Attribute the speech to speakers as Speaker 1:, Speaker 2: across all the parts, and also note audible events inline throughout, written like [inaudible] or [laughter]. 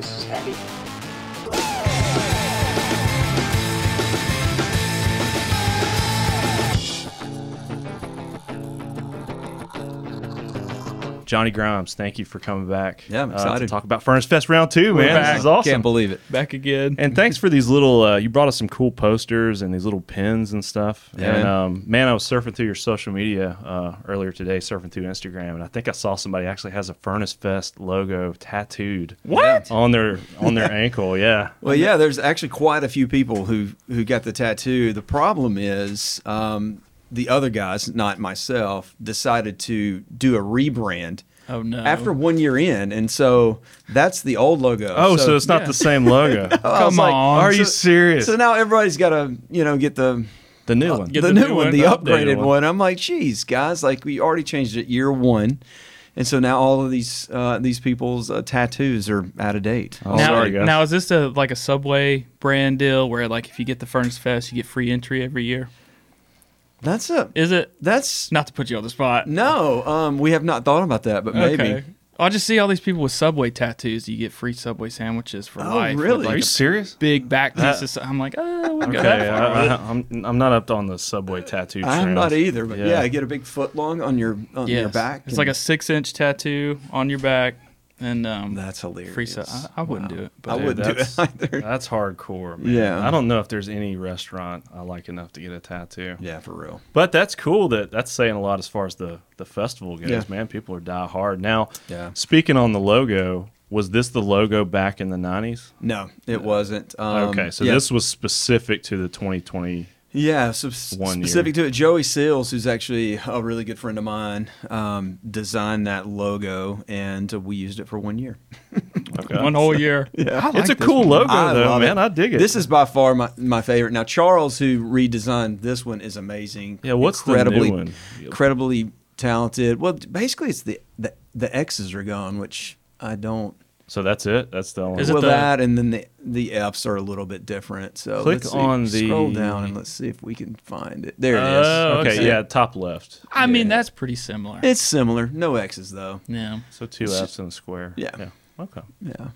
Speaker 1: happy.
Speaker 2: Johnny Grimes, thank you for coming back.
Speaker 3: Yeah, I'm
Speaker 2: uh,
Speaker 3: excited.
Speaker 2: to talk about Furnace Fest round two, man.
Speaker 3: I
Speaker 2: This is awesome.
Speaker 3: Can't believe it.
Speaker 4: Back again.
Speaker 2: and thanks for these little. Uh, you brought us some cool posters and these little pins and stuff.
Speaker 3: Yeah,
Speaker 2: and
Speaker 3: man.
Speaker 2: um, man, I was surfing through your social media uh, earlier today, surfing through Instagram, and I think I saw somebody actually has a Furnace Fest logo tattooed.
Speaker 4: What?
Speaker 2: on their on
Speaker 3: [laughs]
Speaker 2: their ankle? Yeah.
Speaker 3: Well, yeah, there's actually quite a few people who who got the tattoo. The problem is um, the other guys, not myself, decided to do a rebrand.
Speaker 4: Oh, no.
Speaker 3: After one year in, and so that's the old logo.
Speaker 2: Oh, so, it's not
Speaker 4: yeah.
Speaker 2: the same
Speaker 3: [laughs]
Speaker 2: logo.
Speaker 3: I
Speaker 4: Come
Speaker 3: was like,
Speaker 4: on.
Speaker 2: Are you
Speaker 3: So-
Speaker 2: serious?
Speaker 3: So now everybody's got to you know get the
Speaker 2: the new one.
Speaker 4: Get
Speaker 3: the,
Speaker 4: the new
Speaker 3: new, one,
Speaker 4: one,
Speaker 3: the
Speaker 4: the
Speaker 3: upgraded
Speaker 2: updated
Speaker 3: one.
Speaker 2: one.
Speaker 3: I'm like, geez, guys, like we already changed it year one, and so now all of these uh, these people's uh, tattoos are out of date.
Speaker 2: Oh,
Speaker 4: now,
Speaker 2: sorry, guys.
Speaker 4: now is this a like a Subway brand deal where like if you get the Furnace Fest, you get free entry every year?
Speaker 3: that's a
Speaker 4: Is it?
Speaker 3: that's
Speaker 4: Not to put you on the spot.
Speaker 3: no. Um, we have not thought about that, but maybe.
Speaker 4: I just see all these people with Subway tattoos. You get free Subway sandwiches for
Speaker 3: Oh,
Speaker 4: life. with,
Speaker 3: really?
Speaker 2: Are
Speaker 4: like, a
Speaker 2: you serious?
Speaker 4: big back
Speaker 2: That-
Speaker 4: pieces. I'm like, oh, we
Speaker 2: Okay,
Speaker 4: got that far.
Speaker 2: I, I, I'm I'm not up on the subway tattoo.
Speaker 3: I'm
Speaker 2: trend.
Speaker 3: not either, but yeah,
Speaker 2: Yeah.
Speaker 3: get a big foot long on your on your
Speaker 4: Yes.
Speaker 3: back.
Speaker 4: It's like a
Speaker 3: and-
Speaker 4: six inch tattoo on your back, and um,
Speaker 3: [laughs] that's hilarious.
Speaker 4: free Sub. I, I wouldn't do it. But
Speaker 3: I
Speaker 2: Dude,
Speaker 3: wouldn't do it
Speaker 2: that's-
Speaker 3: [laughs] either.
Speaker 2: That's hardcore, man.
Speaker 3: Yeah.
Speaker 2: I don't know if there's any restaurant I like enough to get a tattoo.
Speaker 3: Yeah, for real.
Speaker 2: But that's cool that that's saying a lot as far as the, the festival goes,
Speaker 3: Yeah.
Speaker 2: man. People are die hard. Now,
Speaker 3: Yeah.
Speaker 2: speaking on the logo, was this the logo back in the 90s?
Speaker 3: No, it wasn't. Um,
Speaker 2: okay, so
Speaker 3: yeah.
Speaker 2: this was specific to the 2020.
Speaker 3: Yeah, so s-
Speaker 2: One year.
Speaker 3: specific to it, Joey Seals, who's actually a really good friend of mine, um, designed that logo, and uh, we used it for one year. [laughs]
Speaker 2: Okay.
Speaker 4: one whole year.
Speaker 3: Yeah.
Speaker 2: it's a cool logo, though,
Speaker 3: love
Speaker 2: man. I dig it.
Speaker 3: This is by far my, my favorite. Now Charles, who redesigned this one, is amazing.
Speaker 2: Yeah, what's the new
Speaker 3: incredibly,
Speaker 2: one?
Speaker 3: Incredibly talented. Well, basically, it's the, the the X's are gone, which I don't.
Speaker 2: so that's it. That's the only
Speaker 4: Is it
Speaker 3: well,
Speaker 4: the-
Speaker 3: that and then the the F's are a little bit different. So
Speaker 2: Click
Speaker 3: let's see.
Speaker 2: on the-
Speaker 3: scroll down and let's see if we can find it. There it is.
Speaker 4: Oh,
Speaker 2: okay,
Speaker 4: okay.
Speaker 2: yeah, top left.
Speaker 4: I mean, that's pretty similar.
Speaker 3: It's similar. No X's though.
Speaker 4: yeah.
Speaker 2: So two F's in a square.
Speaker 3: Yeah.
Speaker 2: Okay.
Speaker 3: Yeah.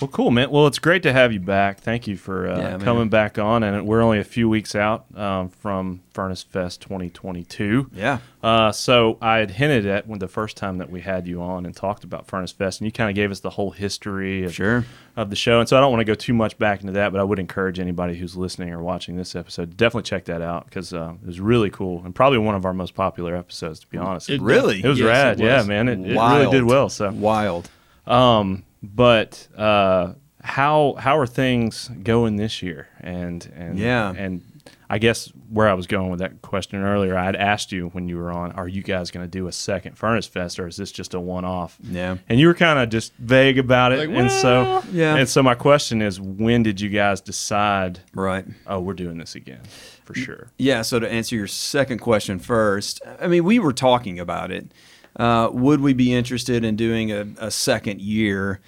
Speaker 2: Well, cool, man. Well, it's great to have you back. Thank you for uh,
Speaker 3: Yeah, man.
Speaker 2: coming back on. And we're only a few weeks out um, from Furnace Fest 2022.
Speaker 3: Yeah.
Speaker 2: Uh, so I had hinted at when the first time that we had you on and talked about Furnace Fest, and you kind of gave us the whole history of,
Speaker 3: Sure.
Speaker 2: of the show. And so I don't want to go too much back into that, but I would encourage anybody who's listening or watching this episode to definitely check that out because uh, it was really cool and probably one of our most popular episodes, to be honest.
Speaker 4: It-
Speaker 3: Really?
Speaker 2: It was
Speaker 4: Yes,
Speaker 2: rad,
Speaker 4: it
Speaker 2: yeah,
Speaker 4: was.
Speaker 2: man. It, it really
Speaker 3: Wild.
Speaker 2: did well. So
Speaker 3: Wild.
Speaker 2: but uh, how how are things going this year? And and
Speaker 3: Yeah.
Speaker 2: and I guess where I was going with that question earlier, I had asked you when you were on, are you guys going to do a second Furnace Fest, or is this just a one off?
Speaker 3: Yeah.
Speaker 2: And you were kind of just vague about it,
Speaker 4: Like,
Speaker 2: and so
Speaker 4: well.
Speaker 3: Yeah.
Speaker 2: And so my question is, when did you guys decide?
Speaker 3: Right.
Speaker 2: Oh, we're doing this again for sure.
Speaker 3: Yeah. So to answer your second question first, I mean, we were talking about it. Uh, would we be interested in doing a, a second year?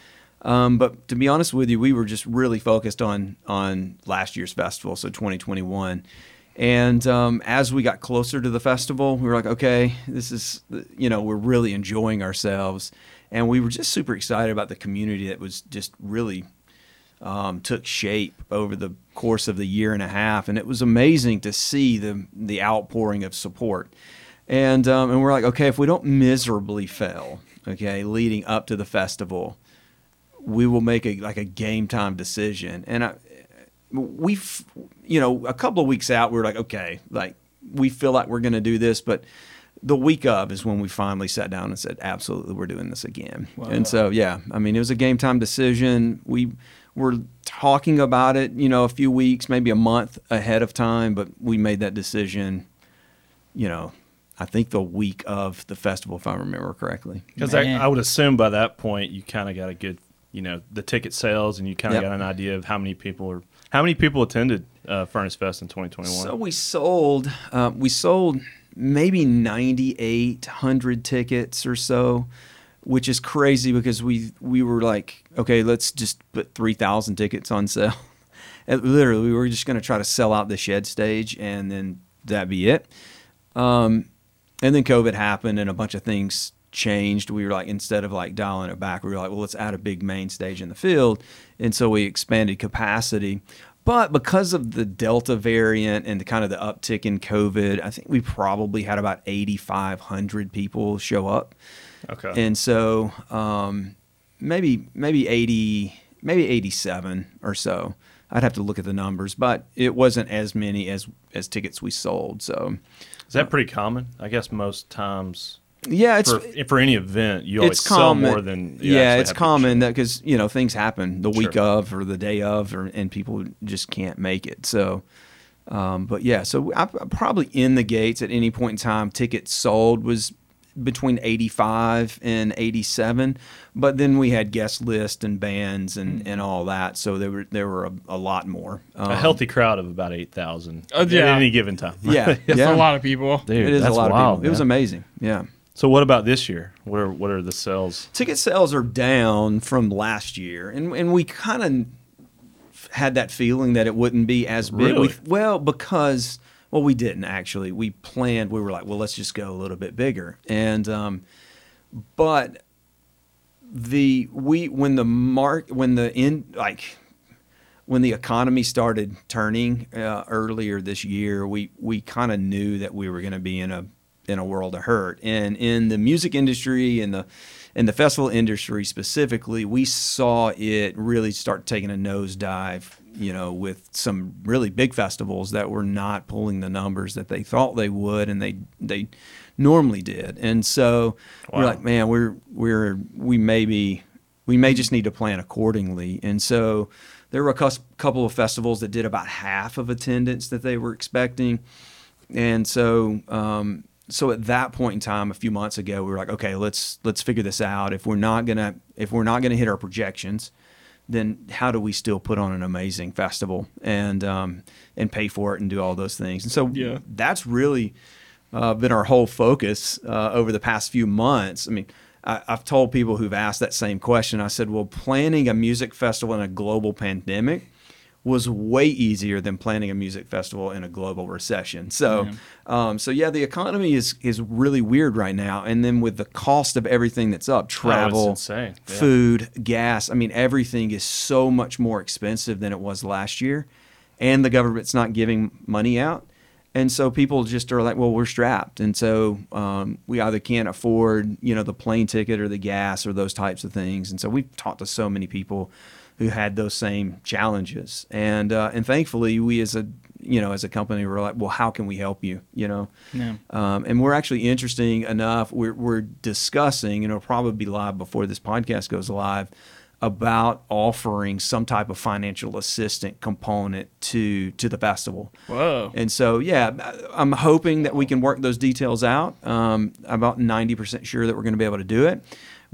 Speaker 3: Um, but to be honest with you, we were just really focused on on last year's festival, so 2021. And um, as we got closer to the festival, we were like, okay, this is, you know, we're really enjoying ourselves. And we were just super excited about the community that was just really um, took shape over the course of the year and a half, and it was amazing to see the the outpouring of support. And um, and we're like, okay, if we don't miserably fail, okay, leading up to the festival, we will make a like a game time decision. And I, we, f- you know, a couple of weeks out, we were like, okay, like we feel like we're going to do this, but the week of is when we finally sat down and said, absolutely, we're doing this again. And so, yeah, I mean, it was a game time decision. We were talking about it, you know, a few weeks, maybe a month ahead of time, but we made that decision, you know, I think the week of the festival, if I remember correctly.
Speaker 2: Because I,
Speaker 4: Man.
Speaker 2: I would assume by that point you kind of got a good, you know, the ticket sales, and you kind of
Speaker 3: Yep.
Speaker 2: got an idea of how many people are how many people attended uh, Furnace Fest in 2021.
Speaker 3: So we sold, uh, we sold maybe 9,800 tickets or so, which is crazy because we we were like, okay, let's just put 3,000 tickets on sale. [laughs] And literally, we were just going to try to sell out the shed stage, and then that be it. Um, and then COVID happened, and a bunch of things changed. We were like, instead of like dialing it back, we were like, well, let's add a big main stage in the field. And so we expanded capacity. But because of the Delta variant and the kind of the uptick in COVID, I think we probably had about 8,500 people show up.
Speaker 2: Okay.
Speaker 3: And so um, maybe maybe 80 maybe 87 or so. I'd have to look at the numbers, but it wasn't as many as as tickets we sold. So
Speaker 2: Is that pretty common? I guess most times
Speaker 3: yeah, it's
Speaker 2: for, for any event, you always sell more than you
Speaker 3: yeah,
Speaker 2: actually
Speaker 3: it's
Speaker 2: have to-
Speaker 3: common that because you know things happen the week
Speaker 2: Sure.
Speaker 3: of or the day of, or, and people just can't make it. So, um, but yeah, so I, I'm probably in the gates at any point in time. Tickets sold was between 85 and 87, but then we had guest list and bands and, and all that, so there were there were a, a lot more.
Speaker 2: Hmm. A
Speaker 3: Um, Uh,
Speaker 2: healthy crowd of about eight thousand
Speaker 4: Oh,
Speaker 2: at
Speaker 4: yeah.
Speaker 2: any given time. [laughs]
Speaker 3: yeah,
Speaker 4: It's
Speaker 3: yeah,
Speaker 4: a lot of people.
Speaker 2: Dude,
Speaker 3: It is
Speaker 2: that's
Speaker 3: a lot
Speaker 2: wild,
Speaker 3: of people. It was
Speaker 2: man.
Speaker 3: amazing. Yeah.
Speaker 2: So what about this year? What are what are the sales?
Speaker 3: ticket sales are down from last year, and and we kind of had that feeling that it wouldn't be as big.
Speaker 2: Really?
Speaker 3: We, well, because well, we didn't actually. We planned. We were like, well, let's just go a little bit bigger, and um, but the we when the mark when the in like when the economy started turning uh, earlier this year, we we kind of knew that we were going to be in a in a world of hurt. And in the music industry and the in the festival industry specifically, we saw it really start taking a nosedive. You know, with some really big festivals that were not pulling the numbers that they thought they would, and they they normally did. And so we're
Speaker 2: Wow.
Speaker 3: like, man, we're we're we may be we may just need to plan accordingly. And so there were a cous- couple of festivals that did about half of attendance that they were expecting. And so, um, so at that point in time, a few months ago, we were like, okay, let's let's figure this out. If we're not gonna if we're not gonna hit our projections, then how do we still put on an amazing festival and um, and pay for it and do all those things? And so
Speaker 4: Yeah.
Speaker 3: that's really uh, been our whole focus uh, over the past few months. I mean, I, I've told people who've asked that same question. I said, well, planning a music festival in a global pandemic was way easier than planning a music festival in a global recession. So, um, so yeah, the economy is is really weird right now. And then with the cost of everything that's up, travel,
Speaker 2: Oh, insane. Yeah.
Speaker 3: food, gas, I mean, everything is so much more expensive than it was last year. And the government's not giving money out. And so people just are like, well, we're strapped. And so um, we either can't afford, you know, the plane ticket or the gas or those types of things. And so we've talked to so many people who had those same challenges. And uh, and thankfully, we as a you know as a company were like, well, how can we help you? You know,
Speaker 4: Yeah.
Speaker 3: um, and we're actually interesting enough. We're we're discussing, and it'll probably be live before this podcast goes live, about offering some type of financial assistant component to to the festival.
Speaker 4: Whoa.
Speaker 3: And so, yeah, I- I'm hoping that we can work those details out. Um, I'm about 90% sure that we're going to be able to do it.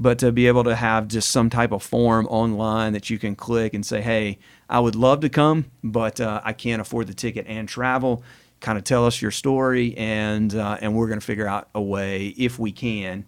Speaker 3: But to be able to have just some type of form online that you can click and say, hey, I would love to come, but uh, I can't afford the ticket and travel. Kind of tell us your story, and uh, and we're going to figure out a way, if we can,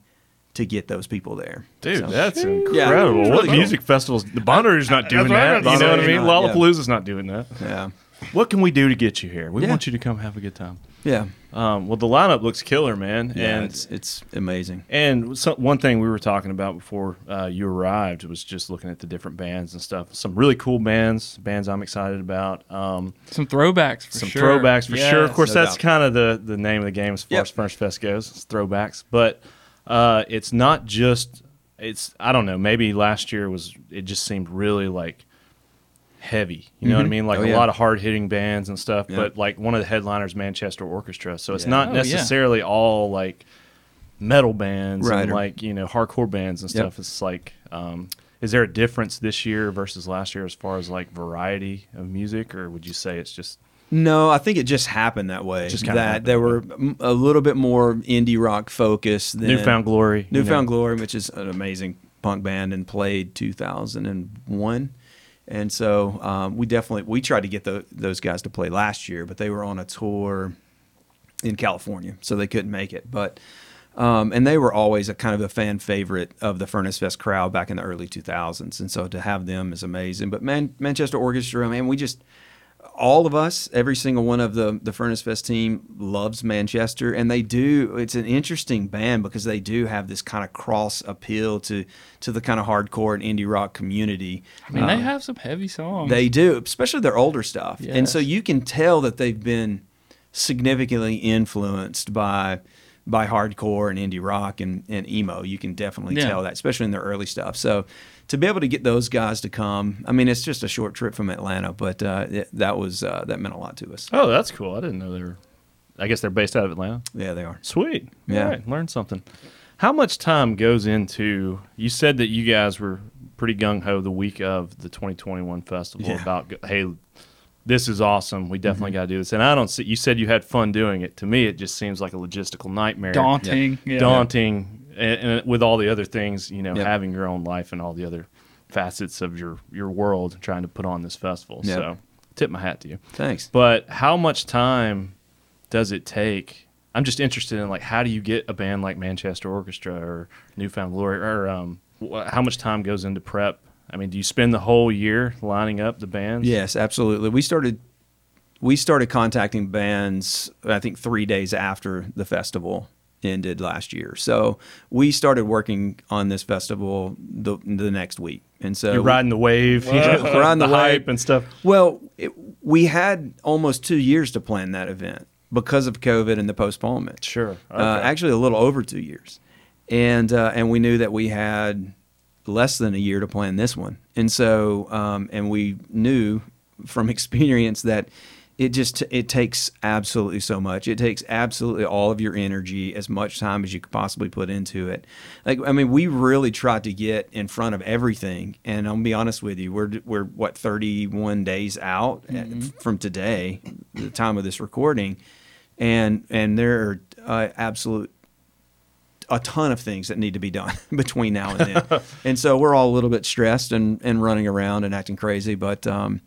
Speaker 3: to get those people there.
Speaker 2: Dude,
Speaker 3: So-
Speaker 2: that's incredible.
Speaker 3: Yeah, it's
Speaker 2: what
Speaker 3: really cool.
Speaker 2: music festivals? The Bonnaroo's not doing
Speaker 4: what I was
Speaker 2: that.
Speaker 4: gonna
Speaker 2: You know what I
Speaker 3: say.
Speaker 2: mean?
Speaker 3: Not, yeah.
Speaker 2: Lollapalooza's not doing that.
Speaker 3: yeah,
Speaker 2: What can we do to get you here? We
Speaker 3: Yeah.
Speaker 2: want you to come have a good time.
Speaker 3: yeah,
Speaker 2: Um, well, the lineup looks killer, man.
Speaker 3: yeah.
Speaker 2: and
Speaker 3: it's it's amazing.
Speaker 2: And so, one thing we were talking about before uh, you arrived was just looking at the different bands and stuff. Some really cool bands, bands I'm excited about. Um,
Speaker 4: Some throwbacks for
Speaker 2: some
Speaker 4: sure.
Speaker 2: throwbacks for sure. Of
Speaker 4: Yes.
Speaker 2: course,
Speaker 3: no
Speaker 2: that's kind of the the name of the game as far
Speaker 3: Yep.
Speaker 2: as Furnace Fest goes. It's throwbacks, but uh, it's not just. It's I don't know. Maybe last year was it just seemed really like heavy. You know what I mean? Like
Speaker 3: Oh,
Speaker 2: a
Speaker 3: yeah.
Speaker 2: lot of hard hitting bands and stuff.
Speaker 3: Yeah.
Speaker 2: But like one of the headliners, Manchester Orchestra. So it's
Speaker 3: Yeah.
Speaker 2: not
Speaker 4: Oh, yeah.
Speaker 2: necessarily all like metal bands
Speaker 3: Right,
Speaker 2: and
Speaker 3: or-
Speaker 2: like you know hardcore bands and
Speaker 3: Yep.
Speaker 2: stuff. It's like. Um, is there a difference this year versus last year as far as like variety of music, or would you say it's just
Speaker 3: No, I think it just happened that way.
Speaker 2: just
Speaker 3: that
Speaker 2: kinda happened,
Speaker 3: there were m- a little bit more indie rock focused than
Speaker 2: Newfound Glory? you know?
Speaker 3: Newfound Glory, which is an amazing punk band and played 2001. And so um, we definitely we tried to get tho- those guys to play last year, but they were on a tour in California, so they couldn't make it. But um, and they were always a kind of a fan favorite of the Furnace Fest crowd back in the early 2000s, and so to have them is amazing. But man, Manchester Orchestra, man, we just all of us, every single one of the the Furnace Fest team loves Manchester, and they do. It's an interesting band because they do have this kind of cross appeal to to the kind of hardcore and indie rock community.
Speaker 4: I mean,
Speaker 3: Uh,
Speaker 4: they have some heavy songs.
Speaker 3: they do, especially their older stuff. And so
Speaker 4: Um, Yes.
Speaker 3: you can tell that they've been significantly influenced by by hardcore and indie rock and, and emo. You can definitely
Speaker 4: Yeah.
Speaker 3: tell that, especially in their early stuff. So to be able to get those guys to come, I mean, it's just a short trip from Atlanta, but uh, it, that was uh, that meant a lot to us.
Speaker 2: Oh, that's cool. I didn't know they were. I guess they're based out of Atlanta.
Speaker 3: Yeah, they are.
Speaker 2: Sweet.
Speaker 3: Yeah.
Speaker 2: All right. Learn something. How much time goes into? You said that you guys were pretty gung ho the week of the 2021 festival
Speaker 3: Yeah. Mm-hmm.
Speaker 2: about go- hey, this is awesome. We definitely got to do this. And I don't see. You said you had fun doing it. To me, it just seems like a logistical nightmare.
Speaker 4: daunting. Yeah.
Speaker 2: daunting and, and with all the other things you know
Speaker 3: Yep.
Speaker 2: having your own life and all the other facets of your your world trying to put on this festival
Speaker 3: Yep.
Speaker 2: so tip my hat to you
Speaker 3: Thanks.
Speaker 2: but how much time does it take i'm just interested in like how do you get a band like manchester orchestra or newfound glory or um, wh- how much time goes into prep i mean do you spend the whole year lining up the bands
Speaker 3: Yes, absolutely. We started we started contacting bands I think 3 days after the festival ended last year. So we started working on this festival the the next week. And so
Speaker 2: you're riding the wave you
Speaker 3: Whoa.
Speaker 2: know,
Speaker 3: [laughs] We're on the
Speaker 2: hype
Speaker 3: wave.
Speaker 2: and stuff
Speaker 3: well, it, we had almost 2 years to plan that event because of COVID and the postponement.
Speaker 2: Sure.
Speaker 3: Uh,
Speaker 2: Okay.
Speaker 3: actually a little over 2 years. And uh, and we knew that we had less than a year to plan this one. And so, um, and we knew from [laughs] experience that it just it takes absolutely so much. It takes absolutely all of your energy, as much time as you could possibly put into it. Like I mean, we really tried to get in front of everything. And I'll be honest with you, we're we're what 31 days out at- from today, the time of this recording, and and there are uh, absolute a ton of things that need to be done [laughs] between now and then. and so we're all a little bit stressed and, and running around and acting crazy. But um,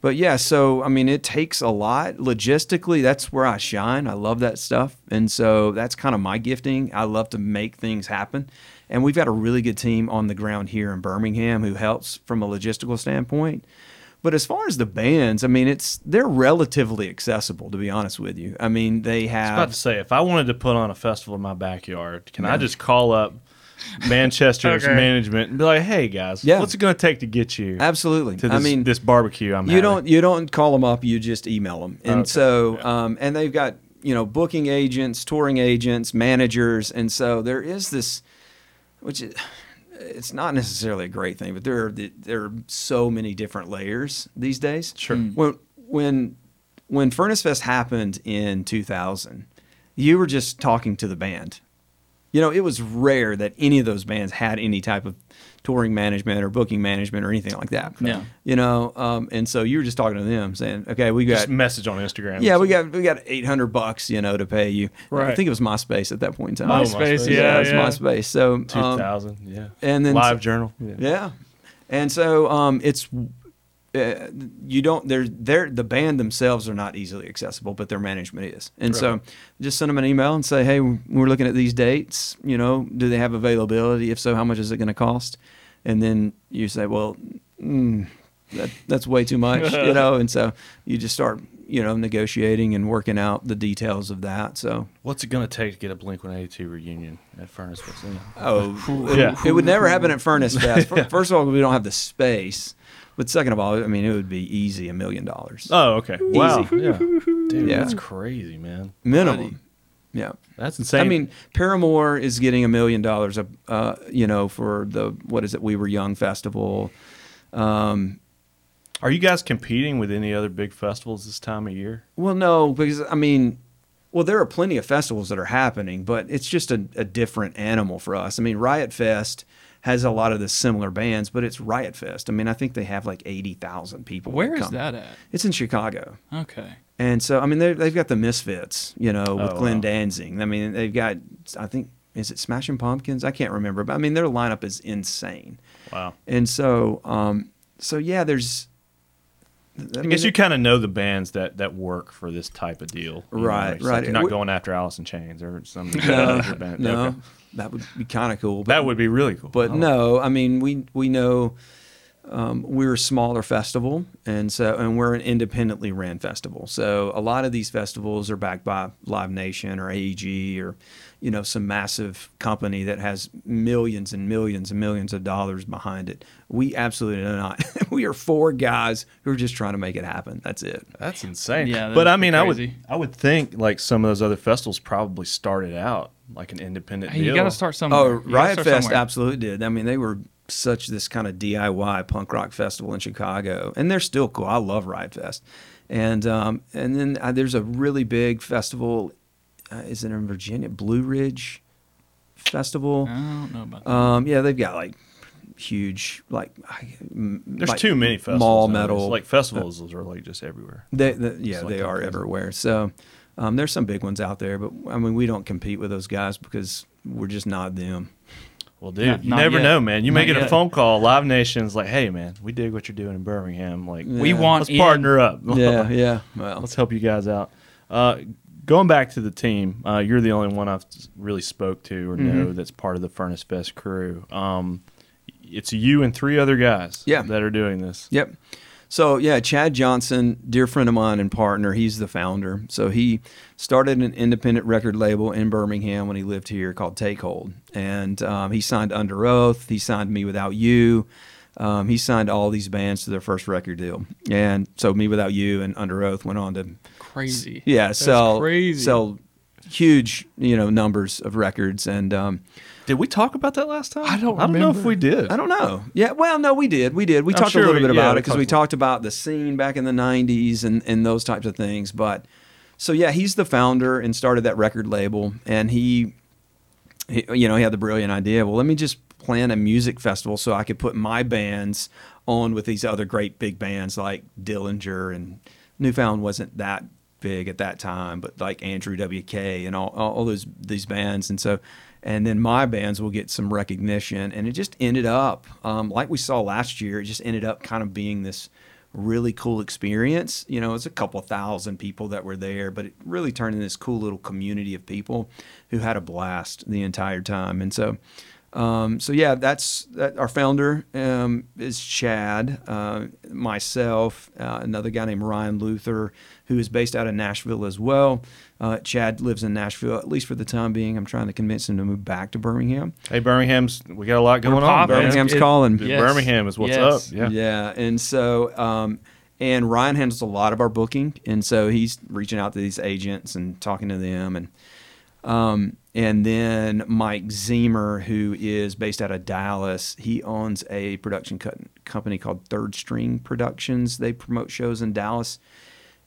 Speaker 3: but yeah, so I mean, it takes a lot logistically. That's where I shine. I love that stuff, and so that's kind of my gifting. I love to make things happen. And we've got a really good team on the ground here in Birmingham who helps from a logistical standpoint. But as far as the bands, I mean, it's they're relatively accessible, to be honest with you. I mean,
Speaker 2: I
Speaker 3: they
Speaker 2: was about
Speaker 3: have
Speaker 2: to say, if I wanted to put on a festival in my backyard, can I just call
Speaker 3: [laughs]
Speaker 2: up Manchester's
Speaker 4: Okay.
Speaker 2: management and be like, "Hey guys,
Speaker 3: Yeah.
Speaker 2: what's it going to take to get you
Speaker 3: absolutely.
Speaker 2: to this,
Speaker 3: I mean,
Speaker 2: this barbecue?" I'm
Speaker 3: you
Speaker 2: having?
Speaker 3: don't you don't call them up you just email them and
Speaker 2: Okay,
Speaker 3: so um, and they've got you know booking agents touring agents managers and so there is this which is, it's not necessarily a great thing but there are the, there are so many different layers these days
Speaker 2: Sure. Mm.
Speaker 3: when when when furnace fest happened in 2000 you were just talking to the band you know, it was rare that any of those bands had any type of touring management or booking management or anything like that.
Speaker 4: Yeah.
Speaker 3: You know, um, and so you were just talking to them saying, okay, we got,
Speaker 2: just message on Instagram.
Speaker 3: yeah, we got, we got 800 bucks, you know, to pay you. I
Speaker 2: Right. Oh
Speaker 3: think it was MySpace at that point in time.
Speaker 2: MySpace, MySpace,
Speaker 4: yeah,
Speaker 3: it was
Speaker 4: yeah.
Speaker 3: MySpace. So, um,
Speaker 2: two thousand. yeah,
Speaker 3: and then-
Speaker 2: live journal.
Speaker 3: yeah. And so, um, it's, uh, you don't they're they're the band themselves are not easily accessible but their management is and so just send them an email and say hey we're looking at these dates you know do they have availability if so how much is it going to cost and then you say well mm, that, that's way too much you know and so you just start you know negotiating and working out the details of that so
Speaker 2: What's it going to take to get a Blink One Eighty Two reunion at Furnace Fest? You know?
Speaker 4: [laughs]
Speaker 3: Oh,
Speaker 2: Yeah.
Speaker 3: it, it would never happen at Furnace Fest. Fir- First of all, we don't have the space. But second of all, I mean, it would be easy a million dollars
Speaker 2: Oh, okay. Wow. Yeah. Dude,
Speaker 3: Yeah.
Speaker 2: that's crazy, man.
Speaker 3: minimum. Yeah,
Speaker 2: That's insane.
Speaker 3: I mean, Paramore is getting a million dollars. a- Uh, you know, for the what is it? We Were Young festival. Um,
Speaker 2: are you guys competing with any other big festivals this time of year?
Speaker 3: well, no, because I mean, well, there are plenty of festivals that are happening, but it's just a, a different animal for us. I mean, Riot Fest has a lot of the similar bands, but it's Riot Fest. I mean, I think they have like eighty thousand people.
Speaker 4: Where is
Speaker 3: come.
Speaker 4: that at?
Speaker 3: It's in Chicago.
Speaker 4: Okay.
Speaker 3: And so, I mean, they- they've got the Misfits, you know, with
Speaker 2: Oh,
Speaker 3: Glenn
Speaker 2: wow.
Speaker 3: Danzig. I mean, they've got, I think, is it Smashing Pumpkins? I can't remember, but I mean, their lineup is insane.
Speaker 2: Wow.
Speaker 3: And so, um, so yeah, there's. I
Speaker 2: I
Speaker 3: mean,
Speaker 2: guess you kind of know the bands that, that work for this type of deal, You know,
Speaker 3: Right,
Speaker 2: it's
Speaker 3: right.
Speaker 2: Like you're not
Speaker 3: We-
Speaker 2: going after Alice in Chains or some.
Speaker 3: [laughs] no,
Speaker 2: other band.
Speaker 3: no,
Speaker 2: Okay.
Speaker 3: that would be kind of cool. But,
Speaker 2: Oh. that would be really cool.
Speaker 3: but
Speaker 2: Oh.
Speaker 3: no, I mean, we we know um, we're a smaller festival, and so and we're an independently ran festival. So a lot of these festivals are backed by Live Nation or AEG or you know some massive company that has millions and millions and millions of dollars behind it. We absolutely are not. [laughs] we are four guys who are just trying to make it happen. That's it.
Speaker 2: That's insane.
Speaker 4: Yeah,
Speaker 2: but
Speaker 4: that's
Speaker 2: I mean,
Speaker 4: crazy.
Speaker 2: I would I would think like some of those other festivals probably started out like an independent
Speaker 4: Hey,
Speaker 2: deal.
Speaker 4: you got to start somewhere.
Speaker 3: Oh,
Speaker 4: You gotta
Speaker 3: Riot
Speaker 4: start
Speaker 3: Fest
Speaker 4: somewhere.
Speaker 3: absolutely did. I mean, they were such this kind of DIY punk rock festival in Chicago, and they're still cool. I love Riot Fest, and um, and then uh, there's a really big festival. Uh, is it in Virginia? Blue Ridge Festival.
Speaker 4: I don't know about that.
Speaker 3: Um, yeah, they've got like huge like I- m-
Speaker 2: There's
Speaker 3: like
Speaker 2: too many festivals.
Speaker 3: mall
Speaker 2: nowadays.
Speaker 3: metal
Speaker 2: like festivals are like just everywhere.
Speaker 3: they, they, yeah,
Speaker 2: like
Speaker 3: they
Speaker 2: that
Speaker 3: are
Speaker 2: crazy.
Speaker 3: everywhere. So um, there's some big ones out there, but I mean, we don't compete with those guys because we're just not them.
Speaker 2: Well, dude,
Speaker 4: Not-
Speaker 2: you
Speaker 4: not
Speaker 2: never
Speaker 4: yet.
Speaker 2: know, man. You may
Speaker 4: Not
Speaker 2: get a
Speaker 4: yet.
Speaker 2: phone call. Live Nation's like, "Hey, man, we dig what you're doing in Birmingham. Like,
Speaker 4: We want
Speaker 2: let's
Speaker 4: in-
Speaker 2: partner up. [laughs]
Speaker 3: yeah, [laughs] yeah. Well,
Speaker 2: let's help you guys out." Uh, going back to the team, uh, you're the only one I've really spoke to or
Speaker 4: Mm-hmm.
Speaker 2: know that's part of the Furnace Fest crew. Um, it's you and three other guys.
Speaker 3: Yeah.
Speaker 2: that are doing this.
Speaker 3: Yep. So yeah, Chad Johnson, dear friend of mine and partner, he's the founder. So he started an independent record label in Birmingham when he lived here called Take Hold, and um, he signed Under Oath. He signed Me Without You. Um, he signed all these bands to their first record deal, and so Me Without You and Under Oath went on to
Speaker 4: crazy.
Speaker 3: yeah
Speaker 4: That's
Speaker 3: sell
Speaker 4: crazy.
Speaker 3: sell huge you know numbers of records and. Um,
Speaker 2: Did we talk about that last time?
Speaker 4: I don't
Speaker 2: I don't know if
Speaker 4: remember.
Speaker 2: we did.
Speaker 3: I don't know. Yeah, well, no, we did. We did. We
Speaker 2: I'm
Speaker 3: talked
Speaker 2: sure
Speaker 3: a little
Speaker 2: we-
Speaker 3: bit
Speaker 2: yeah,
Speaker 3: about
Speaker 2: we
Speaker 3: it because we talked about the scene back in the '90s and and those types of things. But so yeah, he's the founder and started that record label, and he, he you know, he had the brilliant idea. Well, let me just plan a music festival so I could put my bands on with these other great big bands like Dillinger and Newfound wasn't that big at that time, but like Andrew WK and all all, all those these bands, and so and then my bands will get some recognition. And it just ended up, um, like we saw last year, it just ended up kind of being this really cool experience. You know, it's a couple thousand people that were there, but it really turned into this cool little community of people who had a blast the entire time. And so, um, so yeah, that's that, our founder um, is Chad, uh, myself, uh, another guy named Ryan Luther, who is based out of Nashville as well. Uh, Chad lives in Nashville at least for the time being. I'm trying to convince him to move back to Birmingham.
Speaker 2: Hey, Birmingham's. We got a lot going on.
Speaker 4: popping.
Speaker 2: man.
Speaker 3: Birmingham's
Speaker 4: it-
Speaker 3: calling.
Speaker 4: Yes.
Speaker 2: Birmingham is what's
Speaker 4: Yes.
Speaker 2: up. Yeah.
Speaker 3: and so um, and Ryan handles a lot of our booking, and so he's reaching out to these agents and talking to them, and um, and then Mike Zemer, who is based out of Dallas, he owns a production co- company called Third String Productions. They promote shows in Dallas,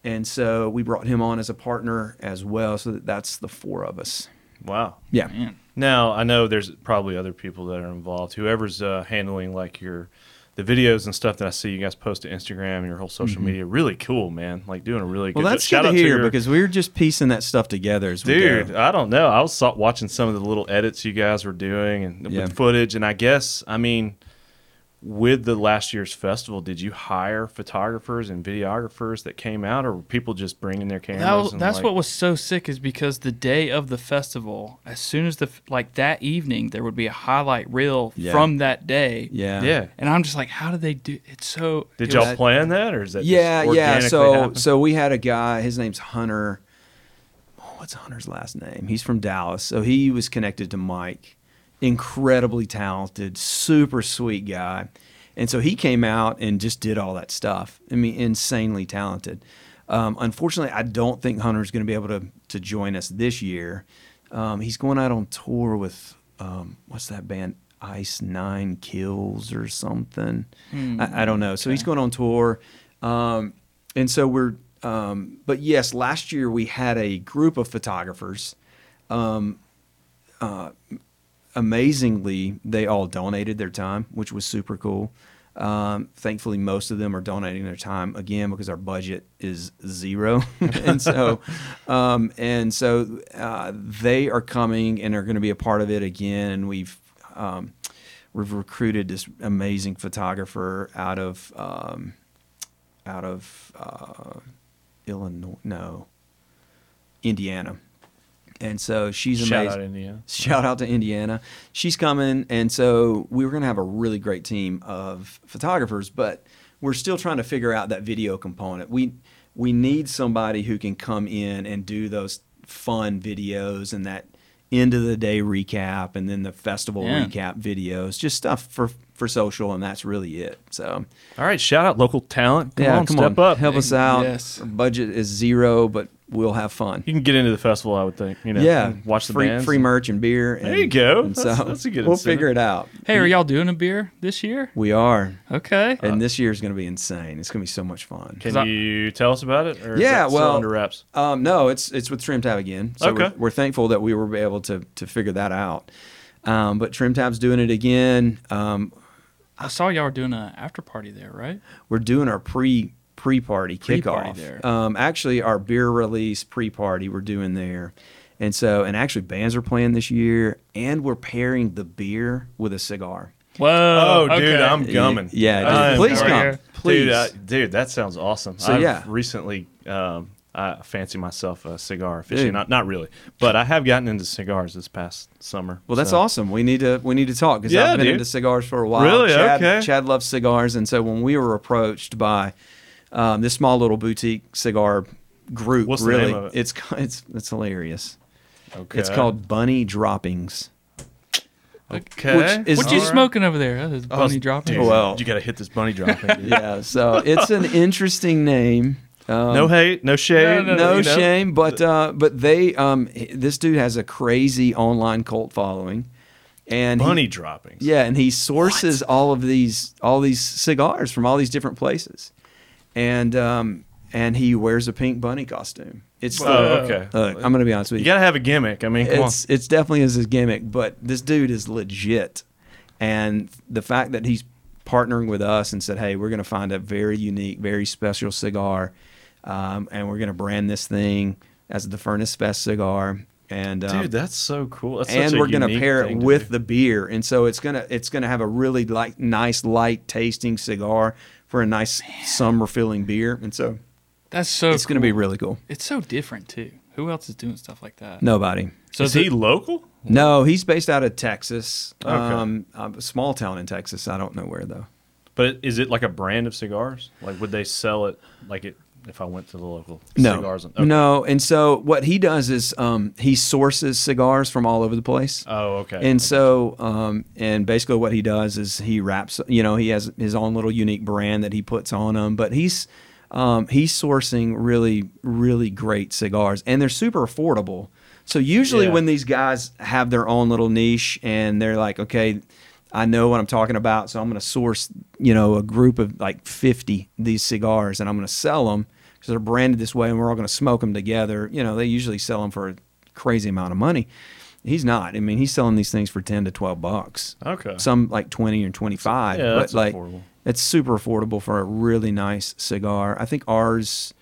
Speaker 3: and so we brought him on as a partner as well. So that that's the four of us.
Speaker 2: Wow.
Speaker 3: Yeah.
Speaker 4: Man.
Speaker 2: Now I know there's probably other people that are involved. Whoever's uh, handling like your the videos and stuff that I see you guys post to Instagram and your whole social media, really cool, man. Like doing a really Mm-hmm. good.
Speaker 3: Well, that's good
Speaker 2: shout
Speaker 3: to
Speaker 2: out
Speaker 3: hear
Speaker 2: your-
Speaker 3: because we're just piecing that stuff together as we
Speaker 2: dude,
Speaker 3: go.
Speaker 2: I don't know. I was saw- watching some of the little edits you guys were doing and
Speaker 3: Yeah.
Speaker 2: with footage, and I guess I mean. With the last year's festival, did you hire photographers and videographers that came out, or were people just bringing their cameras?
Speaker 4: That was,
Speaker 2: and,
Speaker 4: that's
Speaker 2: like-
Speaker 4: what was so sick is because the day of the festival, as soon as the f- like that evening, there would be a highlight reel
Speaker 3: Yeah.
Speaker 4: from that day.
Speaker 3: Yeah.
Speaker 2: Yeah.
Speaker 4: and I'm just like, how do they do? It's so.
Speaker 2: Did
Speaker 4: it was-
Speaker 2: y'all plan that, or is that
Speaker 3: yeah
Speaker 2: Just
Speaker 3: yeah
Speaker 2: organically
Speaker 3: so
Speaker 2: happened?
Speaker 3: so we had a guy his name's hunter oh, what's hunter's last name he's from dallas so he was connected to mike incredibly talented super sweet guy and so he came out and just did all that stuff i mean insanely talented um, unfortunately i don't think hunter's going to be able to to join us this year um, he's going out on tour with um, what's that band ice nine kills or something
Speaker 2: Hmm,
Speaker 3: I, I don't know so he's going on tour um, and so we're, um, but yes, last year we had a group of photographers. Um, uh, amazingly, they all donated their time, which was super cool. Um, thankfully, most of them are donating their time again because our budget is zero, [laughs] and so um, and so uh, they are coming and are going to be a part of it again. And we've um, we've recruited this amazing photographer out of um, out of uh, Illinois, no, Indiana. and so she's
Speaker 2: Shout
Speaker 3: amazing.
Speaker 2: out Indiana.
Speaker 3: [laughs] Shout out to Indiana. She's coming. And so we were going to have a really great team of photographers, but we're still trying to figure out that video component. We, we need somebody who can come in and do those fun videos and that end of the day recap and then the festival
Speaker 4: Yeah.
Speaker 3: recap videos, just stuff for, for social. And that's really it. So,
Speaker 2: All right, shout out local talent. Come
Speaker 3: yeah,
Speaker 2: on,
Speaker 3: come
Speaker 2: step
Speaker 3: on.
Speaker 2: up.
Speaker 3: Help us out.
Speaker 4: Yes.
Speaker 3: Our budget is zero, but we'll have fun.
Speaker 2: You can get into the festival, I would think. You know,
Speaker 3: yeah.
Speaker 2: and watch the
Speaker 3: free,
Speaker 2: bands.
Speaker 3: free merch and beer. And,
Speaker 2: There you go.
Speaker 3: and
Speaker 2: That's-
Speaker 3: so
Speaker 2: that's a good
Speaker 3: We'll
Speaker 2: incentive.
Speaker 3: figure it out.
Speaker 4: Hey, are y'all doing a beer this year?
Speaker 3: We are.
Speaker 4: Okay.
Speaker 2: Uh,
Speaker 3: And this year is going to be insane. It's going to be so much fun.
Speaker 2: Can
Speaker 4: 'Cause I-
Speaker 2: you tell us about it? Or is
Speaker 3: Yeah,
Speaker 2: that still
Speaker 3: well-
Speaker 2: under wraps.
Speaker 3: Um, no, it's it's with Trim Tab again. So
Speaker 2: Okay.
Speaker 3: we're, we're thankful that we were able to to figure that out. Um, but Trim Tab's doing it again. Um,
Speaker 4: I saw y'all were doing an after party there, right?
Speaker 3: we're doing our pre pre party
Speaker 4: Pre-party
Speaker 3: kickoff.
Speaker 4: there.
Speaker 3: Um, actually, our beer release pre party we're doing there, and so and actually bands are playing this year, and we're pairing the beer with a cigar.
Speaker 4: Whoa.
Speaker 2: Oh, dude,
Speaker 4: okay.
Speaker 2: I'm gumming.
Speaker 3: Yeah, dude,
Speaker 2: I'm
Speaker 3: please
Speaker 2: gumming.
Speaker 3: come,
Speaker 4: Dude,
Speaker 3: please.
Speaker 2: Dude, I, dude, that sounds awesome.
Speaker 3: So,
Speaker 2: I've
Speaker 3: yeah.
Speaker 2: recently um, I fancy myself a cigar
Speaker 3: Dude.
Speaker 2: aficionado. Not, not really, but I have gotten into cigars this past summer.
Speaker 3: Well, that's
Speaker 2: so.
Speaker 3: awesome. We need to we need to talk because
Speaker 2: Yeah,
Speaker 3: I've been
Speaker 2: dude.
Speaker 3: into cigars for a while.
Speaker 2: Really?
Speaker 3: Chad,
Speaker 2: Okay.
Speaker 3: Chad loves cigars, and so when we were approached by um, this small little boutique cigar group,
Speaker 2: What's the
Speaker 3: really,
Speaker 2: name of it?
Speaker 3: it's ca- it's it's hilarious.
Speaker 2: Okay.
Speaker 3: It's called Bunny
Speaker 2: [laughs]
Speaker 3: Droppings.
Speaker 2: Okay.
Speaker 3: which is-
Speaker 4: What you
Speaker 3: Alright.
Speaker 4: smoking over there? That is
Speaker 2: Oh,
Speaker 4: bunny dropping.
Speaker 2: dude,
Speaker 3: Well-
Speaker 2: you got to hit this
Speaker 3: [laughs]
Speaker 2: bunny drop. thing, dude.
Speaker 3: Yeah, so it's an interesting name. Um,
Speaker 2: No hate, no shade,
Speaker 4: No,
Speaker 3: no
Speaker 2: you know?
Speaker 3: shame, but uh, but they um, h- this dude has a crazy online cult following, and he-
Speaker 2: Bunny dropping.
Speaker 3: Yeah, and he sources all of these all these cigars from all these different places, and um, and he wears a pink bunny costume. It's
Speaker 2: Oh,
Speaker 4: Uh,
Speaker 3: the-
Speaker 2: okay.
Speaker 3: Look, I'm gonna be honest with
Speaker 2: You
Speaker 3: you.
Speaker 2: got to have a gimmick. I mean, come
Speaker 3: uh, It's it's definitely is his gimmick, but this dude is legit, and the fact that he's partnering with us and said, "Hey, we're gonna find a very unique, very special cigar, um, and we're gonna brand this thing as the Furnace Fest cigar." And
Speaker 2: on.
Speaker 3: um,
Speaker 2: Dude, that's so cool. That's
Speaker 3: and
Speaker 2: such a
Speaker 3: we're going to
Speaker 2: unique
Speaker 3: pair it
Speaker 2: thing to
Speaker 3: with
Speaker 2: do.
Speaker 3: the beer and so it's going to it's going to have a really like nice light tasting cigar for a nice summer filling beer and so
Speaker 4: That's so.
Speaker 3: it's going to be
Speaker 4: cool.
Speaker 3: really cool
Speaker 4: It's so different too. Who else is doing stuff like that?
Speaker 3: nobody
Speaker 4: So
Speaker 2: Is
Speaker 4: the-
Speaker 2: he local?
Speaker 3: no he's based out of texas
Speaker 2: Okay.
Speaker 3: um, a small town in texas i don't know where though
Speaker 2: But is it like a brand of cigars? Like, would they sell it like it if I went to the local
Speaker 3: no
Speaker 2: cigars? and-
Speaker 3: no and so what he does is um, he sources cigars from all over the place
Speaker 2: Oh, okay.
Speaker 3: And so, um, and basically, what he does is he wraps. You know, he has his own little unique brand that he puts on them. But he's um, he's sourcing really, really great cigars, and they're super affordable. So usually,
Speaker 2: Yeah.
Speaker 3: when these guys have their own little niche, and they're like, okay. I know what I'm talking about, so I'm going to source, you know, a group of like 50 these cigars, and I'm going to sell them because they're branded this way, and we're all going to smoke them together. You know, they usually sell them for a crazy amount of money. He's not. I mean, he's selling these things for ten to twelve bucks.
Speaker 2: Okay.
Speaker 3: Some like twenty or twenty five.
Speaker 2: Yeah,
Speaker 3: but
Speaker 2: that's
Speaker 3: like
Speaker 2: affordable.
Speaker 3: it's super affordable for a really nice cigar. I think ours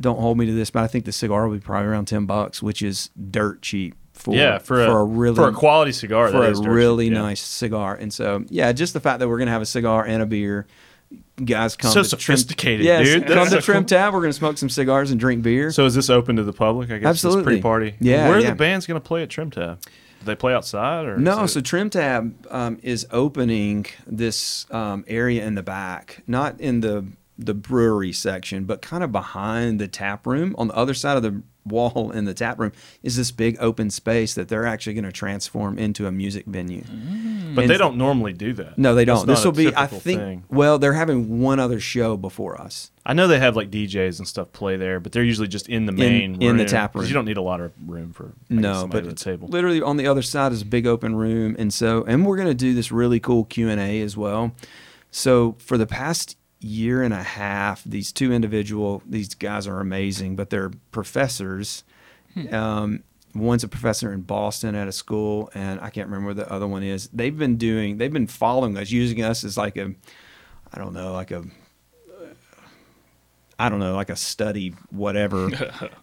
Speaker 3: don't hold me to this, but I think the cigar will be probably around ten bucks, which is dirt cheap for
Speaker 2: yeah, for, a,
Speaker 3: really
Speaker 2: for a quality cigar,
Speaker 3: for
Speaker 2: that
Speaker 3: a
Speaker 2: is dirty.
Speaker 3: really
Speaker 2: Yeah.
Speaker 3: nice cigar. And so yeah, just the fact that we're gonna have a cigar and a beer. Guys come
Speaker 2: So
Speaker 3: to Trim-
Speaker 2: sophisticated,
Speaker 3: Yes,
Speaker 2: dude.
Speaker 3: Come
Speaker 2: That's
Speaker 3: to
Speaker 2: so
Speaker 3: Trim
Speaker 2: cool.
Speaker 3: Tab. We're gonna smoke some cigars and drink beer.
Speaker 2: So is this open to the public? I guess
Speaker 3: Absolutely.
Speaker 2: It's pre-party.
Speaker 3: Yeah,
Speaker 2: Where are
Speaker 3: yeah.
Speaker 2: the bands going to play at Trim Tab? Do they play outside or
Speaker 3: No,
Speaker 2: is
Speaker 3: so
Speaker 2: it-
Speaker 3: Trim Tab um, is opening this um, area in the back, not in the the brewery section, but kind of behind the tap room. On the other side of the wall in the tap room is this big open space that they're actually going to transform into a music venue.
Speaker 2: but they don't normally do that.
Speaker 3: No, they
Speaker 2: Mm-hmm. That's
Speaker 3: don't.
Speaker 2: not
Speaker 3: This
Speaker 2: a
Speaker 3: will be, I
Speaker 2: typical
Speaker 3: think.
Speaker 2: thing.
Speaker 3: Well, they're having one other show before us.
Speaker 2: I know they have like DJs and stuff play there, but they're usually just in the main
Speaker 3: in the
Speaker 2: room,
Speaker 3: tap
Speaker 2: 'cause
Speaker 3: room.
Speaker 2: You don't need a lot of room for I guess,
Speaker 3: no,
Speaker 2: somebody
Speaker 3: but
Speaker 2: with a
Speaker 3: it's
Speaker 2: table.
Speaker 3: literally on the other side is a big open room, and so and we're gonna do this really cool Q and A as well. So for the past year and a half, these two individual these guys are amazing, but they're professors.
Speaker 2: Hmm.
Speaker 3: Um, one's a professor in Boston at a school, and I can't remember where the other one is. They've been doing, they've been following us, using us as like a, I don't know, like a I don't know, like a study, whatever.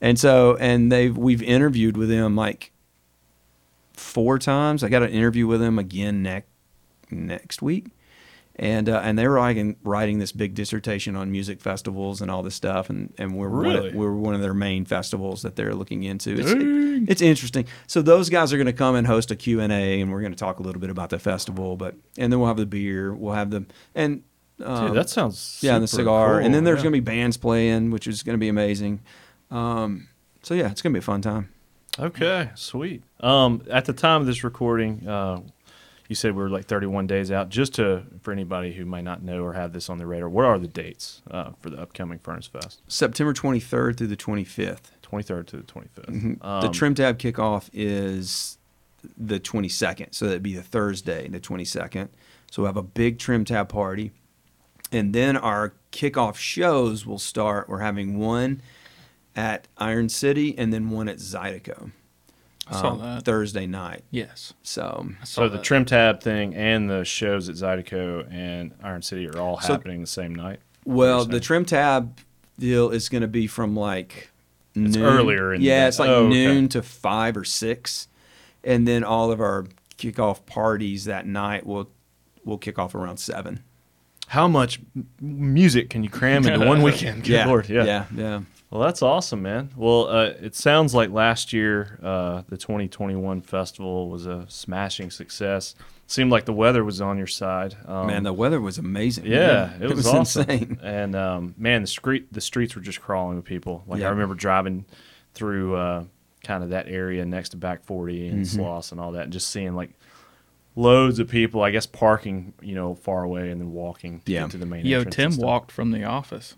Speaker 3: and so, and they've we've interviewed with them like four times. I got an interview with them again next next week, and uh, and they were writing, writing this big dissertation on music festivals and all this stuff, and and we're one
Speaker 2: Really?
Speaker 3: of, we're one of their main festivals that they're looking into. It's, it's interesting. So those guys are going to come and host a Q and A, and we're going to talk a little bit about the festival, but and then we'll have the beer, we'll have the and. Um,
Speaker 2: Dude, that sounds
Speaker 3: yeah, and the
Speaker 2: super
Speaker 3: cigar,
Speaker 2: cool,
Speaker 3: and then there's
Speaker 2: yeah.
Speaker 3: gonna be bands playing, which is gonna be amazing. Um, so yeah, it's gonna be a fun time.
Speaker 2: Okay, sweet. Um, at the time of this recording, uh, you said we were like 31 days out. Just to for anybody who may not know or have this on the radar, what are the dates uh, for the upcoming Furnace Fest?
Speaker 3: September 23rd through the 25th.
Speaker 2: 23rd to the 25th.
Speaker 3: the
Speaker 2: Um,
Speaker 3: trim tab kickoff is the 22nd, so that'd be the Thursday, the 22nd. So we'll have a big trim tab party, and then our kickoff shows will start. We're having one at Iron City, and then one at Zydeco.
Speaker 4: I saw
Speaker 3: um,
Speaker 4: that.
Speaker 3: Thursday night.
Speaker 4: Yes.
Speaker 3: So
Speaker 4: I saw
Speaker 2: So the
Speaker 4: that.
Speaker 2: trim tab thing and the shows at Zydeco and Iron City are all
Speaker 3: So-
Speaker 2: happening the same night.
Speaker 3: Well,
Speaker 2: You're
Speaker 3: the
Speaker 2: saying.
Speaker 3: trim tab deal is going to be from like
Speaker 2: It's
Speaker 3: noon.
Speaker 2: earlier in the
Speaker 3: yeah,
Speaker 2: day.
Speaker 3: it's like
Speaker 2: Oh, okay.
Speaker 3: noon to five or six, and then all of our kickoff parties that night will will kick off around seven.
Speaker 2: how much m- music can you cram into [laughs] one weekend? Good
Speaker 3: yeah,
Speaker 2: lord, yeah.
Speaker 3: yeah, yeah.
Speaker 2: Well, that's awesome, man. Well, uh, it sounds like last year uh, the 2021 festival was a smashing success. Seemed like the weather was on your side. Um,
Speaker 3: Man, the weather was amazing.
Speaker 2: yeah, it, was, awesome.
Speaker 3: insane.
Speaker 2: And um, man, the street the streets were just crawling with people. Like
Speaker 3: Yeah.
Speaker 2: I remember driving through uh, kind of that area next to Back 40 and
Speaker 3: Mm-hmm.
Speaker 2: Sloss and all that, and just seeing like loads of people. I guess parking, you know, far away and then walking to
Speaker 3: Yeah.
Speaker 2: get to the main.
Speaker 4: Yo,
Speaker 2: entrance
Speaker 4: Tim
Speaker 2: and stuff.
Speaker 4: walked from the office.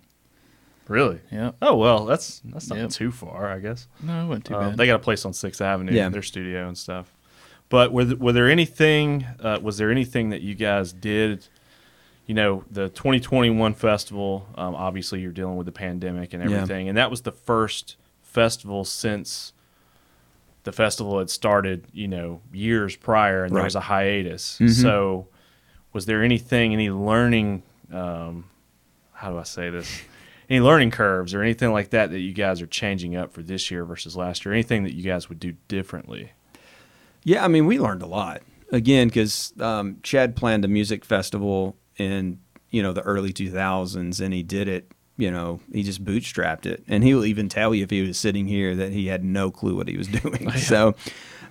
Speaker 2: Really?
Speaker 4: Yeah.
Speaker 2: Oh well, that's that's not
Speaker 4: Yep.
Speaker 2: too far, I guess.
Speaker 4: No, it wasn't too
Speaker 2: Um,
Speaker 4: bad.
Speaker 2: they got a place on Sixth Avenue,
Speaker 3: Yeah.
Speaker 2: their studio and stuff. But were th- were there anything? Uh, was there anything that you guys did? You know, the 2021 festival. Um, obviously, you're dealing with the pandemic and
Speaker 3: Yeah.
Speaker 2: everything, and that was the first festival since the festival had started. You know, years prior, and there
Speaker 3: Right.
Speaker 2: was a hiatus.
Speaker 3: Mhm.
Speaker 2: So, was there anything? Any learning? Um, how do I say this? Any learning curves or anything like that that you guys are changing up for this year versus last year? Anything that you guys would do differently?
Speaker 3: Yeah, I mean, we learned a lot again because um, Chad planned a music festival in you know the early two thousands, and he did it. You know, he just bootstrapped it, and he'll even tell you if he was sitting here that he had no clue what he was [laughs] doing. So,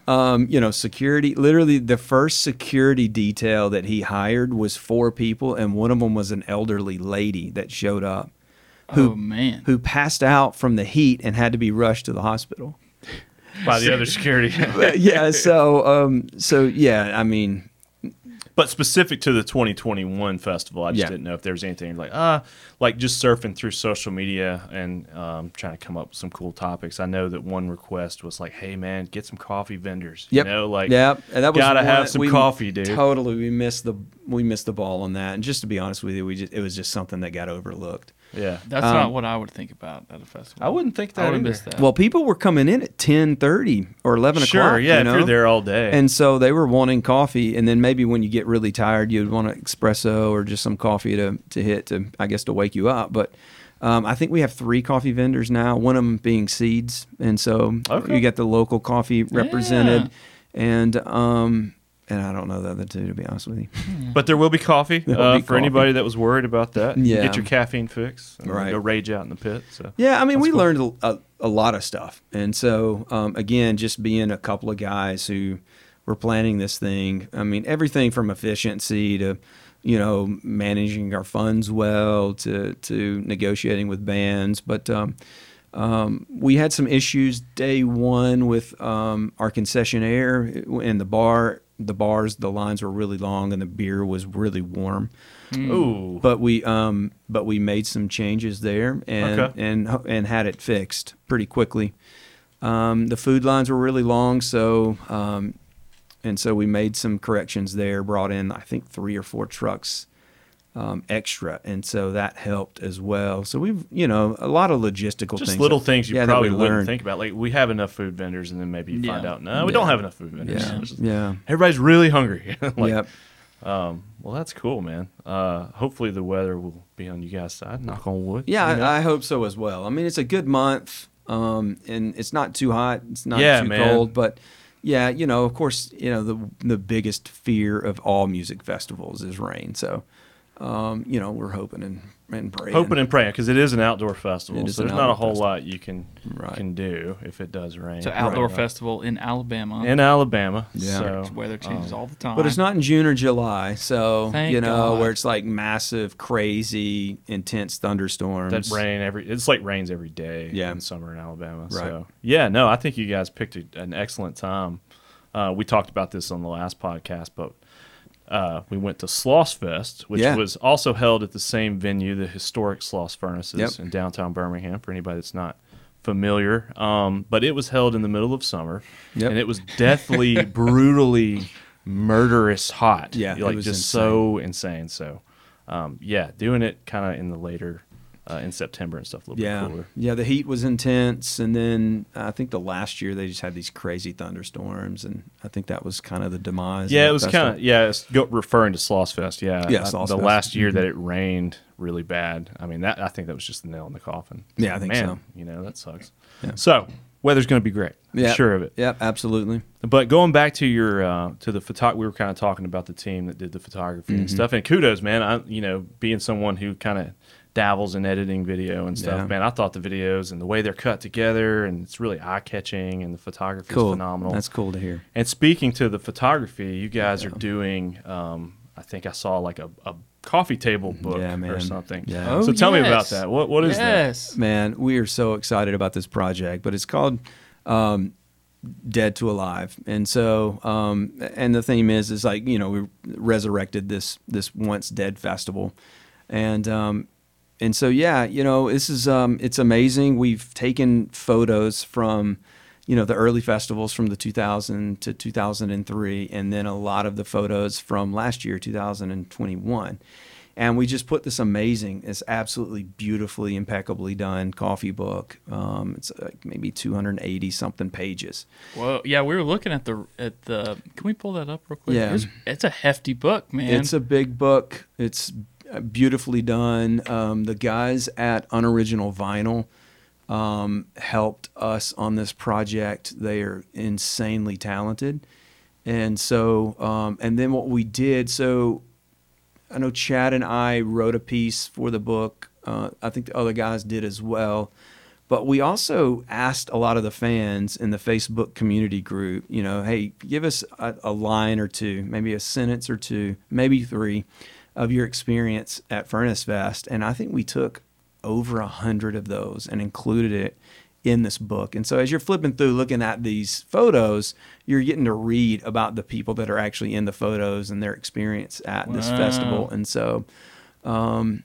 Speaker 3: um, you know, security. Literally, the first security detail that he hired was four people, and one of them was an elderly lady that showed up
Speaker 4: oh man.
Speaker 3: who passed out from the heat and had to be rushed to the hospital.
Speaker 2: By the other security,
Speaker 3: yeah. So, um, so yeah. I mean,
Speaker 2: but specific to the 2021 festival, I just
Speaker 3: Yeah.
Speaker 2: didn't know if there was anything like ah, like just surfing through social media and um, trying to come up with some cool topics. I know that one request was like, "Hey man, get some coffee vendors."
Speaker 3: Yep.
Speaker 2: You know, like
Speaker 3: yep. And that was
Speaker 2: gotta
Speaker 3: one
Speaker 2: have
Speaker 3: that
Speaker 2: some
Speaker 3: we-
Speaker 2: coffee, dude.
Speaker 3: Totally, we missed the we missed the ball on that. And just to be honest with you, we just it was just something that got overlooked.
Speaker 2: yeah,
Speaker 4: That's
Speaker 3: Um,
Speaker 4: not what I would think about at a festival.
Speaker 2: I wouldn't think
Speaker 4: I
Speaker 2: that.
Speaker 4: would have
Speaker 2: either.
Speaker 4: missed that.
Speaker 3: Well, people were coming in at ten thirty or eleven o'clock.
Speaker 2: Sure, yeah,
Speaker 3: you know?
Speaker 2: if you're there all day,
Speaker 3: And so they were wanting coffee, and then maybe when you get really tired, you'd want an espresso or just some coffee to, to hit to, I guess, to wake you up. But um, I think we have three coffee vendors now. One of them being Seeds, and so
Speaker 2: Okay.
Speaker 3: you get the local coffee represented, and um, and I don't know the other two to be honest with you.
Speaker 2: But there will be coffee
Speaker 3: There will
Speaker 2: uh,
Speaker 3: be
Speaker 2: for
Speaker 3: coffee.
Speaker 2: anybody that was worried about that. You
Speaker 3: Yeah.
Speaker 2: Get your caffeine fix. And
Speaker 3: Right.
Speaker 2: Go rage out in the pit. So.
Speaker 3: Yeah, I mean,
Speaker 2: That's
Speaker 3: we
Speaker 2: cool.
Speaker 3: learned a, a, a lot of stuff. And so, um, again, just being a couple of guys who were planning this thing, I mean, everything from efficiency to, you know, managing our funds well to, to negotiating with bands. But um, um, we had some issues day one with um, our concessionaire uh, and the bar. The bars, the lines were really long and the beer was really warm
Speaker 4: Mm.
Speaker 2: Ooh.
Speaker 3: but we um but we made some changes there and
Speaker 2: Okay.
Speaker 3: and and had it fixed pretty quickly. Um, the food lines were really long, so um, and so we made some corrections there. Brought in I think three or four trucks um, extra, and so that helped as well. So we've you know a lot of logistical
Speaker 2: just
Speaker 3: things,
Speaker 2: little things you
Speaker 3: yeah, that
Speaker 2: probably
Speaker 3: we
Speaker 2: wouldn't
Speaker 3: learned.
Speaker 2: think about. Like, we have enough food vendors, and then maybe you find
Speaker 4: Yeah.
Speaker 2: out, no, we
Speaker 3: Yeah.
Speaker 2: don't have enough food vendors.
Speaker 3: Yeah,
Speaker 2: [laughs] It's just-
Speaker 3: yeah,
Speaker 2: Everybody's really
Speaker 3: [laughs]
Speaker 2: hungry. like,
Speaker 3: yep.
Speaker 2: Well, that's cool, man. Uh, hopefully, the weather will be on you guys' side. Knock on wood.
Speaker 3: Yeah,
Speaker 2: you know?
Speaker 3: I, I hope so as well. I mean, it's a good month, um, and it's not too hot, it's not
Speaker 2: Yeah,
Speaker 3: too
Speaker 2: man.
Speaker 3: cold, but yeah, you know, of course, you know the the biggest fear of all music festivals is rain. So um, you know, we're hoping and, and praying.
Speaker 2: Hoping and praying because it is an outdoor festival,
Speaker 3: It is
Speaker 2: so
Speaker 3: an
Speaker 2: there's not a
Speaker 3: outdoor
Speaker 2: whole
Speaker 3: festival.
Speaker 2: lot you can
Speaker 3: Right.
Speaker 2: can do if it does rain.
Speaker 4: It's an outdoor
Speaker 2: Right.
Speaker 4: festival in Alabama.
Speaker 2: in Alabama.
Speaker 3: Yeah.
Speaker 2: so,
Speaker 4: weather changes
Speaker 2: um,
Speaker 4: all the time.
Speaker 3: But it's not in June or July, so
Speaker 4: Thank
Speaker 3: you know
Speaker 4: God.
Speaker 3: where it's like massive, crazy, intense thunderstorms.
Speaker 2: that rain every. It's like rains every day.
Speaker 3: Yeah.
Speaker 2: in summer in Alabama.
Speaker 3: Right.
Speaker 2: So yeah, no, I think you guys picked a, an excellent time. Uh, we talked about this on the last podcast, but uh, we went to Sloss Fest, which
Speaker 3: Yeah.
Speaker 2: was also held at the same venue, the historic Sloss Furnaces
Speaker 3: Yep.
Speaker 2: in downtown Birmingham. For anybody that's not familiar, um, but it was held in the middle of summer,
Speaker 3: Yep.
Speaker 2: and it was deathly, [laughs] brutally, murderous hot.
Speaker 3: Yeah, it
Speaker 2: like
Speaker 3: was
Speaker 2: just so insane. So, um, yeah, doing it kind of in the later uh, in September and stuff a little
Speaker 3: Yeah,
Speaker 2: bit cooler.
Speaker 3: yeah. The heat was intense, and then I think the last year they just had these crazy thunderstorms, and I think that was kind of the demise.
Speaker 2: Yeah, it was kind of yeah. It's go, referring to Sloss Fest, yeah.
Speaker 3: Yeah,
Speaker 2: I-
Speaker 3: Sloss
Speaker 2: the
Speaker 3: Fest. Mm-hmm.
Speaker 2: last year that it rained really bad. I mean, that I think that was just the nail in the coffin.
Speaker 3: Yeah, I think
Speaker 2: Man,
Speaker 3: so.
Speaker 2: You know, that sucks.
Speaker 3: Yeah.
Speaker 2: So weather's going to be great. I'm
Speaker 3: yeah,
Speaker 2: sure of it.
Speaker 3: Yep, absolutely.
Speaker 2: But going back to your uh, to the photog, we were kind of talking about the team that did the photography and
Speaker 3: Mm-hmm.
Speaker 2: stuff. And kudos, man. I you know being someone who kind of dabbles in editing video and stuff,
Speaker 3: Yeah.
Speaker 2: man. I thought the videos and the way they're cut together and it's really eye catching and the photography
Speaker 3: Cool,
Speaker 2: is phenomenal.
Speaker 3: That's cool to hear.
Speaker 2: And speaking to the photography, you guys are doing. Um, I think I saw like a, a coffee table book
Speaker 3: Mm, Yeah, man.
Speaker 2: or something.
Speaker 3: Yeah.
Speaker 4: Oh,
Speaker 2: so tell me about
Speaker 4: yes.
Speaker 2: that. What what is that?
Speaker 4: yes.
Speaker 3: Man, we are so excited about this project, but it's called um, Dead to Alive, and so um, and the theme is is like you know we resurrected this this once dead festival, and um, and so yeah, you know this is um, it's amazing. We've taken photos from you know the early festivals from the 2000 to 2003 and then a lot of the photos from last year 2021 and we just put this amazing this absolutely beautifully impeccably done coffee book um, it's like maybe 280 something pages
Speaker 4: Well, yeah, we were looking at the at the. Can we pull that up real quick?
Speaker 3: Yeah.
Speaker 4: it's, it's a hefty book, man.
Speaker 3: It's a big book. It's uh, beautifully done. Um, the guys at Unoriginal Vinyl um, helped us on this project. They are insanely talented, and so um, and then what we did. So I know Chad and I wrote a piece for the book. Uh, I think the other guys did as well. But we also asked a lot of the fans in the Facebook community group, you know, hey, give us a, a line or two, maybe a sentence or two, maybe three of your experience at Furnace Fest. And I think we took over a hundred of those and included it in this book. And so as you're flipping through looking at these photos, you're getting to read about the people that are actually in the photos and their experience at this
Speaker 4: Wow.
Speaker 3: festival. And so um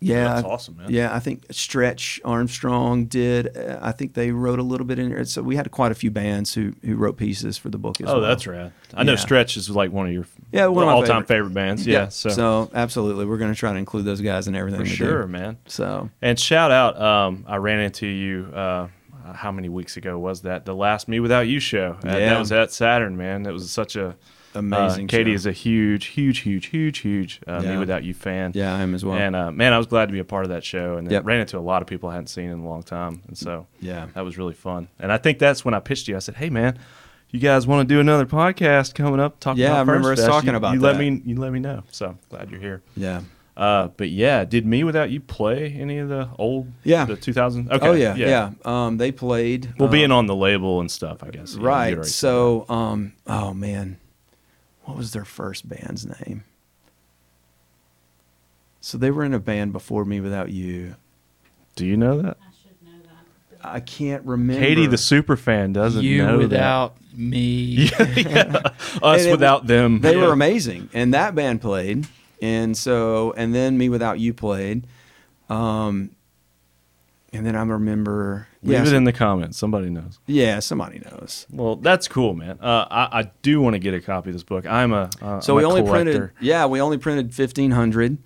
Speaker 3: yeah,
Speaker 2: That's awesome, man.
Speaker 3: Yeah, I think Stretch Armstrong did. uh, I think they wrote a little bit in there. So we had quite a few bands who who wrote pieces for the book as
Speaker 2: Oh,
Speaker 3: well.
Speaker 2: that's rad. I know
Speaker 3: Yeah.
Speaker 2: Stretch is like one of your
Speaker 3: Yeah, one of my
Speaker 2: all-time
Speaker 3: favorite.
Speaker 2: favorite. bands. Yeah, so,
Speaker 3: absolutely, we're going to try to include those guys in everything.
Speaker 2: for
Speaker 3: we do.
Speaker 2: sure, man.
Speaker 3: So
Speaker 2: And shout out, um, I ran into you. Uh, how many weeks ago was that? The last Me Without You show. Uh,
Speaker 3: Yeah.
Speaker 2: That was at Saturn, man. That was such a
Speaker 3: Amazing
Speaker 2: uh, Katie
Speaker 3: show.
Speaker 2: is a huge, huge, huge, huge, huge uh,
Speaker 3: Yeah.
Speaker 2: Me Without You fan.
Speaker 3: yeah, I am as well.
Speaker 2: And uh, man, I was glad to be a part of that show, and then
Speaker 3: Yep.
Speaker 2: ran into a lot of people I hadn't seen in a long time, and so
Speaker 3: Yeah.
Speaker 2: that was really fun. And I think that's when I pitched you. I said, "Hey, man, you guys want to do another podcast coming up? Talking
Speaker 3: Yeah,
Speaker 2: about
Speaker 3: I remember
Speaker 2: Furnace
Speaker 3: us
Speaker 2: Fest?
Speaker 3: talking
Speaker 2: You-
Speaker 3: about
Speaker 2: you
Speaker 3: that.
Speaker 2: Let me, you let me know. So glad you're here.
Speaker 3: yeah.
Speaker 2: Uh, but yeah, did me without you play any of the old?
Speaker 3: Yeah.
Speaker 2: the 2000. Okay,
Speaker 3: Oh yeah, yeah. Um, they played.
Speaker 2: Well,
Speaker 3: um,
Speaker 2: being on the label and stuff, I guess. yeah, you
Speaker 3: right.
Speaker 2: already said
Speaker 3: so, um, oh man, what was their first band's name? So they were in a band before me without you.
Speaker 2: that. do you know that?
Speaker 1: I should know that.
Speaker 3: I can't remember.
Speaker 2: Katie, the super fan, doesn't
Speaker 4: you
Speaker 2: know
Speaker 4: without me.
Speaker 2: that. yeah, us
Speaker 3: And it-
Speaker 2: without them.
Speaker 3: [laughs] They
Speaker 2: Yeah.
Speaker 3: were amazing, and that band played, and so and then me without you played, um, and then I remember.
Speaker 2: Leave
Speaker 3: yeah,
Speaker 2: it
Speaker 3: so-
Speaker 2: in the comments. Somebody knows.
Speaker 3: yeah, somebody knows.
Speaker 2: Well, that's cool, man. Uh, I, I do want to get a copy of this book. I'm a uh,
Speaker 3: So
Speaker 2: I'm
Speaker 3: we
Speaker 2: a
Speaker 3: only
Speaker 2: collector.
Speaker 3: printed. Yeah, we only printed fifteen hundred.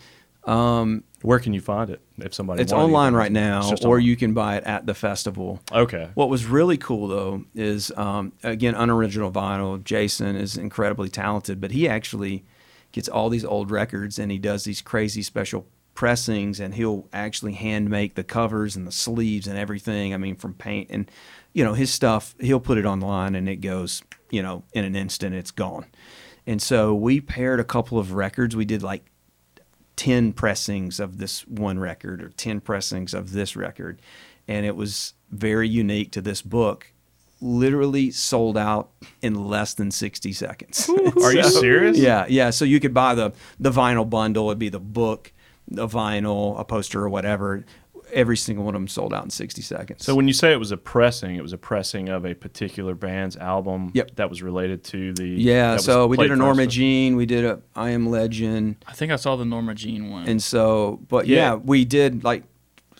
Speaker 3: Um,
Speaker 2: Where can you find it? If somebody
Speaker 3: it's
Speaker 2: wanted to
Speaker 3: online
Speaker 2: get it?
Speaker 3: right
Speaker 2: It's
Speaker 3: now,
Speaker 2: just
Speaker 3: or
Speaker 2: online.
Speaker 3: you can buy it at the festival. [laughs]
Speaker 2: okay.
Speaker 3: What was really cool though is um, again unoriginal vinyl. Jason is incredibly talented, but he actually gets all these old records and he does these crazy special pressings and he'll actually hand make the covers and the sleeves and everything. I mean, from paint and you know his stuff, he'll put it online and it goes you know in an instant it's gone. And so we paired a couple of records. We did like 10 pressings of this one record or 10 pressings of this record. And it was very unique to this book. Literally sold out in less than 60 seconds. [laughs]
Speaker 2: Are you serious?
Speaker 3: Yeah, yeah. So you could buy the the vinyl bundle. It'd be the book, the vinyl, a poster, or whatever. Every single one of them sold out in sixty seconds.
Speaker 2: So when you say it was a pressing, it was a pressing of a particular band's album
Speaker 3: Yep.
Speaker 2: that was related to the that
Speaker 3: yeah,
Speaker 2: was
Speaker 3: so we
Speaker 2: played
Speaker 3: did a Norma
Speaker 2: first.
Speaker 3: Jean, we did a I Am Legend,
Speaker 4: I think I saw the Norma Jean one.
Speaker 3: and so but
Speaker 2: Yeah.
Speaker 3: yeah, we did like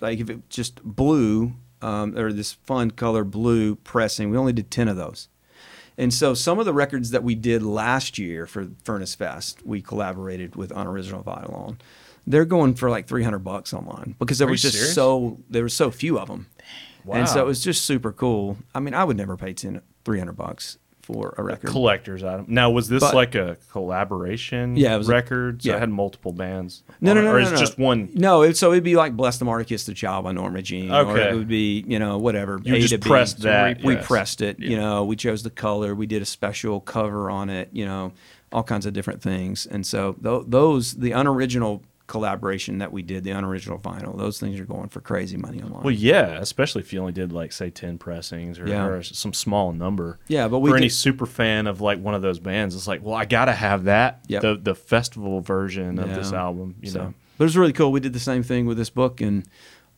Speaker 3: like if it just blue um, or this fun color blue pressing. We only did ten of those. And so some of the records that we did last year for Furnace Fest, we collaborated with Unoriginal Vinyl on. They're going for like 300 bucks online because there
Speaker 2: Are
Speaker 3: was
Speaker 2: you
Speaker 3: just
Speaker 2: serious?
Speaker 3: so there were so few of them.
Speaker 2: Wow.
Speaker 3: And so it was just super cool. I mean, I would never pay 10 300 bucks for a record.
Speaker 2: collector's item. Now was this
Speaker 3: But-
Speaker 2: like a collaboration?
Speaker 3: Yeah, it was a-
Speaker 2: record. so
Speaker 3: yeah.
Speaker 2: it had multiple bands.
Speaker 3: No,
Speaker 2: on
Speaker 3: no,
Speaker 2: it,
Speaker 3: no,
Speaker 2: or
Speaker 3: no,
Speaker 2: it's
Speaker 3: no.
Speaker 2: just one.
Speaker 3: No, it, so it'd be like "Bless the Martyr, Kiss the Child" by Norma Jean, or
Speaker 2: Okay.
Speaker 3: it would be you know whatever.
Speaker 2: You
Speaker 3: A
Speaker 2: just
Speaker 3: to B.
Speaker 2: pressed that,
Speaker 3: We
Speaker 2: yes.
Speaker 3: pressed it. You know, we chose the color. We did a special cover on it. You know, all kinds of different things. And so tho- those the unoriginal collaboration that we did, the unoriginal vinyl, those things are going for crazy money online.
Speaker 2: Well, yeah, especially if you only did like say ten pressings or,
Speaker 3: Yeah.
Speaker 2: or some small number.
Speaker 3: Yeah, but we
Speaker 2: for any
Speaker 3: did-
Speaker 2: super fan of like one of those bands, it's like, well, I gotta have that
Speaker 3: Yep.
Speaker 2: the the festival version of this
Speaker 3: Yeah.
Speaker 2: album. You
Speaker 3: So-
Speaker 2: know,
Speaker 3: but it was really cool. We did the same thing with this book, and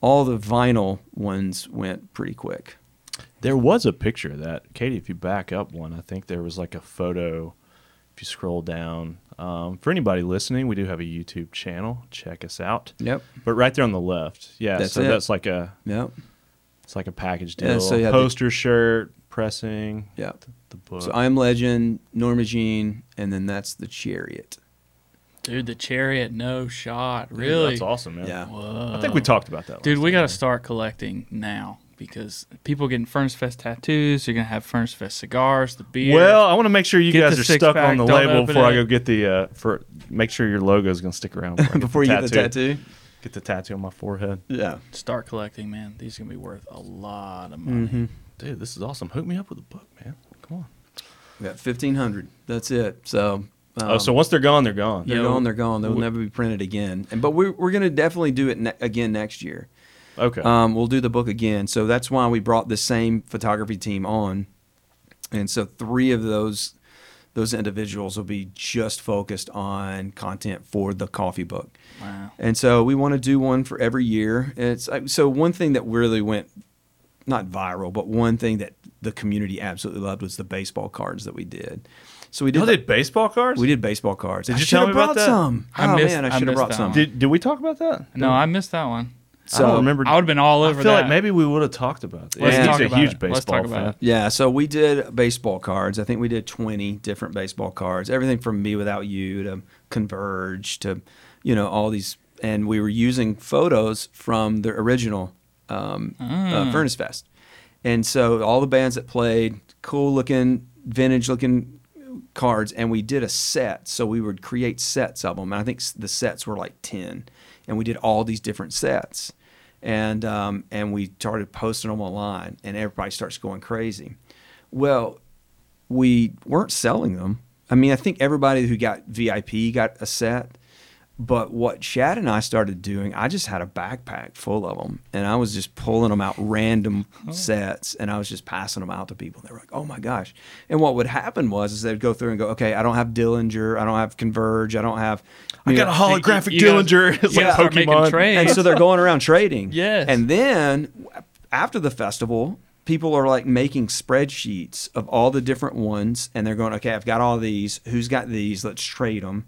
Speaker 3: all the vinyl ones went pretty quick.
Speaker 2: there was a picture of that Katie. If you back up one, I think there was like a photo. If you scroll down, um, for anybody listening, we do have a YouTube channel. Check us out.
Speaker 3: Yep.
Speaker 2: But right there on the left, yeah.
Speaker 3: That's
Speaker 2: so
Speaker 3: it.
Speaker 2: that's like a
Speaker 3: Yep.
Speaker 2: it's like a package deal.
Speaker 3: Yeah, so you have the-
Speaker 2: poster shirt, pressing,
Speaker 3: Yep.
Speaker 2: the book.
Speaker 3: So I am Legend, Norma Jean, and then that's the Chariot.
Speaker 4: Dude, the Chariot, no shot.
Speaker 2: Dude,
Speaker 4: Really?
Speaker 2: that's awesome, man.
Speaker 3: Yeah.
Speaker 4: Whoa.
Speaker 2: I think we talked about that.
Speaker 4: Dude,
Speaker 2: last
Speaker 4: we
Speaker 2: time,
Speaker 4: got to
Speaker 2: right?
Speaker 4: start collecting now because people getting Furnace Fest tattoos. You're gonna have Furnace Fest cigars, the beer.
Speaker 2: Well, I want to make sure you
Speaker 4: Get
Speaker 2: guys
Speaker 4: the
Speaker 2: are stuck
Speaker 4: six-pack,
Speaker 2: on the
Speaker 4: don't
Speaker 2: label
Speaker 4: open
Speaker 2: before I
Speaker 4: it.
Speaker 2: go get the uh, for. Make sure your logo is gonna stick around
Speaker 3: [laughs]
Speaker 2: before, I
Speaker 3: [laughs] Before you get the tattoo?
Speaker 2: Get the tattoo on my forehead,
Speaker 3: Yeah.
Speaker 4: start collecting, man. These are gonna be worth a lot of money.
Speaker 3: Mm-hmm.
Speaker 2: dude. This is awesome. Hook me up with a book, man. Come on.
Speaker 3: We got 1,500. That's it. So. um,
Speaker 2: oh, so once they're gone, they're gone.
Speaker 3: They're
Speaker 4: Yeah,
Speaker 3: gone.
Speaker 4: we-
Speaker 3: They're gone. They'll
Speaker 2: we-
Speaker 3: never be printed again. And but we're we're gonna definitely do it ne- again next year.
Speaker 2: Okay.
Speaker 3: Um, we'll do the book again. So that's why we brought the same photography team on, and so three of those those individuals will be just focused on content for the coffee book.
Speaker 4: Wow.
Speaker 3: And so we want to do one for every year. And it's uh, so one thing that really went not viral, but one thing that the community absolutely loved was the baseball cards that we did. So we did
Speaker 2: Y'all did baseball cards.
Speaker 3: we did baseball cards.
Speaker 2: Did
Speaker 3: I
Speaker 2: you
Speaker 3: should
Speaker 2: tell
Speaker 3: have
Speaker 2: me about
Speaker 3: brought
Speaker 2: that?
Speaker 3: some?
Speaker 4: I
Speaker 3: oh
Speaker 4: missed-
Speaker 3: man,
Speaker 4: I
Speaker 3: I should have
Speaker 4: missed
Speaker 3: brought
Speaker 4: that
Speaker 3: some. Oh.
Speaker 4: one.
Speaker 2: Did, did we talk about that?
Speaker 4: No, I missed that one.
Speaker 2: I don't remember.
Speaker 4: I would have been all over
Speaker 2: I feel
Speaker 4: that.
Speaker 2: like maybe we would have talked about that.
Speaker 4: Let's
Speaker 2: Yeah.
Speaker 4: talk
Speaker 2: He's a
Speaker 4: about
Speaker 2: huge
Speaker 4: it.
Speaker 2: baseball
Speaker 4: Let's talk
Speaker 2: fan.
Speaker 4: about it.
Speaker 3: Yeah, so we did baseball cards. I think we did 20 different baseball cards. Everything from Me Without You to Converge to, you know, all these. And we were using photos from the original um, uh, Furnace Fest. And so all the bands that played, cool looking, vintage looking cards. And we did a set. So we would create sets of them. And I think s- the sets were like 10. And we did all these different sets and um, and we started posting them online, and everybody starts going crazy. Well, we weren't selling them. I mean, I think everybody who got VIP got a set, but what Shad and I started doing, I just had a backpack full of them, and I was just pulling them out random
Speaker 2: Oh.
Speaker 3: sets, and I was just passing them out to people. They were like, "Oh my gosh!" And what would happen was, is they'd go through and go, "Okay, I don't have Dillinger, I don't have Converge, I don't have."
Speaker 2: I
Speaker 3: you
Speaker 2: got
Speaker 3: know,
Speaker 2: a holographic
Speaker 4: You guys-
Speaker 2: Oh,
Speaker 4: [laughs]
Speaker 2: Dillinger. It's
Speaker 4: you
Speaker 2: like
Speaker 4: guys start making
Speaker 2: Pokemon.
Speaker 4: trades.
Speaker 3: and so they're going around trading.
Speaker 4: Yes.
Speaker 3: And then after the festival, people are like making spreadsheets of all the different ones, and they're going, okay, I've got all these. Who's got these? Let's trade them.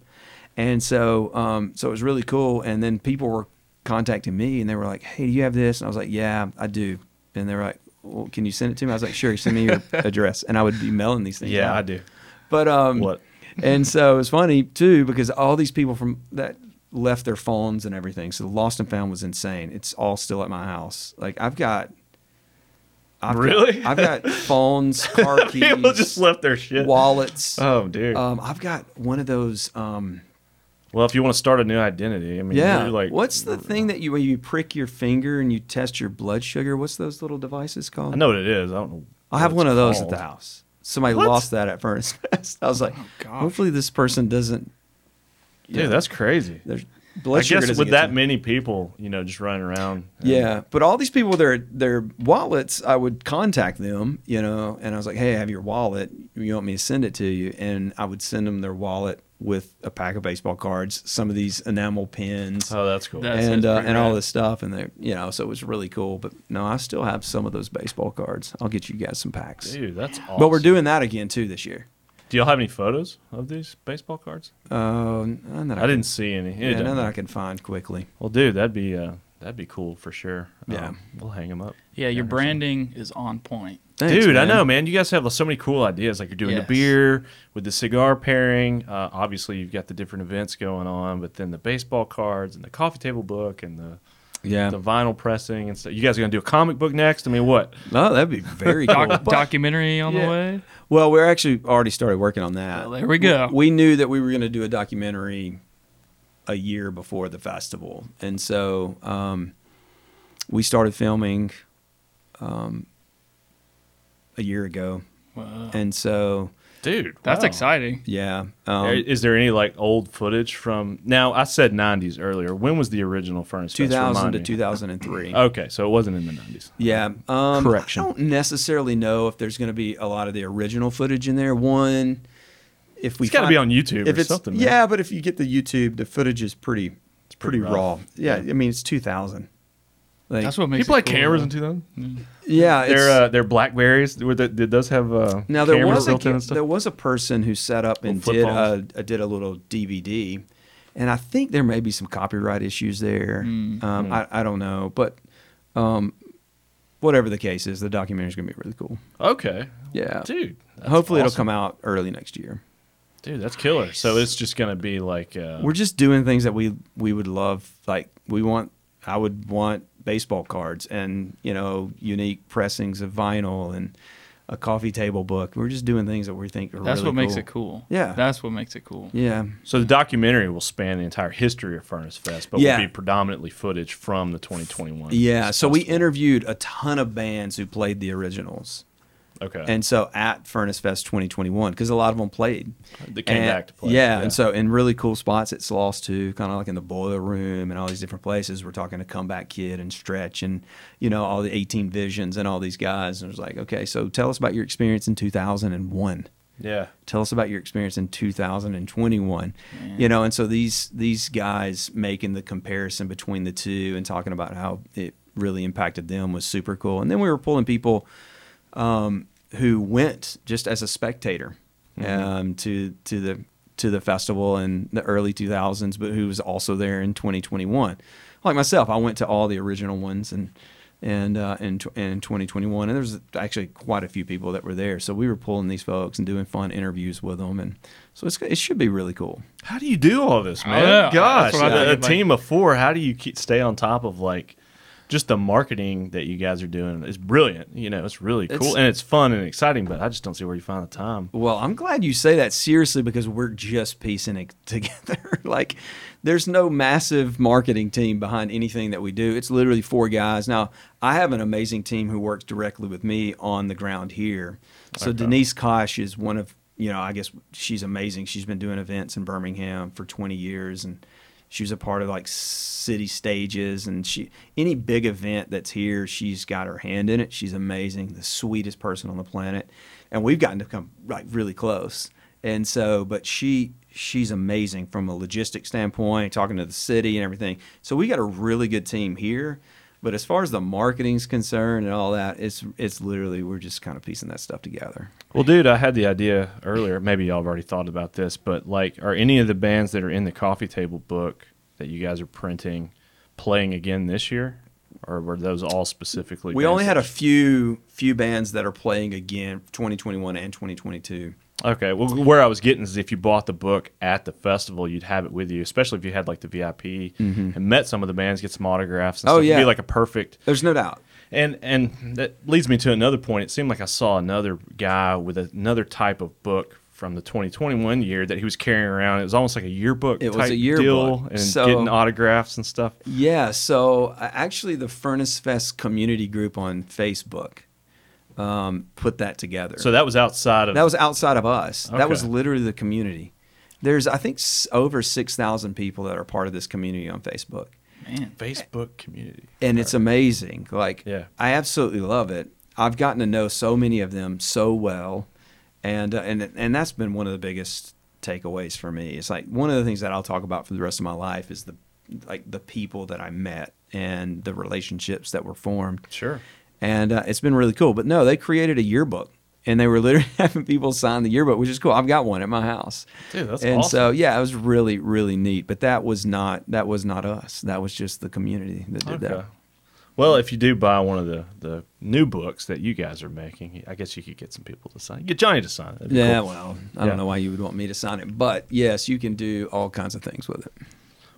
Speaker 3: And so, um, so it was really cool. And then people were contacting me, and they were like, "Hey, do you have this?" And I was like, "Yeah, I do." And they were like, well, "Can you send it to me?" I was like, "Sure, send me your address." And I would be mailing these things.
Speaker 2: Yeah,
Speaker 3: out.
Speaker 2: I do.
Speaker 3: But um,
Speaker 2: What?
Speaker 3: and so it's funny too because all these people from that left their phones and everything. So the lost and found was insane. It's all still at my house. Like I've got, I've got-
Speaker 2: Really? [laughs]
Speaker 3: I've got phones, car keys,
Speaker 2: People just left their shit.
Speaker 3: wallets.
Speaker 2: Oh, dude.
Speaker 3: um, I've got one of those. Um,
Speaker 2: well, if you want to start a new identity, I mean,
Speaker 3: yeah.
Speaker 2: you're like,
Speaker 3: what's the thing that you when you prick your finger and you test your blood sugar? What's those little devices called?
Speaker 2: I know what it is. I don't know.
Speaker 3: I have
Speaker 2: what
Speaker 3: one
Speaker 2: it's
Speaker 3: of those
Speaker 2: called.
Speaker 3: at the house. Somebody
Speaker 2: What? Oh,
Speaker 3: lost that at Furnace Fest. [laughs] I was like,
Speaker 4: gosh.
Speaker 3: hopefully this person doesn't.
Speaker 2: Dude, that's crazy.
Speaker 3: There's, blood
Speaker 2: I
Speaker 3: sugar
Speaker 2: guess
Speaker 3: doesn't
Speaker 2: with
Speaker 3: get
Speaker 2: that
Speaker 3: you.
Speaker 2: many people, you know, just running around. and-
Speaker 3: Yeah, but all these people with their their wallets, I would contact them, you know, and I was like, "Hey, I have your wallet. You want me to send it to you?" And I would send them their wallet with a pack of baseball cards, some of these enamel pins,
Speaker 2: Oh, that's cool.
Speaker 4: That- sounds
Speaker 3: and uh,
Speaker 4: pretty
Speaker 3: and all
Speaker 4: rad.
Speaker 3: this stuff, and they, you know, so it was really cool. But no, I still have some of those baseball cards. I'll get you guys some packs.
Speaker 2: Dude, that's awesome.
Speaker 3: But we're doing that again too this year.
Speaker 2: Do y'all have any photos of these baseball cards?
Speaker 3: Uh, none that I,
Speaker 2: I didn't see any.
Speaker 3: Can,
Speaker 2: It
Speaker 3: yeah, none
Speaker 2: doesn't-
Speaker 3: that I can find quickly.
Speaker 2: Well, dude, that'd be uh, that'd be cool for sure. Um,
Speaker 3: Yeah.
Speaker 2: we'll hang them up.
Speaker 4: Yeah, your branding is on point.
Speaker 3: Thanks,
Speaker 2: dude,
Speaker 3: man.
Speaker 2: I know, man. You guys have so many cool ideas. Like you're doing the
Speaker 4: Yes.
Speaker 2: beer with the cigar pairing. Uh, obviously, you've got the different events going on, but then the baseball cards and the coffee table book and the
Speaker 3: Yeah.
Speaker 2: the vinyl pressing and stuff. You guys are gonna do a comic book next? I mean, what?
Speaker 3: No, Oh, that'd be very cool.
Speaker 4: Doc-
Speaker 3: But-
Speaker 4: documentary on
Speaker 3: Yeah.
Speaker 4: the way.
Speaker 3: Well, we're actually already started working on that.
Speaker 4: Well, there we go.
Speaker 3: We knew that we were going to do a documentary a year before the festival, and so um, we started filming um, a year ago,
Speaker 4: Wow.
Speaker 3: and so
Speaker 2: Dude,
Speaker 4: That's
Speaker 2: wow.
Speaker 4: exciting.
Speaker 3: yeah,
Speaker 2: There-
Speaker 3: um,
Speaker 2: Is there any like old footage from now? I said 90s earlier. When was the original Furnace Fest?
Speaker 3: 2000
Speaker 2: Remind
Speaker 3: to
Speaker 2: me.
Speaker 4: Oh,
Speaker 3: 2003.
Speaker 2: Okay, so it wasn't in the 90s.
Speaker 3: Yeah. Um,
Speaker 2: Correction.
Speaker 3: I don't necessarily know if there's going to be a lot of the original footage in there. One, if we
Speaker 2: It's got to
Speaker 3: find-
Speaker 2: be on YouTube
Speaker 3: if
Speaker 2: or
Speaker 3: it's
Speaker 2: something. man.
Speaker 3: yeah, but if you get the YouTube, the footage is pretty, it's pretty,
Speaker 2: pretty
Speaker 3: raw.
Speaker 2: rough.
Speaker 3: Yeah, I mean it's two thousand. Like,
Speaker 4: That's what makes
Speaker 2: People
Speaker 4: it
Speaker 2: had
Speaker 4: cool.
Speaker 2: cameras in 2000.
Speaker 3: yeah, it's,
Speaker 2: Their uh, their Blackberries were the, it does have uh,
Speaker 3: now there
Speaker 2: cameras
Speaker 3: was a,
Speaker 2: built in
Speaker 3: ki-
Speaker 2: and stuff.
Speaker 3: there was a person who set up and
Speaker 2: Little
Speaker 3: did
Speaker 2: flip
Speaker 3: a, a did a little DVD, and I think there may be some copyright issues there. Um, I, I don't know, but um, whatever the case is, the documentary is going to be really cool.
Speaker 2: okay,
Speaker 3: Yeah,
Speaker 2: dude. that's
Speaker 3: hopefully it'll
Speaker 2: awesome.
Speaker 3: come out early next year.
Speaker 2: Dude, that's killer. So it's just gonna be like uh,
Speaker 3: We're just doing things that we we would love. Like we want, I would want baseball cards and you know unique pressings of vinyl and a coffee table book. We're just doing things that we think are
Speaker 4: That's
Speaker 3: really
Speaker 4: what makes
Speaker 3: cool.
Speaker 4: it cool.
Speaker 3: Yeah.
Speaker 4: That's what makes it cool.
Speaker 3: Yeah,
Speaker 2: so the documentary will span the entire history of Furnace Fest, but
Speaker 3: Yeah.
Speaker 2: will be predominantly footage from the 2021.
Speaker 3: yeah. So we
Speaker 2: festival.
Speaker 3: interviewed a ton of bands who played the originals,
Speaker 2: okay
Speaker 3: and so at Furnace Fest 2021, because a lot of them played.
Speaker 2: they came
Speaker 3: And-
Speaker 2: back to play.
Speaker 3: Yeah, and so in really cool spots at Sloss too, kind of like in the boiler room and all these different places. We're talking to Comeback Kid and Stretch and you know all the 18 Visions and all these guys. And it was like, okay, so tell us about your experience in 2001.
Speaker 2: yeah,
Speaker 3: Tell us about your experience in 2021. You know, and so these these guys making the comparison between the two and talking about how it really impacted them was super cool. And then we were pulling people who went just as a spectator um, to to the to the festival in the early 2000s, but who was also there in 2021. Like myself, I went to all the original ones and and uh, in tw- in 2021, and there's actually quite a few people that were there. So we were pulling these folks and doing fun interviews with them, and so it's, it should be really cool.
Speaker 2: How do you do all this, man?
Speaker 4: Oh, yeah,
Speaker 2: Gosh,
Speaker 4: that's what I
Speaker 2: a, a
Speaker 4: think, like-
Speaker 2: team of four. How do you keep, stay on top of like just the marketing that you guys are doing? It's brilliant. You know, it's really cool
Speaker 3: It's-
Speaker 2: and it's fun and exciting. But I just don't see where you find the time.
Speaker 3: Well, I'm glad you say that seriously because we're just piecing it [laughs] together. like, there's no massive marketing team behind anything that we do. It's literally four guys. Now, I have an amazing team who works directly with me on the ground here. So, Denise Kosh is one of, you know, I guess she's amazing. She's been doing events in Birmingham for 20 years and she was a part of like city stages and she any big event that's here she's got her hand in it she's amazing the sweetest person on the planet and we've gotten to come like really close and so but she she's amazing from a logistic standpoint talking to the city and everything so we got a really good team here but as far as the marketing's concerned and all that it's it's literally we're just kind of piecing that stuff together
Speaker 2: Well, dude, I had the idea earlier. Maybe y'all have already thought about this, but like, are any of the bands that are in the coffee table book that you guys are printing playing again this year, or were those all specifically?
Speaker 3: we
Speaker 2: bands
Speaker 3: only had a
Speaker 2: that-
Speaker 3: few few bands that are playing again 2021 and 2022
Speaker 2: Okay. Well, where I was getting is if you bought the book at the festival, you'd have it with you, especially if you had like the VIP and met some of the bands, get some autographs. And
Speaker 3: Mm-hmm. Oh,
Speaker 2: stuff. It'd
Speaker 3: yeah.
Speaker 2: be like a perfect.
Speaker 3: there's no doubt
Speaker 2: And and that leads me to another point. It seemed like I saw another guy with another type of book from the 2021 year that he was carrying around. It was almost like a yearbook.
Speaker 3: It was
Speaker 2: type
Speaker 3: a yearbook.
Speaker 2: deal and
Speaker 3: So-
Speaker 2: getting autographs and stuff.
Speaker 3: Yeah, so uh, actually, the Furnace Fest community group on Facebook um, put that together.
Speaker 2: So that was outside of
Speaker 3: that was outside of us. That was
Speaker 2: Okay.
Speaker 3: literally the community. There's, I think, s- over 6,000 people that are part of this community on Facebook.
Speaker 4: Man,
Speaker 2: Facebook community.
Speaker 3: And it's amazing. Like,
Speaker 2: Yeah.
Speaker 3: I absolutely love it. I've gotten to know so many of them so well. And, uh, and, and that's been one of the biggest takeaways for me. It's like one of the things that I'll talk about for the rest of my life is the, like the people that I met and the relationships that were formed
Speaker 2: Sure.
Speaker 3: and uh, it's been really cool. But no, they created a yearbook, and they were [laughs] literally having people sign the yearbook, which is cool. I've got one at my house,
Speaker 2: Dude, that's
Speaker 3: and so
Speaker 2: awesome.
Speaker 3: yeah, it was really really neat. But that was not that was not us. That was just the community that did
Speaker 2: Okay.
Speaker 3: that.
Speaker 2: Well, if you do buy one of the, the new books that you guys are making, I guess you could get some people to sign. Get Johnny to sign it.
Speaker 3: Yeah, well, I
Speaker 2: Yeah.
Speaker 3: don't know why you would want me to sign it, but yes, you can do all kinds of things with it.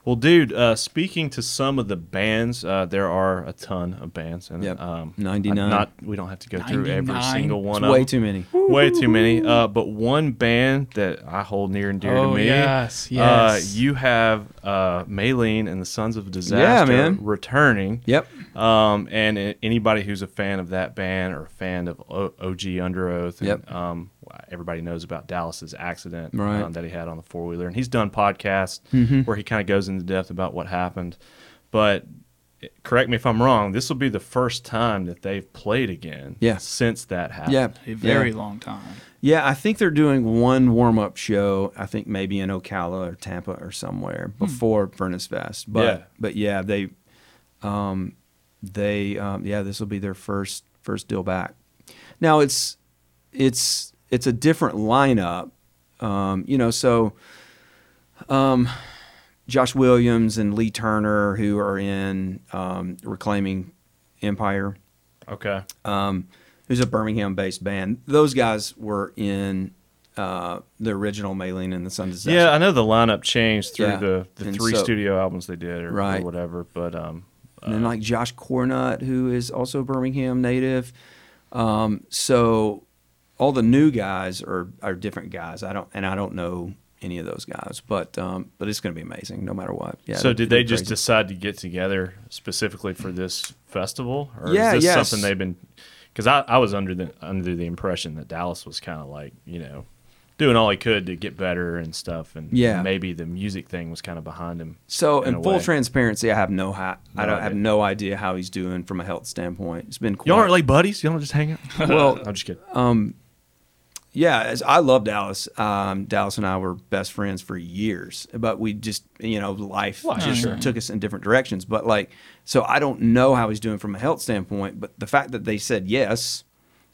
Speaker 2: Well, dude, uh, speaking to some of the bands, uh, there are a ton of bands, and
Speaker 3: Yep.
Speaker 2: um,
Speaker 3: 99.
Speaker 2: Not we don't have to go through every
Speaker 4: 99.
Speaker 2: single one.
Speaker 3: It's
Speaker 2: of
Speaker 3: way
Speaker 2: them.
Speaker 3: too many.
Speaker 2: way too many. Uh, but one band that I hold near and dear
Speaker 4: Oh,
Speaker 2: to me.
Speaker 4: yes,
Speaker 2: Uh,
Speaker 4: yes.
Speaker 2: you have uh, Maylene and the Sons of Disaster
Speaker 3: man.
Speaker 2: returning.
Speaker 3: Yep.
Speaker 2: Um, and a- anybody who's a fan of that band or a fan of o- OG Under Oath, and,
Speaker 3: Yep.
Speaker 2: um, everybody knows about Dallas's accident
Speaker 3: Right. Mm-hmm.
Speaker 2: um, that he had on the four wheeler, and he's done podcasts where he kind of goes into depth about what happened. But eh, correct me if I'm wrong. This will be the first time that they've played again
Speaker 3: Yeah.
Speaker 2: since that happened.
Speaker 3: Yeah.
Speaker 4: a very
Speaker 3: yeah.
Speaker 4: long time.
Speaker 3: Yeah, I think they're doing one warm up show. I think maybe in Ocala or Tampa or somewhere before Furnace Fest. But
Speaker 2: Yeah.
Speaker 3: but yeah, they um they um yeah, this will be their first first deal back. Now it's it's it's a different lineup. Um, you know, so um, Josh Williams and Lee Turner who are in um, Reclaiming Empire
Speaker 2: Okay.
Speaker 3: um, who's a Birmingham-based band. Those guys were in uh, the original Maylene and the Sun Disaster.
Speaker 2: Yeah, I know the lineup changed through
Speaker 3: Yeah.
Speaker 2: the, the
Speaker 3: And
Speaker 2: three
Speaker 3: so-
Speaker 2: studio albums they did or, or
Speaker 3: Right.
Speaker 2: whatever, but um,
Speaker 3: and then like Josh Cornut, who is also a Birmingham native. Um, so all the new guys are are different guys. I don't and I don't know any of those guys, but um, but it's going to be amazing no matter what. Yeah.
Speaker 2: so
Speaker 3: it'll-
Speaker 2: did
Speaker 3: it'll
Speaker 2: they
Speaker 3: be
Speaker 2: just
Speaker 3: crazy.
Speaker 2: decide to get together specifically for this festival, or
Speaker 3: Yeah,
Speaker 2: is this
Speaker 3: yes.
Speaker 2: something they've been? Because I, I was under the under the impression that Dallas was kind of like you know doing all he could to get better and stuff, and
Speaker 3: Yeah.
Speaker 2: maybe the music thing was kind of behind him.
Speaker 3: So,
Speaker 2: in
Speaker 3: in,
Speaker 2: a
Speaker 3: full
Speaker 2: way.
Speaker 3: transparency, I have no, hi- I
Speaker 2: No
Speaker 3: don't
Speaker 2: idea.
Speaker 3: have no idea how he's doing from a health standpoint. It's been
Speaker 2: Y'all
Speaker 3: quite-
Speaker 2: aren't like buddies. Y'all don't just hang [laughs] out.
Speaker 3: [laughs] Well,
Speaker 2: I'm just kidding.
Speaker 3: Uh, Yeah, as I love Dallas. Um, Dallas and I were best friends for years, but we just, you know, life
Speaker 2: Well,
Speaker 3: just
Speaker 2: sure.
Speaker 3: took us in different directions. But like, so I don't know how he's doing from a health standpoint, but the fact that they said yes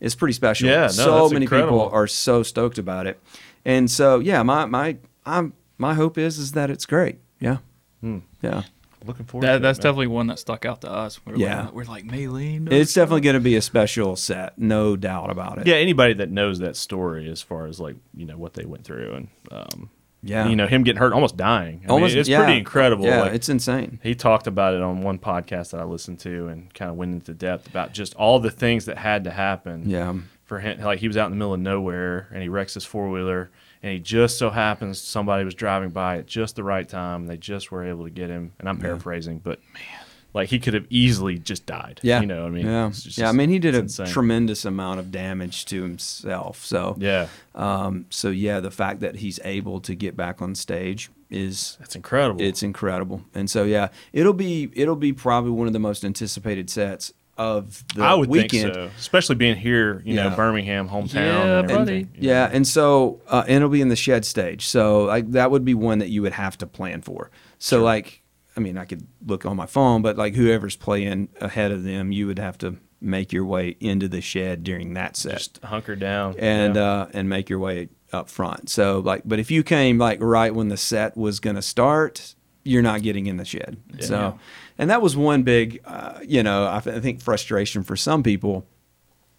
Speaker 3: is pretty special.
Speaker 2: Yeah, no,
Speaker 3: so
Speaker 2: that's
Speaker 3: many
Speaker 2: incredible.
Speaker 3: people are so stoked about it, and so yeah, my my I'm my hope is is that it's great. Yeah,
Speaker 2: Hmm.
Speaker 3: yeah,
Speaker 2: Looking forward. to
Speaker 4: That,
Speaker 2: it,
Speaker 4: that's
Speaker 2: man.
Speaker 4: definitely one that stuck out to us. We We're
Speaker 3: Yeah.
Speaker 4: like, we're like Maylene. no
Speaker 3: it's
Speaker 4: stuff."
Speaker 3: definitely going to be a special set, no doubt about it.
Speaker 2: yeah. Anybody that knows that story, as far as like you know what they went through, and um,
Speaker 3: Yeah.
Speaker 2: you know him getting hurt, almost dying. I mean, it's
Speaker 3: yeah.
Speaker 2: pretty incredible.
Speaker 3: Yeah,
Speaker 2: like,
Speaker 3: it's insane.
Speaker 2: he talked about it on one podcast that I listened to and kind of went into depth about just all the things that had to happen.
Speaker 3: Yeah.
Speaker 2: For him, like he was out in the middle of nowhere and he wrecks his four wheeler and he just so happens somebody was driving by at just the right time. And they just were able to get him. And I'm paraphrasing, but man, like he could have easily just died.
Speaker 3: Yeah,
Speaker 2: You know, what I mean,
Speaker 3: yeah,
Speaker 2: It's just-
Speaker 3: yeah. I mean, he did a
Speaker 2: it's insane.
Speaker 3: tremendous amount of damage to himself. So,
Speaker 2: Yeah.
Speaker 3: um, so yeah, the fact that he's able to get back on stage is
Speaker 2: That's incredible.
Speaker 3: it's incredible. And so, yeah, it'll be it'll be probably one of the most anticipated sets of the
Speaker 2: I would
Speaker 3: weekend.
Speaker 2: think so, especially being here, you know,
Speaker 3: Yeah.
Speaker 2: Birmingham, hometown.
Speaker 4: Yeah,
Speaker 2: and everything,
Speaker 4: buddy.
Speaker 2: you know.
Speaker 3: Yeah, and so uh, and it'll be in the shed stage. So like that would be one that you would have to plan for. So like I mean I could look on my phone, but like whoever's playing ahead of them, you would have to make your way into the shed during that set
Speaker 2: Just hunker down.
Speaker 3: and
Speaker 2: yeah.
Speaker 3: uh, and make your way up front. So like, but if you came like right when the set was gonna start, you're not getting in the shed.
Speaker 4: Yeah.
Speaker 3: So, and that was one big, uh, you know, I, th- I think frustration for some people.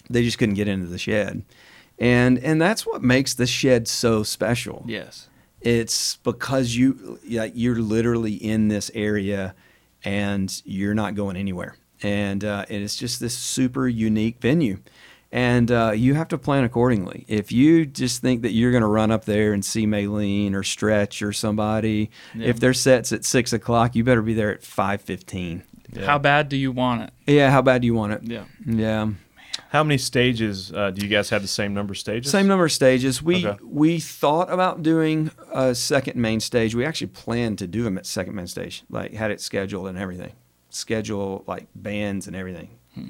Speaker 3: They just couldn't get into the shed, and and that's what makes the shed so special.
Speaker 4: Yes.
Speaker 3: It's because you like you're literally in this area, and you're not going anywhere, and uh, and it's just this super unique venue, and uh, you have to plan accordingly. If you just think that you're going to run up there and see Maylene or Stretch or somebody,
Speaker 4: Yeah.
Speaker 3: if their sets at six o'clock, you better be there at five fifteen.
Speaker 2: Yeah.
Speaker 4: How bad do you want it?
Speaker 3: Yeah, how bad do you want it?
Speaker 4: Yeah.
Speaker 3: Yeah.
Speaker 2: How many stages uh, do you guys have? The same number of stages?
Speaker 3: Same number of stages. We
Speaker 2: Okay.
Speaker 3: we thought about doing a second main stage. We actually planned to do them at second main stage, like had it scheduled and everything, schedule like bands and everything.
Speaker 2: Hmm.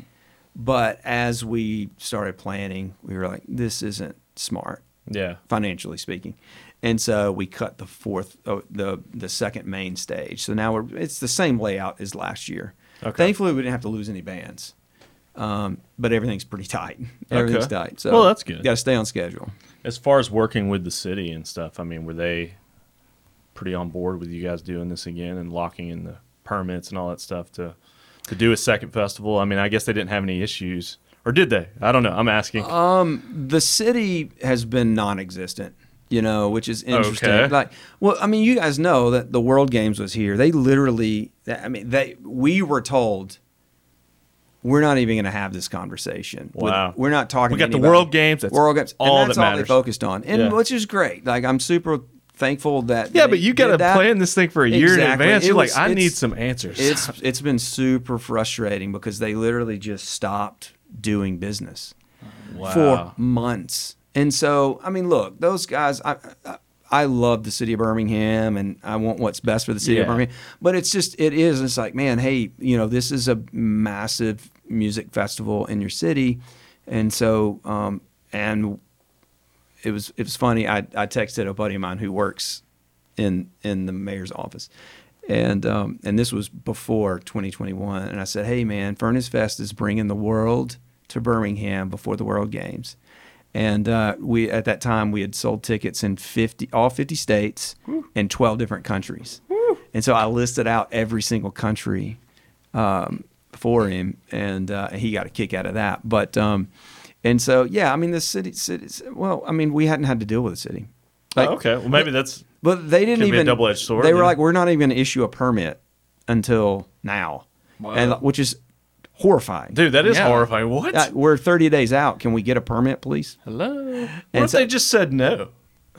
Speaker 3: But as we started planning, we were like, this isn't smart
Speaker 2: Yeah.
Speaker 3: financially speaking, and so we cut the fourth, oh, the the second main stage. So now we're it's the same layout as last year.
Speaker 2: Okay.
Speaker 3: Thankfully, we didn't have to lose any bands. Um, but everything's pretty tight. Everything's
Speaker 2: Okay.
Speaker 3: tight. So
Speaker 2: Well, that's good.
Speaker 3: Got to stay on schedule.
Speaker 2: As far as working with the city and stuff, I mean, were they pretty on board with you guys doing this again and locking in the permits and all that stuff to to do a second festival? I mean, I guess they didn't have any issues, or did they? I don't know. I'm asking.
Speaker 3: Uh, the city has been non-existent you know which is interesting
Speaker 2: Okay.
Speaker 3: like well i mean you guys know that the world games was here they literally i mean they we were told we're not even going to have this conversation with-
Speaker 2: Wow.
Speaker 3: we're not talking
Speaker 2: We
Speaker 3: to
Speaker 2: got the
Speaker 3: anybody.
Speaker 2: World Games, that's
Speaker 3: world games
Speaker 2: all
Speaker 3: and that's
Speaker 2: that
Speaker 3: all they
Speaker 2: matters.
Speaker 3: focused on and
Speaker 2: Yeah.
Speaker 3: which is great like i'm super thankful that
Speaker 2: yeah,
Speaker 3: they
Speaker 2: but you
Speaker 3: did
Speaker 2: got to
Speaker 3: that.
Speaker 2: plan this thing for a year in
Speaker 3: Exactly.
Speaker 2: advance.
Speaker 3: It
Speaker 2: You're
Speaker 3: was-
Speaker 2: like, I need
Speaker 3: it's-
Speaker 2: some answers.
Speaker 3: it's it's been super frustrating because they literally just stopped doing business
Speaker 2: Wow. Oh,
Speaker 3: for months. And so, I mean, look, those guys. I, I I love the city of Birmingham, and I want what's best for the city of
Speaker 2: Yeah.
Speaker 3: Birmingham. But it's just it is. It's like, man, hey, you know, this is a massive music festival in your city, and so um, and it was it was funny. I, I texted a buddy of mine who works in in the mayor's office, and um, and this was before 2021. And I said, "Hey man, Furnace Fest is bringing the world to Birmingham before the World Games." And uh, we at that time we had sold tickets in 50 all 50 states and 12 different countries. And so I listed out every single country um, for him, and uh, he got a kick out of that. But um, and so yeah, I mean the city, city. Well, I mean we hadn't had to deal with the city. Like,
Speaker 2: Oh, okay. Well, maybe that's
Speaker 3: But they didn't
Speaker 2: Could be a
Speaker 3: even
Speaker 2: double-edged sword,
Speaker 3: They were
Speaker 2: yeah.
Speaker 3: like, we're not even going to issue a permit until now,
Speaker 4: Wow.
Speaker 3: and which is horrifying.
Speaker 2: dude. That is
Speaker 4: Yeah.
Speaker 2: horrifying. What?
Speaker 3: Uh, we're 30 days out. Can we get a permit, please?
Speaker 4: Hello.
Speaker 2: what
Speaker 3: and
Speaker 2: if
Speaker 3: so-
Speaker 2: they just said no?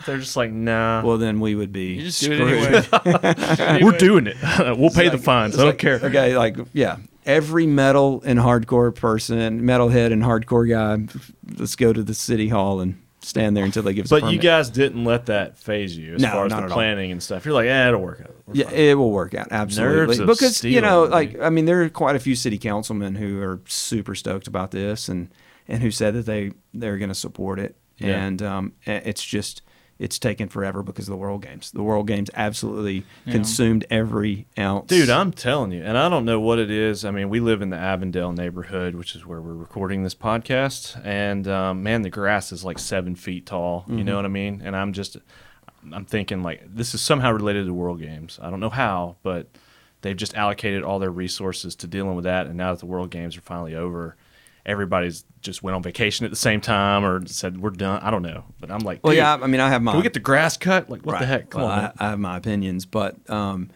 Speaker 2: They're just like, nah.
Speaker 3: Well, then we would be
Speaker 4: You just do
Speaker 3: screwed.
Speaker 4: it anyway.
Speaker 2: [laughs] We're doing it. [laughs] we'll pay the fines. I don't care.
Speaker 3: [laughs] Okay, like yeah, every metal and hardcore person, metalhead and hardcore guy, let's go to the city hall and stand there until they give us. a
Speaker 2: But you
Speaker 3: permit.
Speaker 2: guys didn't let that phase you as
Speaker 3: No,
Speaker 2: far as
Speaker 3: not
Speaker 2: the
Speaker 3: at all.
Speaker 2: planning and stuff. You're like, eh, it'll work out. We're
Speaker 3: Yeah,
Speaker 2: fine."
Speaker 3: it will work out absolutely
Speaker 2: Nerves of
Speaker 3: because you
Speaker 2: steel,
Speaker 3: know,
Speaker 2: dude.
Speaker 3: like I mean, there are quite a few city councilmen who are super stoked about this and and who said that they they're going to support it,
Speaker 2: Yeah.
Speaker 3: and um, a- it's just it's taken forever because of the World Games. The World Games absolutely consumed every ounce.
Speaker 2: Dude, I'm telling you, and I don't know what it is. I mean, we live in the Avondale neighborhood, which is where we're recording this podcast. And um, man, the grass is like seven feet tall.
Speaker 3: Mm-hmm.
Speaker 2: You know what I mean? And I'm just, I'm thinking like this is somehow related to World Games. I don't know how, but they've just allocated all their resources to dealing with that. And now that the World Games are finally over, everybody's just went on vacation at the same time or said we're done. I don't know, but I'm like,
Speaker 3: well,
Speaker 2: dude,
Speaker 3: yeah, I mean, I have my
Speaker 2: Can we get the grass cut? Like, what the
Speaker 3: Right.
Speaker 2: heck? Come
Speaker 3: Well,
Speaker 2: on.
Speaker 3: I,
Speaker 2: man.
Speaker 3: I have my opinions, but um,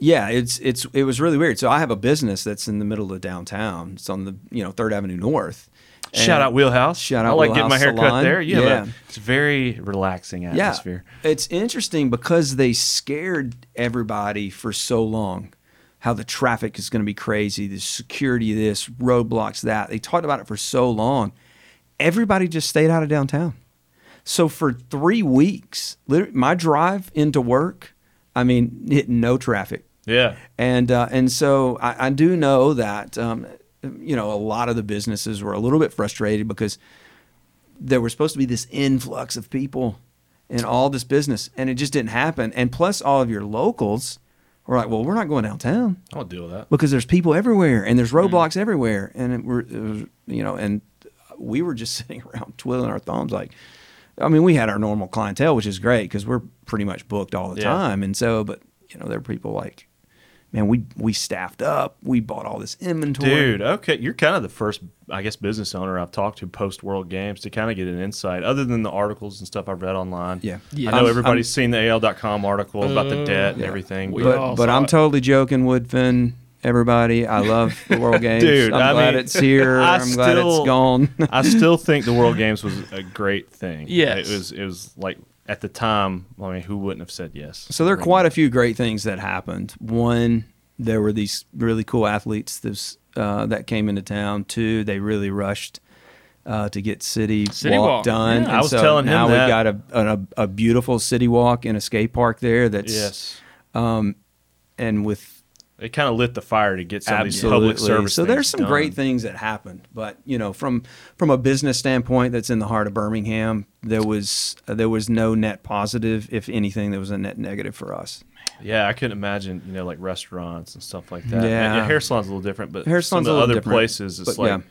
Speaker 3: yeah, it's it's it was really weird. So I have a business that's in the middle of downtown. It's on the you know Third Avenue North.
Speaker 2: Shout
Speaker 3: And-
Speaker 2: out Wheelhouse.
Speaker 3: Shout
Speaker 2: I
Speaker 3: out
Speaker 2: like getting
Speaker 3: Wheelhouse
Speaker 2: my hair
Speaker 3: Salon.
Speaker 2: cut there. Yeah,
Speaker 3: Yeah.
Speaker 2: but it's very relaxing atmosphere.
Speaker 3: Yeah. It's interesting because they scared everybody for so long. How the traffic is going to be crazy, the security, this roadblocks, that. They talked about it for so long. Everybody just stayed out of downtown. So for three weeks, literally, my drive into work, I mean, hit no traffic
Speaker 2: Yeah.
Speaker 3: and uh, and so I, I do know that um, you know a lot of the businesses were a little bit frustrated because there was supposed to be this influx of people and all this business, and it just didn't happen. And plus, all of your locals were like, "Well, we're not going downtown
Speaker 2: I'll deal with that.
Speaker 3: because there's people everywhere and there's
Speaker 2: Mm-hmm.
Speaker 3: roadblocks everywhere," and it were, it was, you know, and we were just [laughs] sitting around twiddling our thumbs like. I mean, we had our normal clientele, which is great because we're pretty much booked all the
Speaker 2: Yeah.
Speaker 3: time. And so, but you know, there are people like, man, we we staffed up, we bought all this inventory.
Speaker 2: Dude, okay. You're kind of the first, I guess, business owner I've talked to post World Games to kind of get an insight, other than the articles and stuff I've read online.
Speaker 3: Yeah.
Speaker 4: Yeah.
Speaker 2: I know
Speaker 4: I'm-
Speaker 2: everybody's seen the AL.com article about the debt and
Speaker 3: Mm, Yeah.
Speaker 2: everything.
Speaker 4: We
Speaker 3: [laughs]
Speaker 2: but-
Speaker 4: all
Speaker 3: but but
Speaker 4: saw
Speaker 3: I'm
Speaker 4: it.
Speaker 3: totally joking, Woodfin. Everybody, I love the
Speaker 2: [laughs]
Speaker 3: World Games.
Speaker 2: Dude,
Speaker 3: I'm
Speaker 2: I
Speaker 3: glad
Speaker 2: mean,
Speaker 3: it's
Speaker 2: [laughs]
Speaker 3: here.
Speaker 2: I
Speaker 3: I'm glad
Speaker 2: still-
Speaker 3: it's gone.
Speaker 2: I still think the World Games was a great thing.
Speaker 4: Yes.
Speaker 2: It was, it was like, at the time, I mean, who wouldn't have said yes?
Speaker 3: So there are quite a few great things that happened. One, there were these really cool athletes this, uh, that came into town. Two, they really rushed uh, to get City,
Speaker 4: City
Speaker 3: Walk,
Speaker 4: Walk.
Speaker 3: done.
Speaker 2: Yeah,
Speaker 3: And
Speaker 2: I was
Speaker 3: so
Speaker 2: telling him
Speaker 3: now
Speaker 2: that.
Speaker 3: we've got a, an- a a beautiful City Walk and a skate park there. That's
Speaker 2: Yes.
Speaker 3: and with
Speaker 2: It kind of lit the fire to get some
Speaker 3: absolutely
Speaker 2: of these public service.
Speaker 3: so there's
Speaker 2: things
Speaker 3: some
Speaker 2: done.
Speaker 3: great things that happened but you know from from a business standpoint that's in the heart of birmingham there was there was no net positive if anything there was a net negative for us
Speaker 2: Yeah, I couldn't imagine, you know, like restaurants and stuff like that.
Speaker 3: Yeah.
Speaker 2: And hair salon's a little different, but
Speaker 3: Hair
Speaker 2: hair some
Speaker 3: salon's
Speaker 2: of
Speaker 3: a
Speaker 2: the
Speaker 3: little
Speaker 2: other
Speaker 3: different,
Speaker 2: places, it's
Speaker 3: but
Speaker 2: like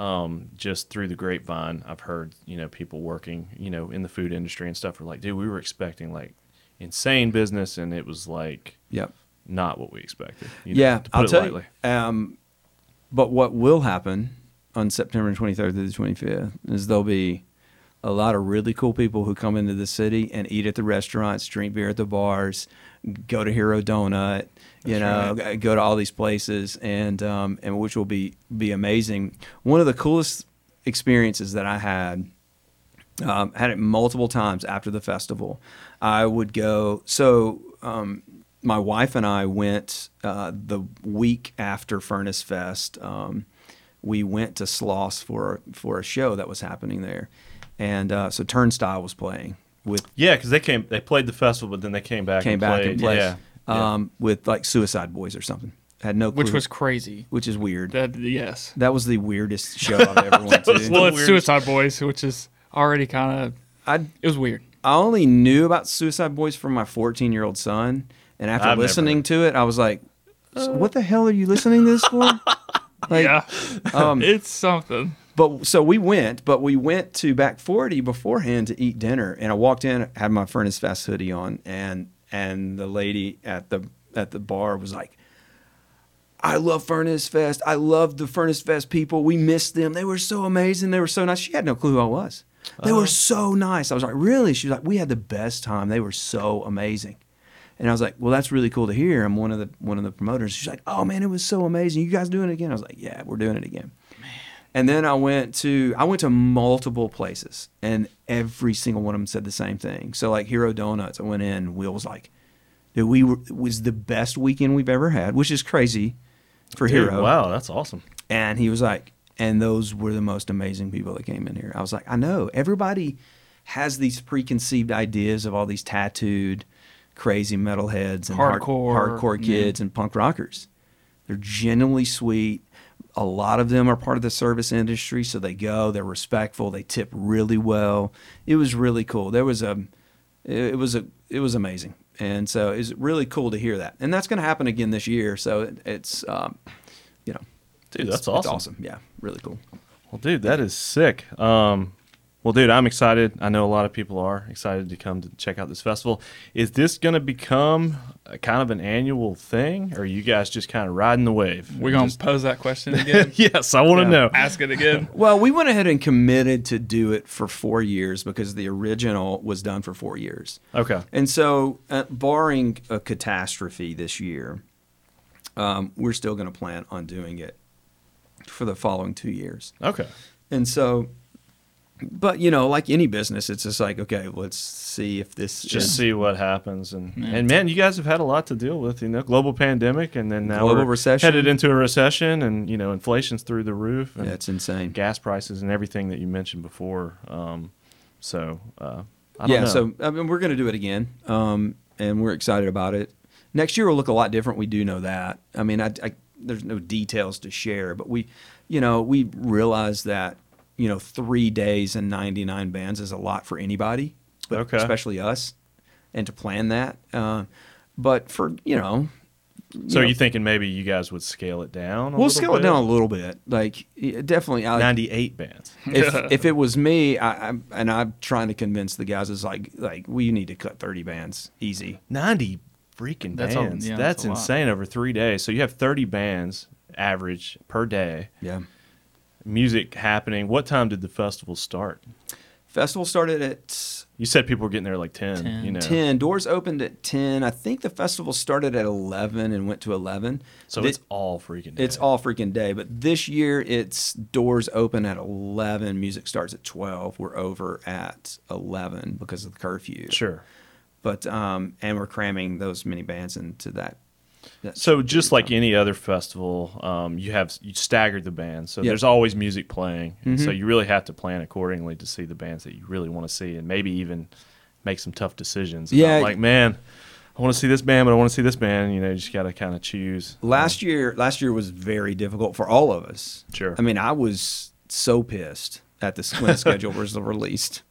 Speaker 2: um, just through the grapevine, I've heard, you know, people working, you know, in the food industry and stuff were like, dude, we were expecting like insane business, and it was like
Speaker 3: yep
Speaker 2: not what we expected. you know,
Speaker 3: yeah
Speaker 2: to put
Speaker 3: i'll
Speaker 2: it
Speaker 3: tell
Speaker 2: lightly.
Speaker 3: you um, but what will happen on september 23rd through the 25th is there'll be a lot of really cool people who come into the city and eat at the restaurants drink beer at the bars go to hero donut you know
Speaker 2: That's
Speaker 3: go to all these places and um, and which will be be amazing one of the coolest experiences that i had um, had it multiple times after the festival. I would go. So um, my wife and I went uh, the week after Furnace Fest. Um, we went to Sloss for for a show that was happening there, and uh, so Turnstile was playing with
Speaker 2: Yeah, because they came, they played the festival, but then they came back,
Speaker 3: came
Speaker 2: and
Speaker 3: back
Speaker 2: played.
Speaker 3: and played
Speaker 2: Yeah, yeah.
Speaker 3: um, with like Suicide Boys or something. Had no clue,
Speaker 4: which was crazy.
Speaker 3: which is weird. That,
Speaker 4: That yes.
Speaker 3: was the
Speaker 2: [laughs]
Speaker 3: weirdest show I've ever went to.
Speaker 4: Well, it's
Speaker 2: weird.
Speaker 4: Suicide Boys, which is already kind of
Speaker 3: I
Speaker 4: it was weird.
Speaker 3: I only knew about Suicide Boys from my 14 year old son, and after
Speaker 2: I've
Speaker 3: listening to it, I was like, "So "What the hell are you listening to this
Speaker 2: [laughs]
Speaker 3: for?" like,
Speaker 4: yeah, [laughs]
Speaker 3: um,
Speaker 4: it's something.
Speaker 3: but so we went, but we went to Back 40 beforehand to eat dinner, and I walked in, had my Furnace Fest hoodie on, and and the lady at the at the bar was like. I love Furnace Fest. I love the Furnace Fest people. We missed them. They were so amazing. They were so nice. She had no clue who I was. They were so nice. I was like, really? She was like, we had the best time. They were so amazing. And I was like, well, that's really cool to hear. I'm one of the one of the promoters. She's like, oh man, it was so amazing. You guys doing it again? I was like, yeah, we're doing it again. And then I went to I went to multiple places, and every single one of them said the same thing. So like Hero Donuts, I went in. and Will was like, "Dude, we were it was the best weekend we've ever had," which is crazy for
Speaker 2: Dude,
Speaker 3: Hero.
Speaker 2: wow, that's awesome.
Speaker 3: And he was like, and those were the most amazing people that came in here. I was like, I know. Everybody has these preconceived ideas of all these tattooed, crazy metalheads and hard-
Speaker 4: Hardcore,
Speaker 3: hardcore
Speaker 4: yeah.
Speaker 3: kids and punk rockers. They're genuinely sweet. A lot of them are part of the service industry, so they go. They're respectful. They tip really well. It was really cool. There was a, it it was a, it was amazing, and so it's really cool to hear that. And that's going to happen again this year. So it, it's, um, you know,
Speaker 2: Dude,
Speaker 3: it's-
Speaker 2: that's awesome.
Speaker 3: It's awesome. Yeah, really cool.
Speaker 2: Well, dude, that is sick. Um, well, dude, I'm excited. I know a lot of people are excited to come to check out this festival. Is this going to become a kind of an annual thing, or are you guys just kind of riding the wave?
Speaker 4: We're gonna
Speaker 2: Just- Oh,
Speaker 4: pose that question again.
Speaker 2: [laughs] yes, I want to
Speaker 3: Yeah.
Speaker 2: know.
Speaker 4: Ask it
Speaker 2: [laughs]
Speaker 4: again.
Speaker 3: Well, we went ahead and committed to do it for four years because the original was done for four years.
Speaker 2: Okay.
Speaker 3: And so, uh, barring a catastrophe this year, um, we're still going to plan on doing it for the following two years.
Speaker 2: Okay.
Speaker 3: And so, but you know, like any business, it's just like, okay, let's see if this
Speaker 2: Just
Speaker 3: is
Speaker 2: see what happens, and and man, you guys have had a lot to deal with, you know, global pandemic, and then now
Speaker 3: Global
Speaker 2: we're
Speaker 3: recession.
Speaker 2: headed into a recession, and you know, inflation's through the roof, and
Speaker 3: Yeah, it's insane.
Speaker 2: gas prices and everything that you mentioned before. Um, so uh, I don't
Speaker 3: yeah,
Speaker 2: know.
Speaker 3: so I mean, we're going to do it again, um, and we're excited about it. Next year will look a lot different. We do know that. I mean, I, I, there's no details to share, but we, you know, we realize that you know three days and 99 bands is a lot for anybody, but
Speaker 2: Okay.
Speaker 3: especially us, and to plan that. Uh, but for you know,
Speaker 2: So
Speaker 3: know,
Speaker 2: you are thinking maybe you guys would scale it down? A
Speaker 3: we'll
Speaker 2: little
Speaker 3: scale
Speaker 2: bit?
Speaker 3: it down a little bit. Like yeah, definitely, I,
Speaker 2: Ninety-eight bands.
Speaker 3: if [laughs] if it was me, I, I'm and I'm trying to convince the guys, it's like like we need to cut 30 bands easy.
Speaker 2: Ninety freaking
Speaker 4: That's a-
Speaker 2: bands.
Speaker 4: yeah, that's
Speaker 2: that's
Speaker 4: a lot.
Speaker 2: insane over three days. So you have thirty bands average per day.
Speaker 3: Yeah.
Speaker 2: Music happening. What time did the festival start?
Speaker 3: Festival started at
Speaker 2: You said people were getting there at like ten.
Speaker 4: 10.
Speaker 2: You know,
Speaker 3: 10. Doors opened at 10. I think the festival started at 11 and went to 11.
Speaker 2: so
Speaker 3: Thi-
Speaker 2: it's all freaking. Day.
Speaker 3: it's all freaking day, but this year it's doors open at 11, music starts at 12. We're over at 11 because of the curfew.
Speaker 2: sure.
Speaker 3: But um and we're cramming those many bands into that That's
Speaker 2: So just like any other festival, um, you have you staggered the bands. So
Speaker 3: Yeah. Mm-hmm.
Speaker 2: there's always music playing, and so you really have to plan accordingly to see the bands that you really want to see, and maybe even make some tough decisions. about,
Speaker 3: Yeah.
Speaker 2: like man, I want to see this band, but I want to see this band. You know, you just got to kind of choose.
Speaker 3: last year last year was very difficult for all of us
Speaker 2: Sure.
Speaker 3: i mean i was so pissed at this
Speaker 2: [laughs]
Speaker 3: when the schedule was released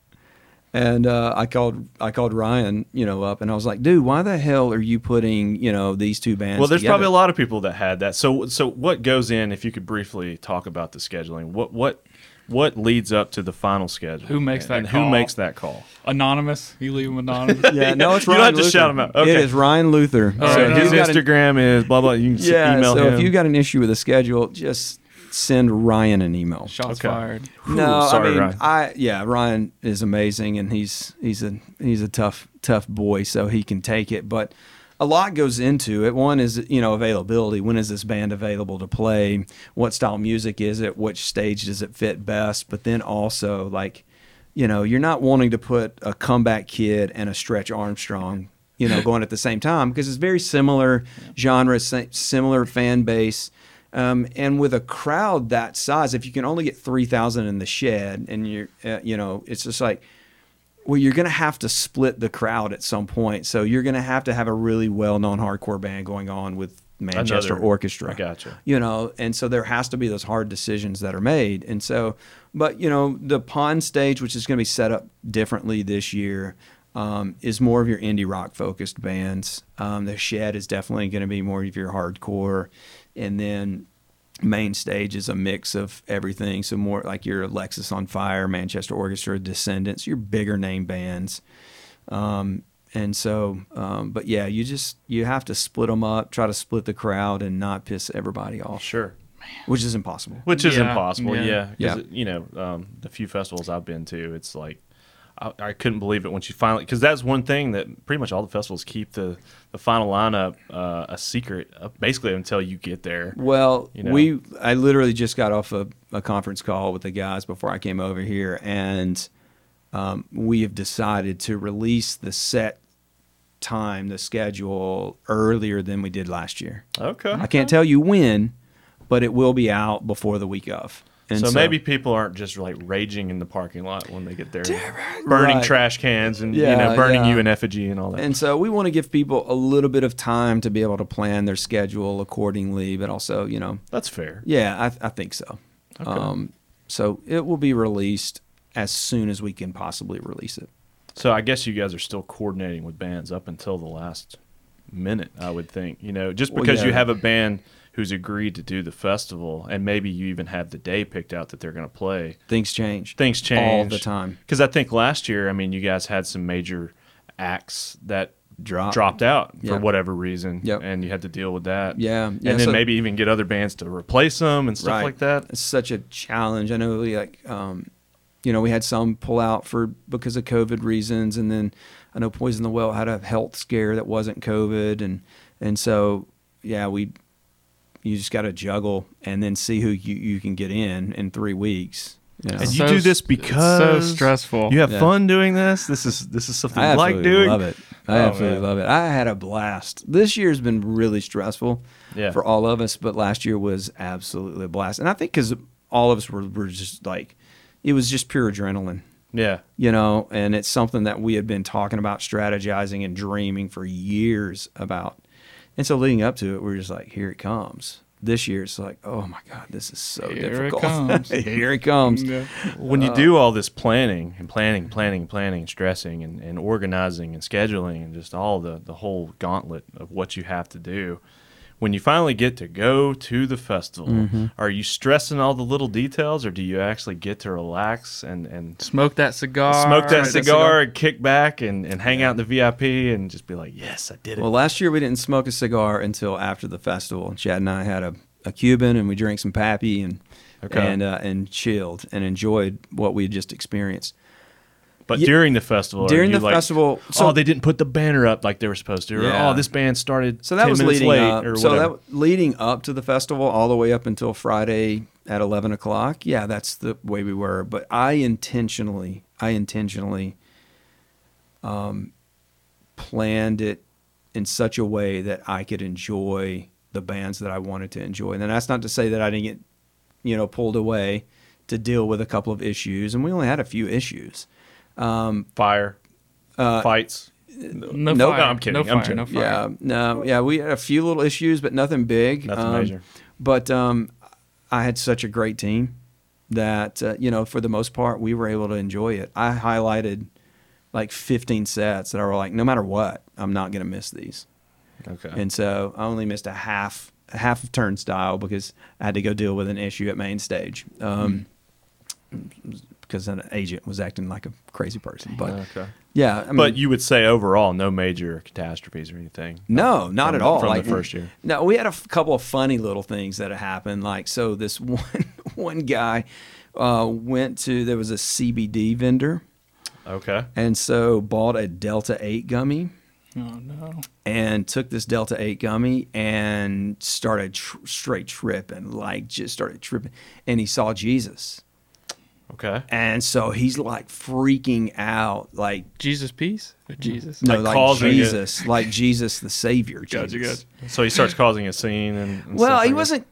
Speaker 3: and uh, i called i called ryan you know up and i was like dude why the hell are you putting you know these two bands
Speaker 2: Well, there's
Speaker 3: together?
Speaker 2: probably a lot of people that had that. So, so what goes in? If you could briefly talk about the scheduling, what what what leads up to the final schedule?
Speaker 4: Who makes that
Speaker 2: And Who
Speaker 4: call?
Speaker 2: makes that call?
Speaker 4: Anonymous. You leave them
Speaker 2: [laughs]
Speaker 4: anonymous.
Speaker 3: yeah no it's
Speaker 2: You
Speaker 3: ryan
Speaker 2: don't have to
Speaker 3: Luther.
Speaker 2: shout him out.
Speaker 3: it
Speaker 2: Okay.
Speaker 3: is ryan luther
Speaker 4: All
Speaker 2: so
Speaker 4: right.
Speaker 3: if
Speaker 2: his
Speaker 3: you got an-
Speaker 2: Instagram is blah blah. You can s-
Speaker 3: yeah
Speaker 2: email
Speaker 3: so
Speaker 2: him.
Speaker 3: if you got an issue with a schedule just send ryan an email
Speaker 4: Shots
Speaker 2: Okay.
Speaker 4: fired.
Speaker 2: Whew,
Speaker 3: no,
Speaker 2: sorry,
Speaker 3: I mean,
Speaker 2: Ryan.
Speaker 3: I yeah, Ryan is amazing, and he's he's a he's a tough tough boy, so he can take it. But a lot goes into it. One is you know availability. When is this band available to play? What style music is it? Which stage does it fit best? But then also like, you know, you're not wanting to put a comeback kid and a Stretch Armstrong. You know, going at the same time because it's very similar genre, sa- similar fan base. Um, and with a crowd that size, if you can only get three thousand in the shed, and you're, uh, you know, it's just like, well, you're going to have to split the crowd at some point. So you're going to have to have a really well-known hardcore band going on with Manchester
Speaker 2: Another-
Speaker 3: Orchestra.
Speaker 2: I gotcha.
Speaker 3: You know, and so there has to be those hard decisions that are made. And so, but you know, the pond stage, which is going to be set up differently this year, um, is more of your indie rock focused bands. Um, the shed is definitely going to be more of your hardcore, and then main stage is a mix of everything. So more like your Alexis on Fire, Manchester Orchestra, Descendants, your bigger name bands. Um, and so, um, but yeah, you just you have to split them up, try to split the crowd, and not piss everybody off,
Speaker 2: sure.
Speaker 3: which is impossible.
Speaker 2: Which is
Speaker 4: Yeah,
Speaker 2: impossible.
Speaker 4: yeah.
Speaker 2: Yeah.
Speaker 3: Yeah.
Speaker 2: Because you know um, the few festivals I've been to, it's like. I, I couldn't believe it when she finally because that's one thing that pretty much all the festivals keep the, the final lineup uh, a secret uh, basically until you get there.
Speaker 3: Well,
Speaker 2: You know?
Speaker 3: we I literally just got off a, a conference call with the guys before I came over here, and um, we have decided to release the set time, the schedule earlier than we did last year.
Speaker 2: Okay,
Speaker 3: I can't tell you when, but it will be out before the week of. And
Speaker 2: so, maybe people aren't just like raging in the parking lot when they get there, burning
Speaker 3: Right.
Speaker 2: trash cans and you
Speaker 3: Yeah,
Speaker 2: know burning
Speaker 3: yeah.
Speaker 2: you in effigy and all that.
Speaker 3: And so we want to give people a little bit of time to be able to plan their schedule accordingly, but also, you know,
Speaker 2: That's fair.
Speaker 3: yeah, I, I think so. Um, so it will be released as soon as we can possibly release it.
Speaker 2: So I guess you guys are still coordinating with bands up until the last minute, I would think. You know, just
Speaker 3: Well,
Speaker 2: because you
Speaker 3: yeah.
Speaker 2: have a band who's agreed to do the festival, and maybe you even have the day picked out that they're going to play.
Speaker 3: Things change.
Speaker 2: Things change
Speaker 3: the time.
Speaker 2: Because I think last year, I mean, you guys had some major acts that
Speaker 3: Drop.
Speaker 2: dropped out
Speaker 3: Yeah.
Speaker 2: for whatever reason,
Speaker 3: Yep.
Speaker 2: and you had to deal with that.
Speaker 3: Yeah, yeah,
Speaker 2: and then
Speaker 3: so-
Speaker 2: maybe even get other bands to replace them and stuff like that.
Speaker 3: It's such a challenge. I know, we like, um, you know, we had some pull out for because of COVID reasons, and then I know Poison the Well had a health scare that wasn't COVID, and and so yeah, we you just got to juggle and then see who you, you can get in in three weeks. You know?
Speaker 2: And
Speaker 4: It's so
Speaker 2: you do
Speaker 4: s- it's
Speaker 2: this
Speaker 4: so
Speaker 2: because
Speaker 4: stressful.
Speaker 2: You have
Speaker 3: Yeah.
Speaker 2: fun doing this. This is this is something you like
Speaker 3: absolutely
Speaker 2: doing.
Speaker 3: love it. I
Speaker 2: Oh,
Speaker 3: absolutely
Speaker 2: man.
Speaker 3: love it. I had a blast. This year's been really stressful
Speaker 2: Yeah.
Speaker 3: for all of us, but last year was absolutely a blast. And I think because all of us were, were just like, it was just pure adrenaline,
Speaker 2: Yeah.
Speaker 3: you know, and it's something that we had been talking about, strategizing, and dreaming for years about. And so leading up to it, we are just like, here it comes. This year, it's like, oh my God, this is so
Speaker 4: Here it
Speaker 3: difficult.
Speaker 4: comes.
Speaker 3: [laughs] here it comes.
Speaker 4: Yeah.
Speaker 2: when
Speaker 3: Uh,
Speaker 2: you do all this planning and planning, planning, planning, and stressing and, and organizing and scheduling and just all the, the whole gauntlet of what you have to do, when you finally get to go to the festival,
Speaker 3: Mm-hmm.
Speaker 2: are you stressing all the little details or do you actually get to relax and, and
Speaker 4: Smoke that
Speaker 3: Uh,
Speaker 4: cigar.
Speaker 2: smoke that cigar and kick back and, and hang out in the VIP and just be like, yes, I did it?
Speaker 3: Well, last year we didn't smoke a cigar until after the festival. Chad and I had a, a Cuban and we drank some pappy and
Speaker 2: Okay.
Speaker 3: and uh, and chilled and enjoyed what we had just experienced.
Speaker 2: but
Speaker 3: yeah.
Speaker 2: during the festival, are
Speaker 3: During
Speaker 2: you
Speaker 3: the
Speaker 2: like,
Speaker 3: festival-
Speaker 2: oh,
Speaker 3: so-
Speaker 2: they didn't put the banner up like they were supposed to. Or,
Speaker 3: Yeah.
Speaker 2: oh, this band started
Speaker 3: So that
Speaker 2: 10
Speaker 3: was
Speaker 2: minutes
Speaker 3: leading
Speaker 2: late
Speaker 3: up.
Speaker 2: or
Speaker 3: so
Speaker 2: whatever.
Speaker 3: that leading up to the festival, all the way up until Friday at eleven o'clock. Yeah, that's the way we were. But I intentionally, I intentionally, um, planned it in such a way that I could enjoy the bands that I wanted to enjoy. And that's not to say that I didn't get, you know, pulled away to deal with a couple of issues, and we only had a few issues.
Speaker 2: Fire,
Speaker 3: Uh,
Speaker 2: fights.
Speaker 4: No, fire.
Speaker 3: Nope. No,
Speaker 2: I'm kidding.
Speaker 4: No
Speaker 2: I'm
Speaker 4: fire.
Speaker 2: kidding.
Speaker 4: No fire.
Speaker 3: Yeah, no, yeah, we had a few little issues, but nothing big.
Speaker 2: Nothing
Speaker 3: Um,
Speaker 2: major.
Speaker 3: But um, I had such a great team that uh, you know, for the most part, we were able to enjoy it. I highlighted like 15 sets that I were like, no matter what, I'm not going to miss these.
Speaker 2: Okay.
Speaker 3: And so I only missed a half a half of turnstile because I had to go deal with an issue at main stage. Um,
Speaker 2: Mm-hmm.
Speaker 3: because an agent was acting like a crazy person. But
Speaker 2: okay.
Speaker 3: yeah, I mean,
Speaker 2: but you would say overall, no major catastrophes or anything.
Speaker 3: no, not
Speaker 2: From
Speaker 3: at
Speaker 2: the-
Speaker 3: all.
Speaker 2: from the
Speaker 3: Like,
Speaker 2: first year.
Speaker 3: No, we had a f- couple of funny little things that happened. Like so, this [laughs] one one guy uh, went to there was a CBD vendor,
Speaker 2: Okay.
Speaker 3: and so bought a Delta Eight gummy
Speaker 4: Oh no.
Speaker 3: and took this Delta 8 gummy and started tr- straight tripping, like just started tripping. And he saw Jesus.
Speaker 2: Okay.
Speaker 3: And so he's like freaking out, like,
Speaker 4: Jesus peace. Or Jesus.
Speaker 3: no,
Speaker 2: Like
Speaker 3: like,
Speaker 2: causing it.
Speaker 3: Jesus, like Jesus the Savior. Jesus.
Speaker 4: Gotcha, gotcha.
Speaker 2: So he starts causing a scene and. and
Speaker 3: Well,
Speaker 2: stuff, I
Speaker 3: he
Speaker 2: guess.
Speaker 3: wasn't,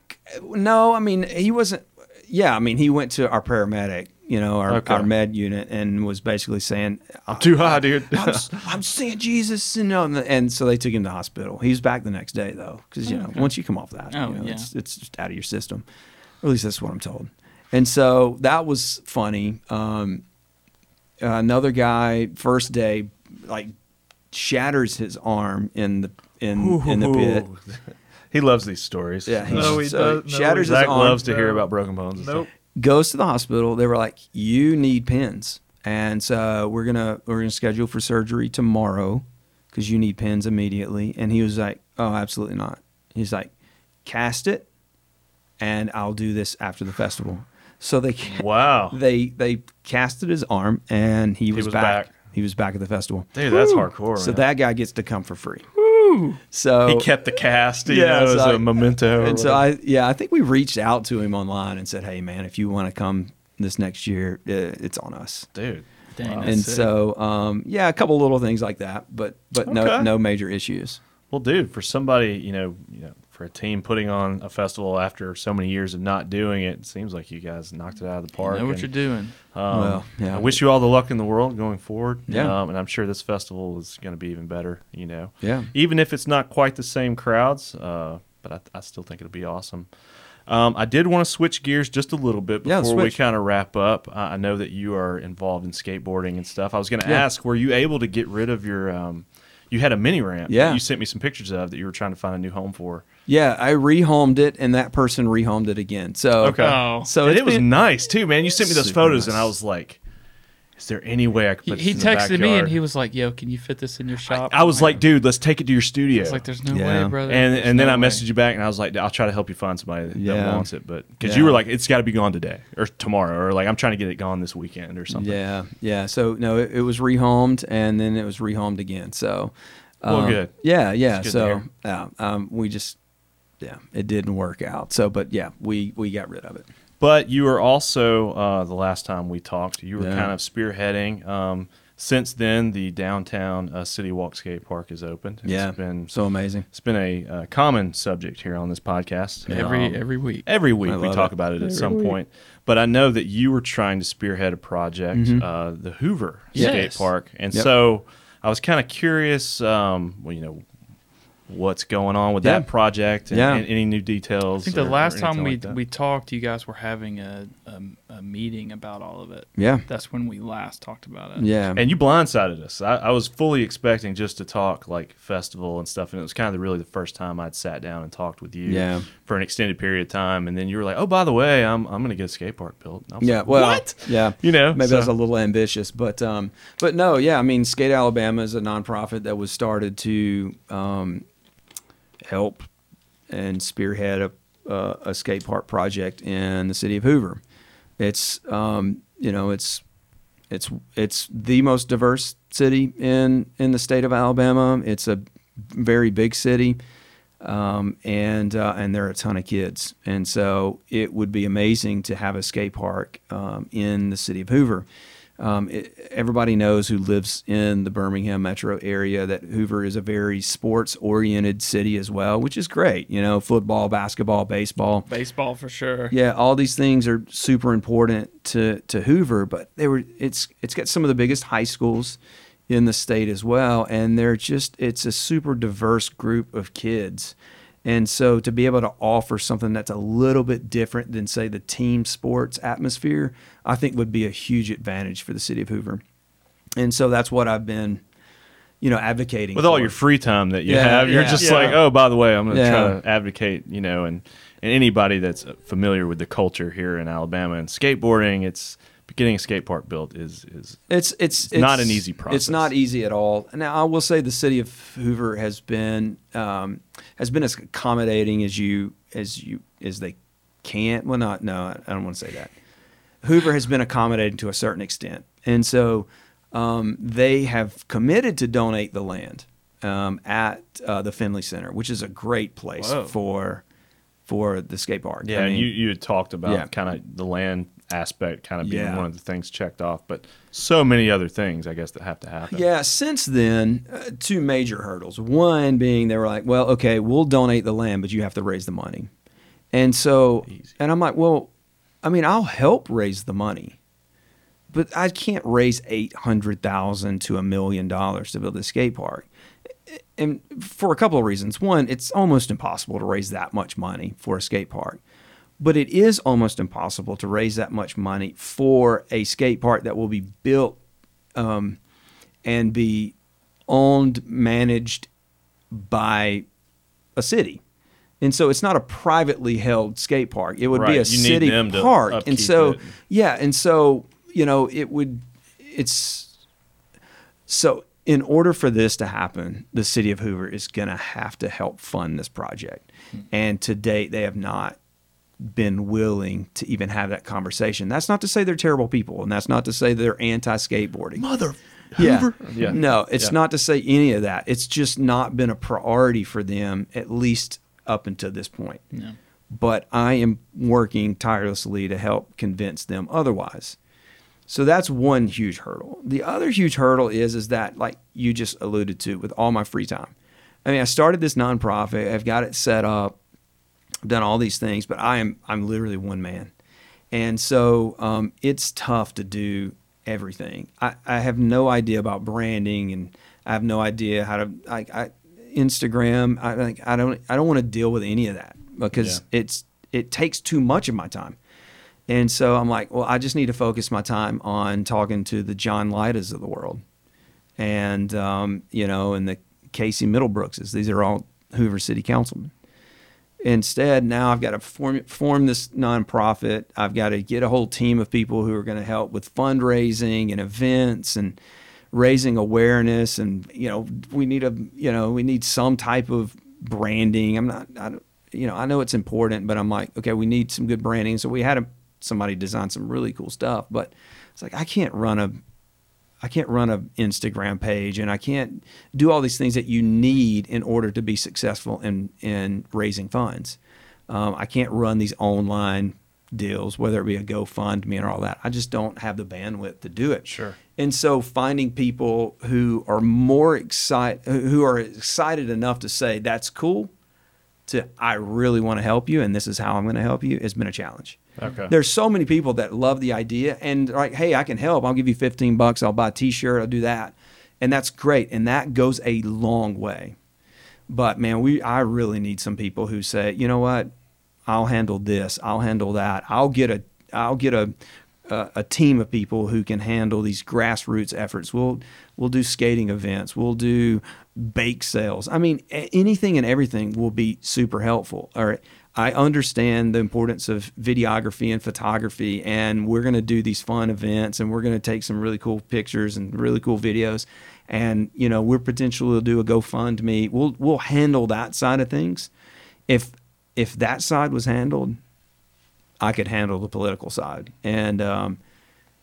Speaker 3: no, I mean, he wasn't, yeah, I mean, he went to our paramedic, you know, our,
Speaker 2: Okay.
Speaker 3: our med unit and was basically saying, I'm
Speaker 2: too high, dude.
Speaker 3: [laughs]
Speaker 2: [laughs]
Speaker 3: I'm, s- I'm seeing Jesus, you know, and, the- and so they took him to the hospital. He was back the next day though, because you know, once you come off that,
Speaker 4: Oh,
Speaker 3: you know,
Speaker 4: yeah.
Speaker 3: it's it's just out of your system. At least that's what I'm told. And so that was funny. Um, another guy, first day, like shatters his arm in the in in the pit.
Speaker 2: Ooh. He loves these stories.
Speaker 3: Yeah, he-
Speaker 1: No, he
Speaker 3: so
Speaker 1: does- no,
Speaker 3: shatters
Speaker 1: he
Speaker 3: his
Speaker 2: Zach
Speaker 3: arm.
Speaker 2: loves to hear
Speaker 1: No.
Speaker 2: about broken bones. and
Speaker 1: Nope.
Speaker 2: stuff.
Speaker 3: goes to the hospital. They were like, "You need pins," and so we're gonna we're gonna schedule for surgery tomorrow because you need pins immediately. And he was like, "Oh, absolutely not." He's like, "Cast it, and I'll do this after the festival." So they ca-
Speaker 2: Wow.
Speaker 3: they they casted his arm, and he, was,
Speaker 2: was
Speaker 3: back.
Speaker 2: back.
Speaker 3: He was back at the festival.
Speaker 2: Dude, that's hardcore.
Speaker 3: So
Speaker 2: man.
Speaker 3: that guy gets to come for free. So
Speaker 2: he kept the cast, you
Speaker 3: Yeah,
Speaker 2: know, as
Speaker 3: so I-
Speaker 2: a memento. or
Speaker 3: and so
Speaker 2: whatever.
Speaker 3: I, yeah, I think we reached out to him online and said, "Hey, man, if you want to come this next year, uh, it's on us."
Speaker 2: dude,
Speaker 4: Dang,
Speaker 2: wow.
Speaker 4: that's
Speaker 3: and
Speaker 4: sick.
Speaker 3: so, um, yeah, a couple little things like that, but but no
Speaker 2: Okay.
Speaker 3: no major issues.
Speaker 2: well, dude, for somebody, you know, you know, for a team putting on a festival after so many years of not doing it, it seems like you guys knocked it out of the
Speaker 4: You
Speaker 2: park.
Speaker 4: know what
Speaker 2: and,
Speaker 4: you're doing.
Speaker 2: um,
Speaker 3: Well, yeah.
Speaker 2: I wish you all the luck in the world going forward.
Speaker 3: Yeah.
Speaker 2: Um, and I'm sure this festival is going to be even better. You know.
Speaker 3: Yeah.
Speaker 2: Even if it's not quite the same crowds, uh, but I, I still think it'll be awesome. Um, I did want to switch gears just a little bit
Speaker 3: Yeah,
Speaker 2: before we
Speaker 3: switch.
Speaker 2: kind of wrap up. I I know that you are involved in skateboarding and stuff. I was going to
Speaker 3: Yeah.
Speaker 2: ask, were you able to get rid of your? Um, you had a mini ramp. that
Speaker 3: Yeah.
Speaker 2: You sent me some pictures of that you were trying to find a new home for.
Speaker 3: Yeah, I rehomed it, and that person rehomed it again. So
Speaker 2: Okay.
Speaker 4: Oh.
Speaker 3: so
Speaker 2: and
Speaker 3: it's
Speaker 2: it was
Speaker 3: been-
Speaker 2: nice too, man. You sent me those
Speaker 3: Super
Speaker 2: photos, and
Speaker 3: nice.
Speaker 2: I was like, "Is there any way I could?"
Speaker 4: He,
Speaker 2: Put
Speaker 4: he
Speaker 2: this in the
Speaker 4: texted me and
Speaker 2: backyard?
Speaker 4: he was like, "Yo, can you fit this in your shop?"
Speaker 2: I was like, "Dude, let's take it to your
Speaker 4: I
Speaker 2: studio."
Speaker 4: was like, "There's no
Speaker 3: Yeah.
Speaker 4: way, brother."
Speaker 2: and
Speaker 4: There's
Speaker 2: and then
Speaker 4: no
Speaker 2: I
Speaker 4: way."
Speaker 2: messaged you back, and I was like, "I'll try to help you find somebody that, that
Speaker 3: Yeah.
Speaker 2: wants it." But because
Speaker 3: Yeah.
Speaker 2: you were like, "It's got to be gone today or tomorrow," or like, "I'm trying to get it gone this weekend or something."
Speaker 3: Yeah, yeah. So no, it, it was rehomed, and then it was rehomed again. So
Speaker 2: Well,
Speaker 3: um,
Speaker 2: good.
Speaker 3: Yeah,
Speaker 2: It's
Speaker 3: yeah.
Speaker 2: good to
Speaker 3: so
Speaker 2: hear.
Speaker 3: yeah, um, we just yeah, it didn't work out. So but yeah, we we got rid of it.
Speaker 2: But you were also uh, the last time we talked, you were
Speaker 3: Yeah.
Speaker 2: kind of spearheading. Um, since then, the downtown uh, City Walk Skate Park is opened.
Speaker 3: yeah,
Speaker 2: it's been
Speaker 3: so amazing.
Speaker 2: it's been a uh, common subject here on this podcast.
Speaker 4: every
Speaker 2: Um,
Speaker 4: every week.
Speaker 2: Every week
Speaker 3: I
Speaker 2: we
Speaker 3: love
Speaker 2: talk
Speaker 3: it.
Speaker 2: about it at some point. But I know that you were trying to spearhead a project, uh, the Hoover Skate
Speaker 4: Mm-hmm. Yes.
Speaker 2: Park, and
Speaker 3: Yep.
Speaker 2: so I was kind of curious. Um, well, you know, what's going on with
Speaker 3: Yeah.
Speaker 2: that project and,
Speaker 3: Yeah.
Speaker 2: and any new details?
Speaker 4: I think
Speaker 2: or-
Speaker 4: the
Speaker 2: or
Speaker 4: last time
Speaker 2: anything
Speaker 4: we
Speaker 2: like that?
Speaker 4: we talked, you guys were having a, a a meeting about all of it.
Speaker 3: Yeah,
Speaker 4: That's when we last talked about it.
Speaker 3: yeah.
Speaker 2: and you blindsided us. I, I was fully expecting just to talk like festival and stuff, and it was kind of really the first time I'd sat down and talked with you
Speaker 3: Yeah.
Speaker 2: for an extended period of time. And then you were like, "Oh, by the way, I'm I'm going to get a skate park built." And I was
Speaker 3: Yeah.
Speaker 2: like,
Speaker 3: Well.
Speaker 2: what?
Speaker 3: Yeah.
Speaker 2: You know,
Speaker 3: Maybe
Speaker 2: so-
Speaker 3: that's a little ambitious, but um, but no, yeah. I mean, Skate Alabama is a nonprofit that was started to um, help and spearhead a, uh, a skate park project in the city of Hoover. It's um, you know, it's it's it's the most diverse city in in the state of Alabama. It's a very big city, um, and uh, and there are a ton of kids, and so it would be amazing to have a skate park um, in the city of Hoover. Um, it, everybody knows who lives in the Birmingham metro area that Hoover is a very sports oriented city as well, which is great. You know, football, basketball, baseball.
Speaker 4: Baseball for sure.
Speaker 3: Yeah, all these things are super important to to Hoover, but they were it's it's got some of the biggest high schools in the state as well, and they're just it's a super diverse group of kids. And so to be able to offer something that's a little bit different than say the team sports atmosphere, I think would be a huge advantage for the city of Hoover. And so that's what I've been you know advocating
Speaker 2: with all
Speaker 3: for.
Speaker 2: your free time that you
Speaker 3: Yeah,
Speaker 2: have you're
Speaker 3: yeah.
Speaker 2: just
Speaker 4: Yeah.
Speaker 2: like oh by the way i'm going to
Speaker 3: Yeah.
Speaker 2: try to advocate you know and, and anybody that's familiar with the culture here in alabama and skateboarding it's getting a skate park built is is
Speaker 3: It's it's,
Speaker 2: not an easy process.
Speaker 3: It's not easy at all. Now I will say the city of Hoover has been um, has been as accommodating as you as you as they can. Well, not no, I don't want to say that. Hoover has been accommodating to a certain extent, and so um, they have committed to donate the land um, at uh, the Finley Center, which is a great place
Speaker 4: Whoa.
Speaker 3: for for the skate park.
Speaker 2: yeah
Speaker 3: I mean,
Speaker 2: you you had talked about
Speaker 3: Yeah.
Speaker 2: kind of the land aspect kind of being
Speaker 3: Yeah.
Speaker 2: one of the things checked off but so many other things i guess that have to happen
Speaker 3: Yeah, since then, uh, two major hurdles. One being they were like, well, okay, we'll donate the land, but you have to raise the money. And so, and I'm like, well, I mean, I'll help raise the money, but I can't raise 800,000 to a million dollars to build a skate park. And for a couple of reasons. One, it's almost impossible to raise that much money for a skate park. But it is almost impossible to raise that much money for a skate park that will be built and be owned, managed by a city. And so it's not a privately held skate park. It would
Speaker 2: Right.
Speaker 3: be
Speaker 2: You
Speaker 3: a
Speaker 2: need
Speaker 3: city
Speaker 2: them to
Speaker 3: park. And
Speaker 2: upkeep
Speaker 3: so
Speaker 2: it.
Speaker 3: yeah, and so, you know, it would it's so in order for this to happen, the city of Hoover is going to have to help fund this project.
Speaker 2: Hmm.
Speaker 3: And to date they have not been willing to even have that conversation. That's not to say they're terrible people and that's not to say they're anti-skateboarding.
Speaker 2: mother
Speaker 3: Yeah.
Speaker 2: Yeah.
Speaker 3: No, it's
Speaker 2: Yeah.
Speaker 3: not to say any of that. It's just not been a priority for them, at least up until this point. But I am working tirelessly to help convince them otherwise. So that's one huge hurdle. The other huge hurdle is is that like you just alluded to with all my free time. I mean, I started this nonprofit. I've got it set up. I've done all these things, but I am I'm literally one man, and so um, it's tough to do everything. I, I have no idea about branding, and I have no idea how to I, I Instagram. I like I don't I don't want to deal with any of that because it's it takes too much of my time. And so I'm like, well, I just need to focus my time on talking to the John Lydas of the world, and um, you know, and the Casey Middlebrookses. These are all Hoover City councilmen. Instead, now I've got to form, form this nonprofit. I've got to get a whole team of people who are going to help with fundraising and events and raising awareness. And you know, we need a you know we need some type of branding. I'm not, I don't, you know, I know it's important, but I'm like, okay, we need some good branding. So we had a, somebody design some really cool stuff, but it's like I can't run a I can't run a Instagram page and I can't do all these things that you need in order to be successful in in raising funds. Um, I can't run these online deals, whether it be a GoFundMe and all that. I just don't have the bandwidth to do it.
Speaker 2: Sure.
Speaker 3: And so finding people who are more excited, who are excited enough to say that's cool, to I really want to help you and this is how I'm going to help you has been a challenge.
Speaker 2: Okay.
Speaker 3: There's so many people that love the idea and are like, hey, I can help. I'll give you 15 bucks. I'll buy a t-shirt. I'll do that. And that's great. And that goes a long way. But man, we I really need some people who say, you know what, I'll handle this. I'll handle that. I'll get a I'll get a a, a team of people who can handle these grassroots efforts. We'll we'll do skating events. We'll do bake sales. I mean, a- anything and everything will be super helpful. All right. I understand the importance of videography and photography, and we're going to do these fun events, and we're going to take some really cool pictures and really cool videos, and you know we're potentially will do a GoFundMe. We'll we'll handle that side of things. If if that side was handled, I could handle the political side, and um,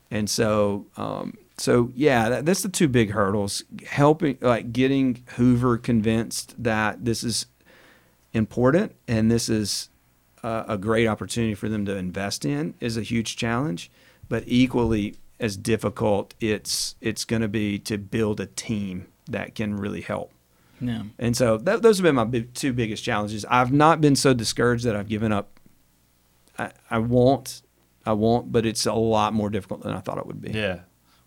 Speaker 3: and so um, so yeah, that, that's the two big hurdles: helping, like getting Hoover convinced that this is important and this is uh, a, a great opportunity for them to invest in is a huge challenge, but equally as difficult it's it's going to be to build a team that can really help.
Speaker 4: Yeah.
Speaker 3: And so th- those have been my big, two biggest challenges. I've not been so discouraged that I've given up. I, I won't, I won't, but it's a lot more difficult than I thought it would be.
Speaker 2: Yeah.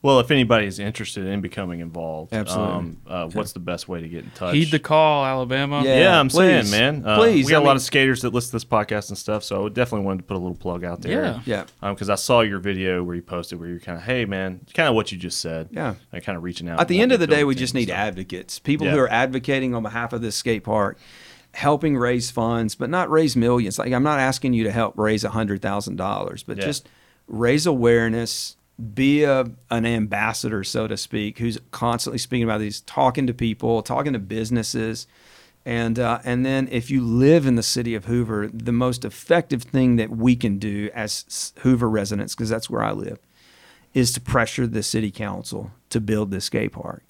Speaker 2: Well, if anybody is interested in becoming involved,
Speaker 3: Absolutely.
Speaker 2: uh, what's the best way to get in touch?
Speaker 4: Heed the call, Alabama.
Speaker 3: Yeah.
Speaker 2: yeah, I'm
Speaker 3: please.
Speaker 2: saying, man. Uh,
Speaker 3: Please,
Speaker 2: we got
Speaker 3: I
Speaker 2: a lot
Speaker 3: mean-
Speaker 2: of skaters that listen to this podcast and stuff, so I definitely wanted to put a little plug out there.
Speaker 4: Yeah.
Speaker 3: Yeah.
Speaker 2: because I saw your video where you posted where you're kind of, hey man, kind of what you just said.
Speaker 3: Yeah.
Speaker 2: Like kind of reaching out.
Speaker 3: At the
Speaker 2: and
Speaker 3: end of the
Speaker 2: wanting to
Speaker 3: day,
Speaker 2: build a
Speaker 3: we
Speaker 2: team
Speaker 3: just
Speaker 2: and
Speaker 3: need
Speaker 2: stuff.
Speaker 3: advocates, people who
Speaker 2: Yeah.
Speaker 3: are advocating on behalf of this skate park, helping raise funds, but not raise millions. Like I'm not asking you to help raise hundred thousand dollars, but
Speaker 2: Yeah.
Speaker 3: just raise awareness. Be a an ambassador, so to speak, who's constantly speaking about these, talking to people, talking to businesses, and uh, and then if you live in the city of Hoover, the most effective thing that we can do as s- Hoover residents, because that's where I live, is to pressure the city council to build this skate park.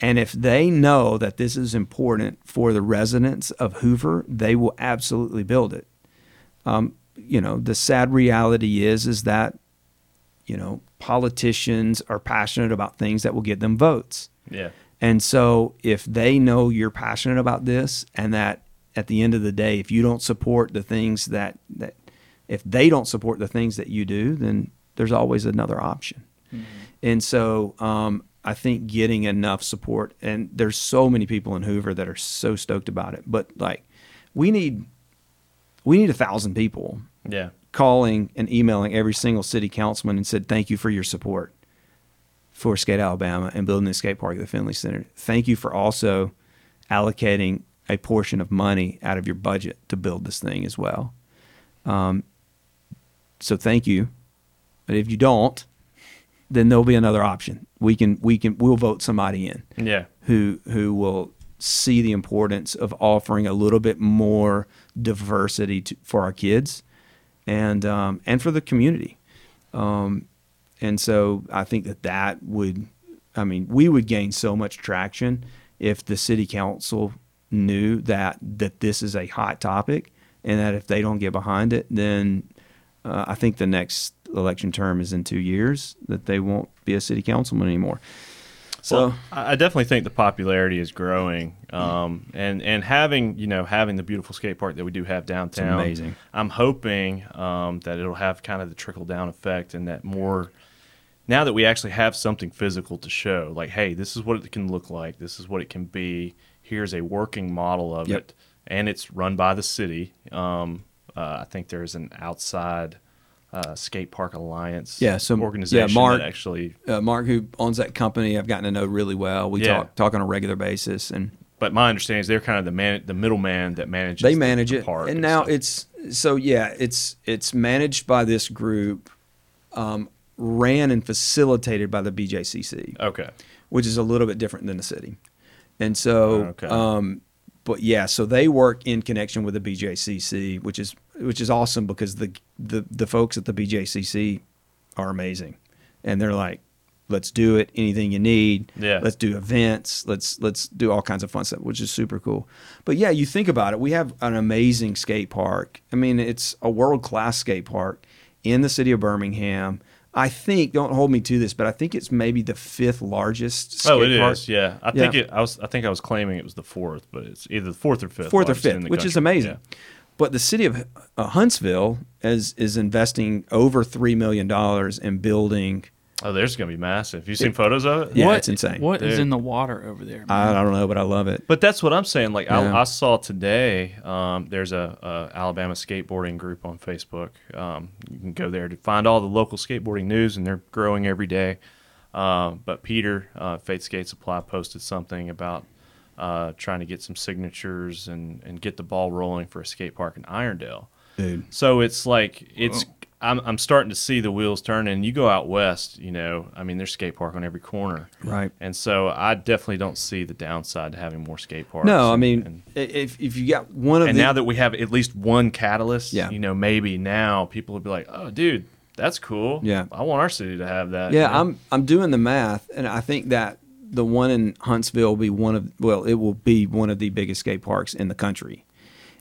Speaker 3: And if they know that this is important for the residents of Hoover, they will absolutely build it. Um, you know, the sad reality is is that you know politicians are passionate about things that will get them votes.
Speaker 2: Yeah.
Speaker 3: And so if they know you're passionate about this and that at the end of the day if you don't support the things that that if they don't support the things that you do, then there's always another option. And so um I think getting enough support and there's so many people in Hoover that are so stoked about it, but like we need we need a thousand people
Speaker 2: Yeah.
Speaker 3: calling and emailing every single city councilman and said, "Thank you for your support for Skate Alabama and building the skate park at the Finley Center. Thank you for also allocating a portion of money out of your budget to build this thing as well. Um, so thank you. But if you don't, then there'll be another option. We can we can we'll vote somebody in
Speaker 2: Yeah.
Speaker 3: who who will see the importance of offering a little bit more diversity to, for our kids and um, and for the community. Um, and so I think that that would, I mean, we would gain so much traction if the city council knew that that this is a hot topic and that if they don't get behind it, then uh, I think the next election term is in two years that they won't be a city councilman anymore. So.
Speaker 2: well, I I definitely think the popularity is growing, um, and and having you know having the beautiful skate park that we do have downtown,
Speaker 3: amazing.
Speaker 2: I'm hoping um, that it'll have kind of the trickle down effect, and that more now that we actually have something physical to show, like hey, this is what it can look like, this is what it can be. Here's a working model of
Speaker 3: Yep.
Speaker 2: it, and it's run by the city. Um, uh, I think there is an outside uh, skate park alliance,
Speaker 3: Yeah, so- yeah,
Speaker 2: organization
Speaker 3: Mark-
Speaker 2: that actually
Speaker 3: uh, Mark, who owns that company, I've gotten to know really well. We
Speaker 2: Yeah.
Speaker 3: talk talk on a regular basis, and
Speaker 2: But my understanding is they're kind of the man, the middleman that manages.
Speaker 3: they
Speaker 2: the-
Speaker 3: manage
Speaker 2: the
Speaker 3: it.
Speaker 2: park
Speaker 3: And now
Speaker 2: stuff.
Speaker 3: it's so yeah, it's it's managed by this group, um, ran and facilitated by the BJCC,
Speaker 2: okay.
Speaker 3: which is a little bit different than the city. And so,
Speaker 2: Okay.
Speaker 3: um, but yeah, so they work in connection with the BJCC, which is which is awesome because the the the folks at the BJCC are amazing, and they're like, let's do it. Anything you need,
Speaker 2: Yeah.
Speaker 3: Let's do events. Let's let's do all kinds of fun stuff, which is super cool. But yeah, you think about it. We have an amazing skate park. I mean, it's a world class skate park in the city of Birmingham. I think don't hold me to this, but I think it's maybe the fifth largest. Skate
Speaker 2: Oh, it is.
Speaker 3: park
Speaker 2: Yeah, I
Speaker 3: Yeah.
Speaker 2: think it. I was. I think I was claiming it was the fourth, but it's either the fourth or fifth.
Speaker 3: fourth or
Speaker 2: largest in
Speaker 3: fifth,
Speaker 2: the
Speaker 3: which is
Speaker 2: country.
Speaker 3: amazing. But the city of uh, Huntsville is is investing over three million dollars in building.
Speaker 2: Yeah. Oh, there's gonna be massive. You seen photos of it?
Speaker 3: Yeah,
Speaker 4: what,
Speaker 3: it's insane.
Speaker 4: What is
Speaker 2: Dude.
Speaker 4: in the water over there?
Speaker 3: I, I don't know, but I love it.
Speaker 2: But that's what I'm saying. Like
Speaker 3: Yeah.
Speaker 2: I, I saw today, um, there's a, a Alabama skateboarding group on Facebook. Um, you can go there to find all the local skateboarding news, and they're growing every day. Uh, but Peter, uh, Faith Skate Supply, posted something about uh, trying to get some signatures and, and get the ball rolling for a skate park in Irondale.
Speaker 3: Dude,
Speaker 2: So it's like it's I'm I'm starting to see the wheels turning. You go out west, you know, I mean, there's skate park on every corner.
Speaker 3: right?
Speaker 2: And so I definitely don't see the downside to having more skate parks.
Speaker 3: No, I
Speaker 2: And-
Speaker 3: mean,
Speaker 2: and,
Speaker 3: i- if if you got one of
Speaker 2: and
Speaker 3: the,
Speaker 2: now that we have at least one catalyst,
Speaker 3: Yeah.
Speaker 2: you know, maybe now people would be like, "Oh, dude, that's cool.
Speaker 3: Yeah.
Speaker 2: I want our city to have that."
Speaker 3: yeah,
Speaker 2: you know?
Speaker 3: I'm I'm doing the math, and I think that the one in Huntsville will be one of well, it will be one of the biggest skate parks in the country.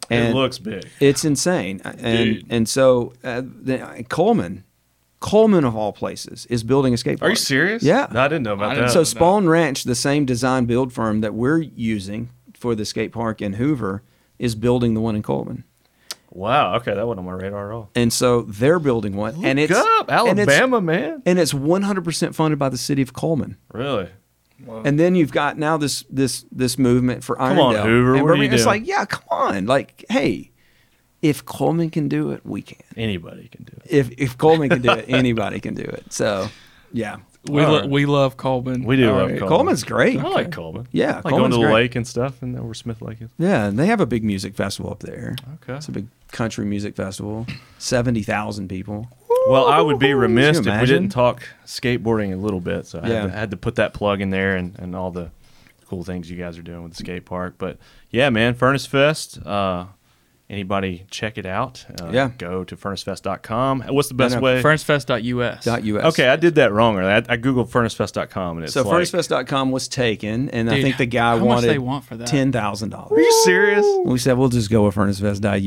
Speaker 2: it looks big.
Speaker 3: It's insane, and
Speaker 2: Dude.
Speaker 3: and so uh, the, Coleman, Coleman of all places is building a skate
Speaker 2: Are
Speaker 3: park.
Speaker 2: you serious?
Speaker 3: Yeah.
Speaker 2: No, I didn't know about
Speaker 4: I
Speaker 2: that.
Speaker 4: didn't-
Speaker 3: So
Speaker 4: no.
Speaker 3: Spawn Ranch, the same design build firm that we're using for the skate park in Hoover, is building the one in Coleman.
Speaker 2: wow. Okay, that wasn't on my radar at all.
Speaker 3: And so they're building one, and
Speaker 2: Look
Speaker 3: it's
Speaker 2: up
Speaker 3: and it's-
Speaker 2: Alabama, man.
Speaker 3: and it's 100% funded by the city of Coleman.
Speaker 2: Really?
Speaker 3: And then you've got now this this this movement for Irondale.
Speaker 2: on, Hoover,
Speaker 3: And
Speaker 2: what are you
Speaker 3: Birmingham- It's
Speaker 2: doing?
Speaker 3: like, yeah, come on, like, hey, if Coleman can do it, we can.
Speaker 2: Anybody can do it.
Speaker 3: If if Coleman
Speaker 2: [laughs]
Speaker 3: can do it, anybody can do it. So, yeah,
Speaker 4: we,
Speaker 2: All
Speaker 4: lo-
Speaker 2: right.
Speaker 4: we love Colbin.
Speaker 2: We do
Speaker 3: All
Speaker 2: love
Speaker 3: right.
Speaker 2: Coleman.
Speaker 3: Coleman's great.
Speaker 2: I like Coleman.
Speaker 3: Yeah,
Speaker 2: I like going
Speaker 3: Coleman's
Speaker 2: to the
Speaker 3: great.
Speaker 2: lake and stuff, and where Smith Lake is.
Speaker 3: yeah, and they have a big music festival up there.
Speaker 2: Okay.
Speaker 3: it's a big country music festival. Seventy thousand people.
Speaker 2: Well, I would be remiss if
Speaker 3: Could you
Speaker 2: we
Speaker 3: imagine?
Speaker 2: didn't talk skateboarding a little bit. So I,
Speaker 3: Yeah.
Speaker 2: had, to, I had to put that plug in there and, and all the cool things you guys are doing with the skate park. But yeah, man, Furnace Fest. Uh, anybody check it out? Uh,
Speaker 3: Yeah.
Speaker 2: Go to furnacefest.com. What's the best
Speaker 3: no,
Speaker 2: way?
Speaker 4: Furnacefest.us.
Speaker 3: Dot US.
Speaker 2: okay, I did that wrong. earlier. I, I googled furnacefest.com and it's
Speaker 3: So
Speaker 2: like,
Speaker 3: furnacefest.com was taken, and I
Speaker 4: Dude,
Speaker 3: think the guy
Speaker 4: how much
Speaker 3: wanted
Speaker 4: they want for that?
Speaker 3: ten thousand dollars.
Speaker 2: Are you serious?
Speaker 3: We said we'll just go with furnacefest.us.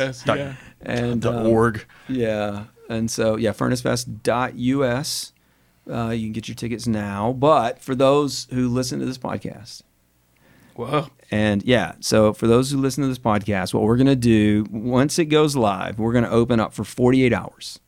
Speaker 4: US,
Speaker 2: Dot-
Speaker 4: yeah.
Speaker 3: And
Speaker 2: The
Speaker 3: um,
Speaker 2: org.
Speaker 3: Yeah. And so, yeah, furnacefest.us. Uh, you can get your tickets now. But for those who listen to this podcast,
Speaker 4: Whoa.
Speaker 3: and yeah, so for those who listen to this podcast, what we're going to do once it goes live, we're going to open up for 48 hours.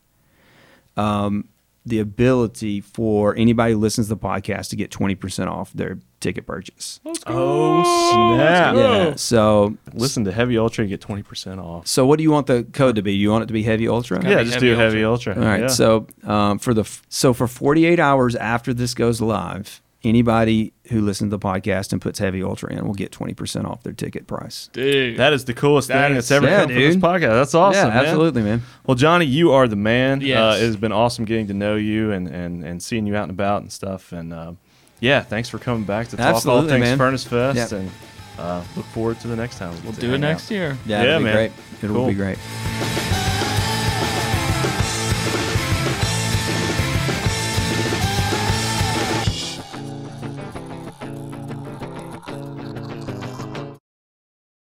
Speaker 3: Um, the ability for anybody who listens to the podcast to get 20% off their ticket purchase.
Speaker 2: Oh, snap.
Speaker 3: Yeah. So,
Speaker 2: Listen to Heavy Ultra, you get 20% off.
Speaker 3: so what do you want the code to be? Do you want it to be heavy ultra?
Speaker 2: yeah,
Speaker 4: be
Speaker 2: just
Speaker 4: Heavy
Speaker 2: do Heavy Ultra.
Speaker 3: All right.
Speaker 2: Yeah.
Speaker 3: So um, for the f- so for 48 hours after this goes live, anybody who listens to the podcast and puts Heavy Ultra in will get 20% off their ticket price.
Speaker 4: Dude.
Speaker 2: that is the coolest
Speaker 4: That
Speaker 2: thing
Speaker 4: is-
Speaker 2: that's ever
Speaker 3: Yeah,
Speaker 2: come from this
Speaker 3: dude.
Speaker 2: podcast. That's awesome.
Speaker 3: yeah,
Speaker 2: man.
Speaker 3: absolutely, man.
Speaker 2: Well, Johnny, you are the man. Uh,
Speaker 4: Yes.
Speaker 2: it has been awesome getting to know you and, and, and seeing you out and about and stuff. And uh, yeah, thanks for coming back to talk all
Speaker 3: Absolutely,
Speaker 2: things
Speaker 3: man.
Speaker 2: Furnace Fest.
Speaker 3: Yeah.
Speaker 2: And uh, look forward to the next time.
Speaker 4: we'll do it next year.
Speaker 2: Yeah,
Speaker 3: Yeah, it'll be
Speaker 2: man.
Speaker 3: great. It'll
Speaker 2: Cool.
Speaker 3: be great.
Speaker 2: year.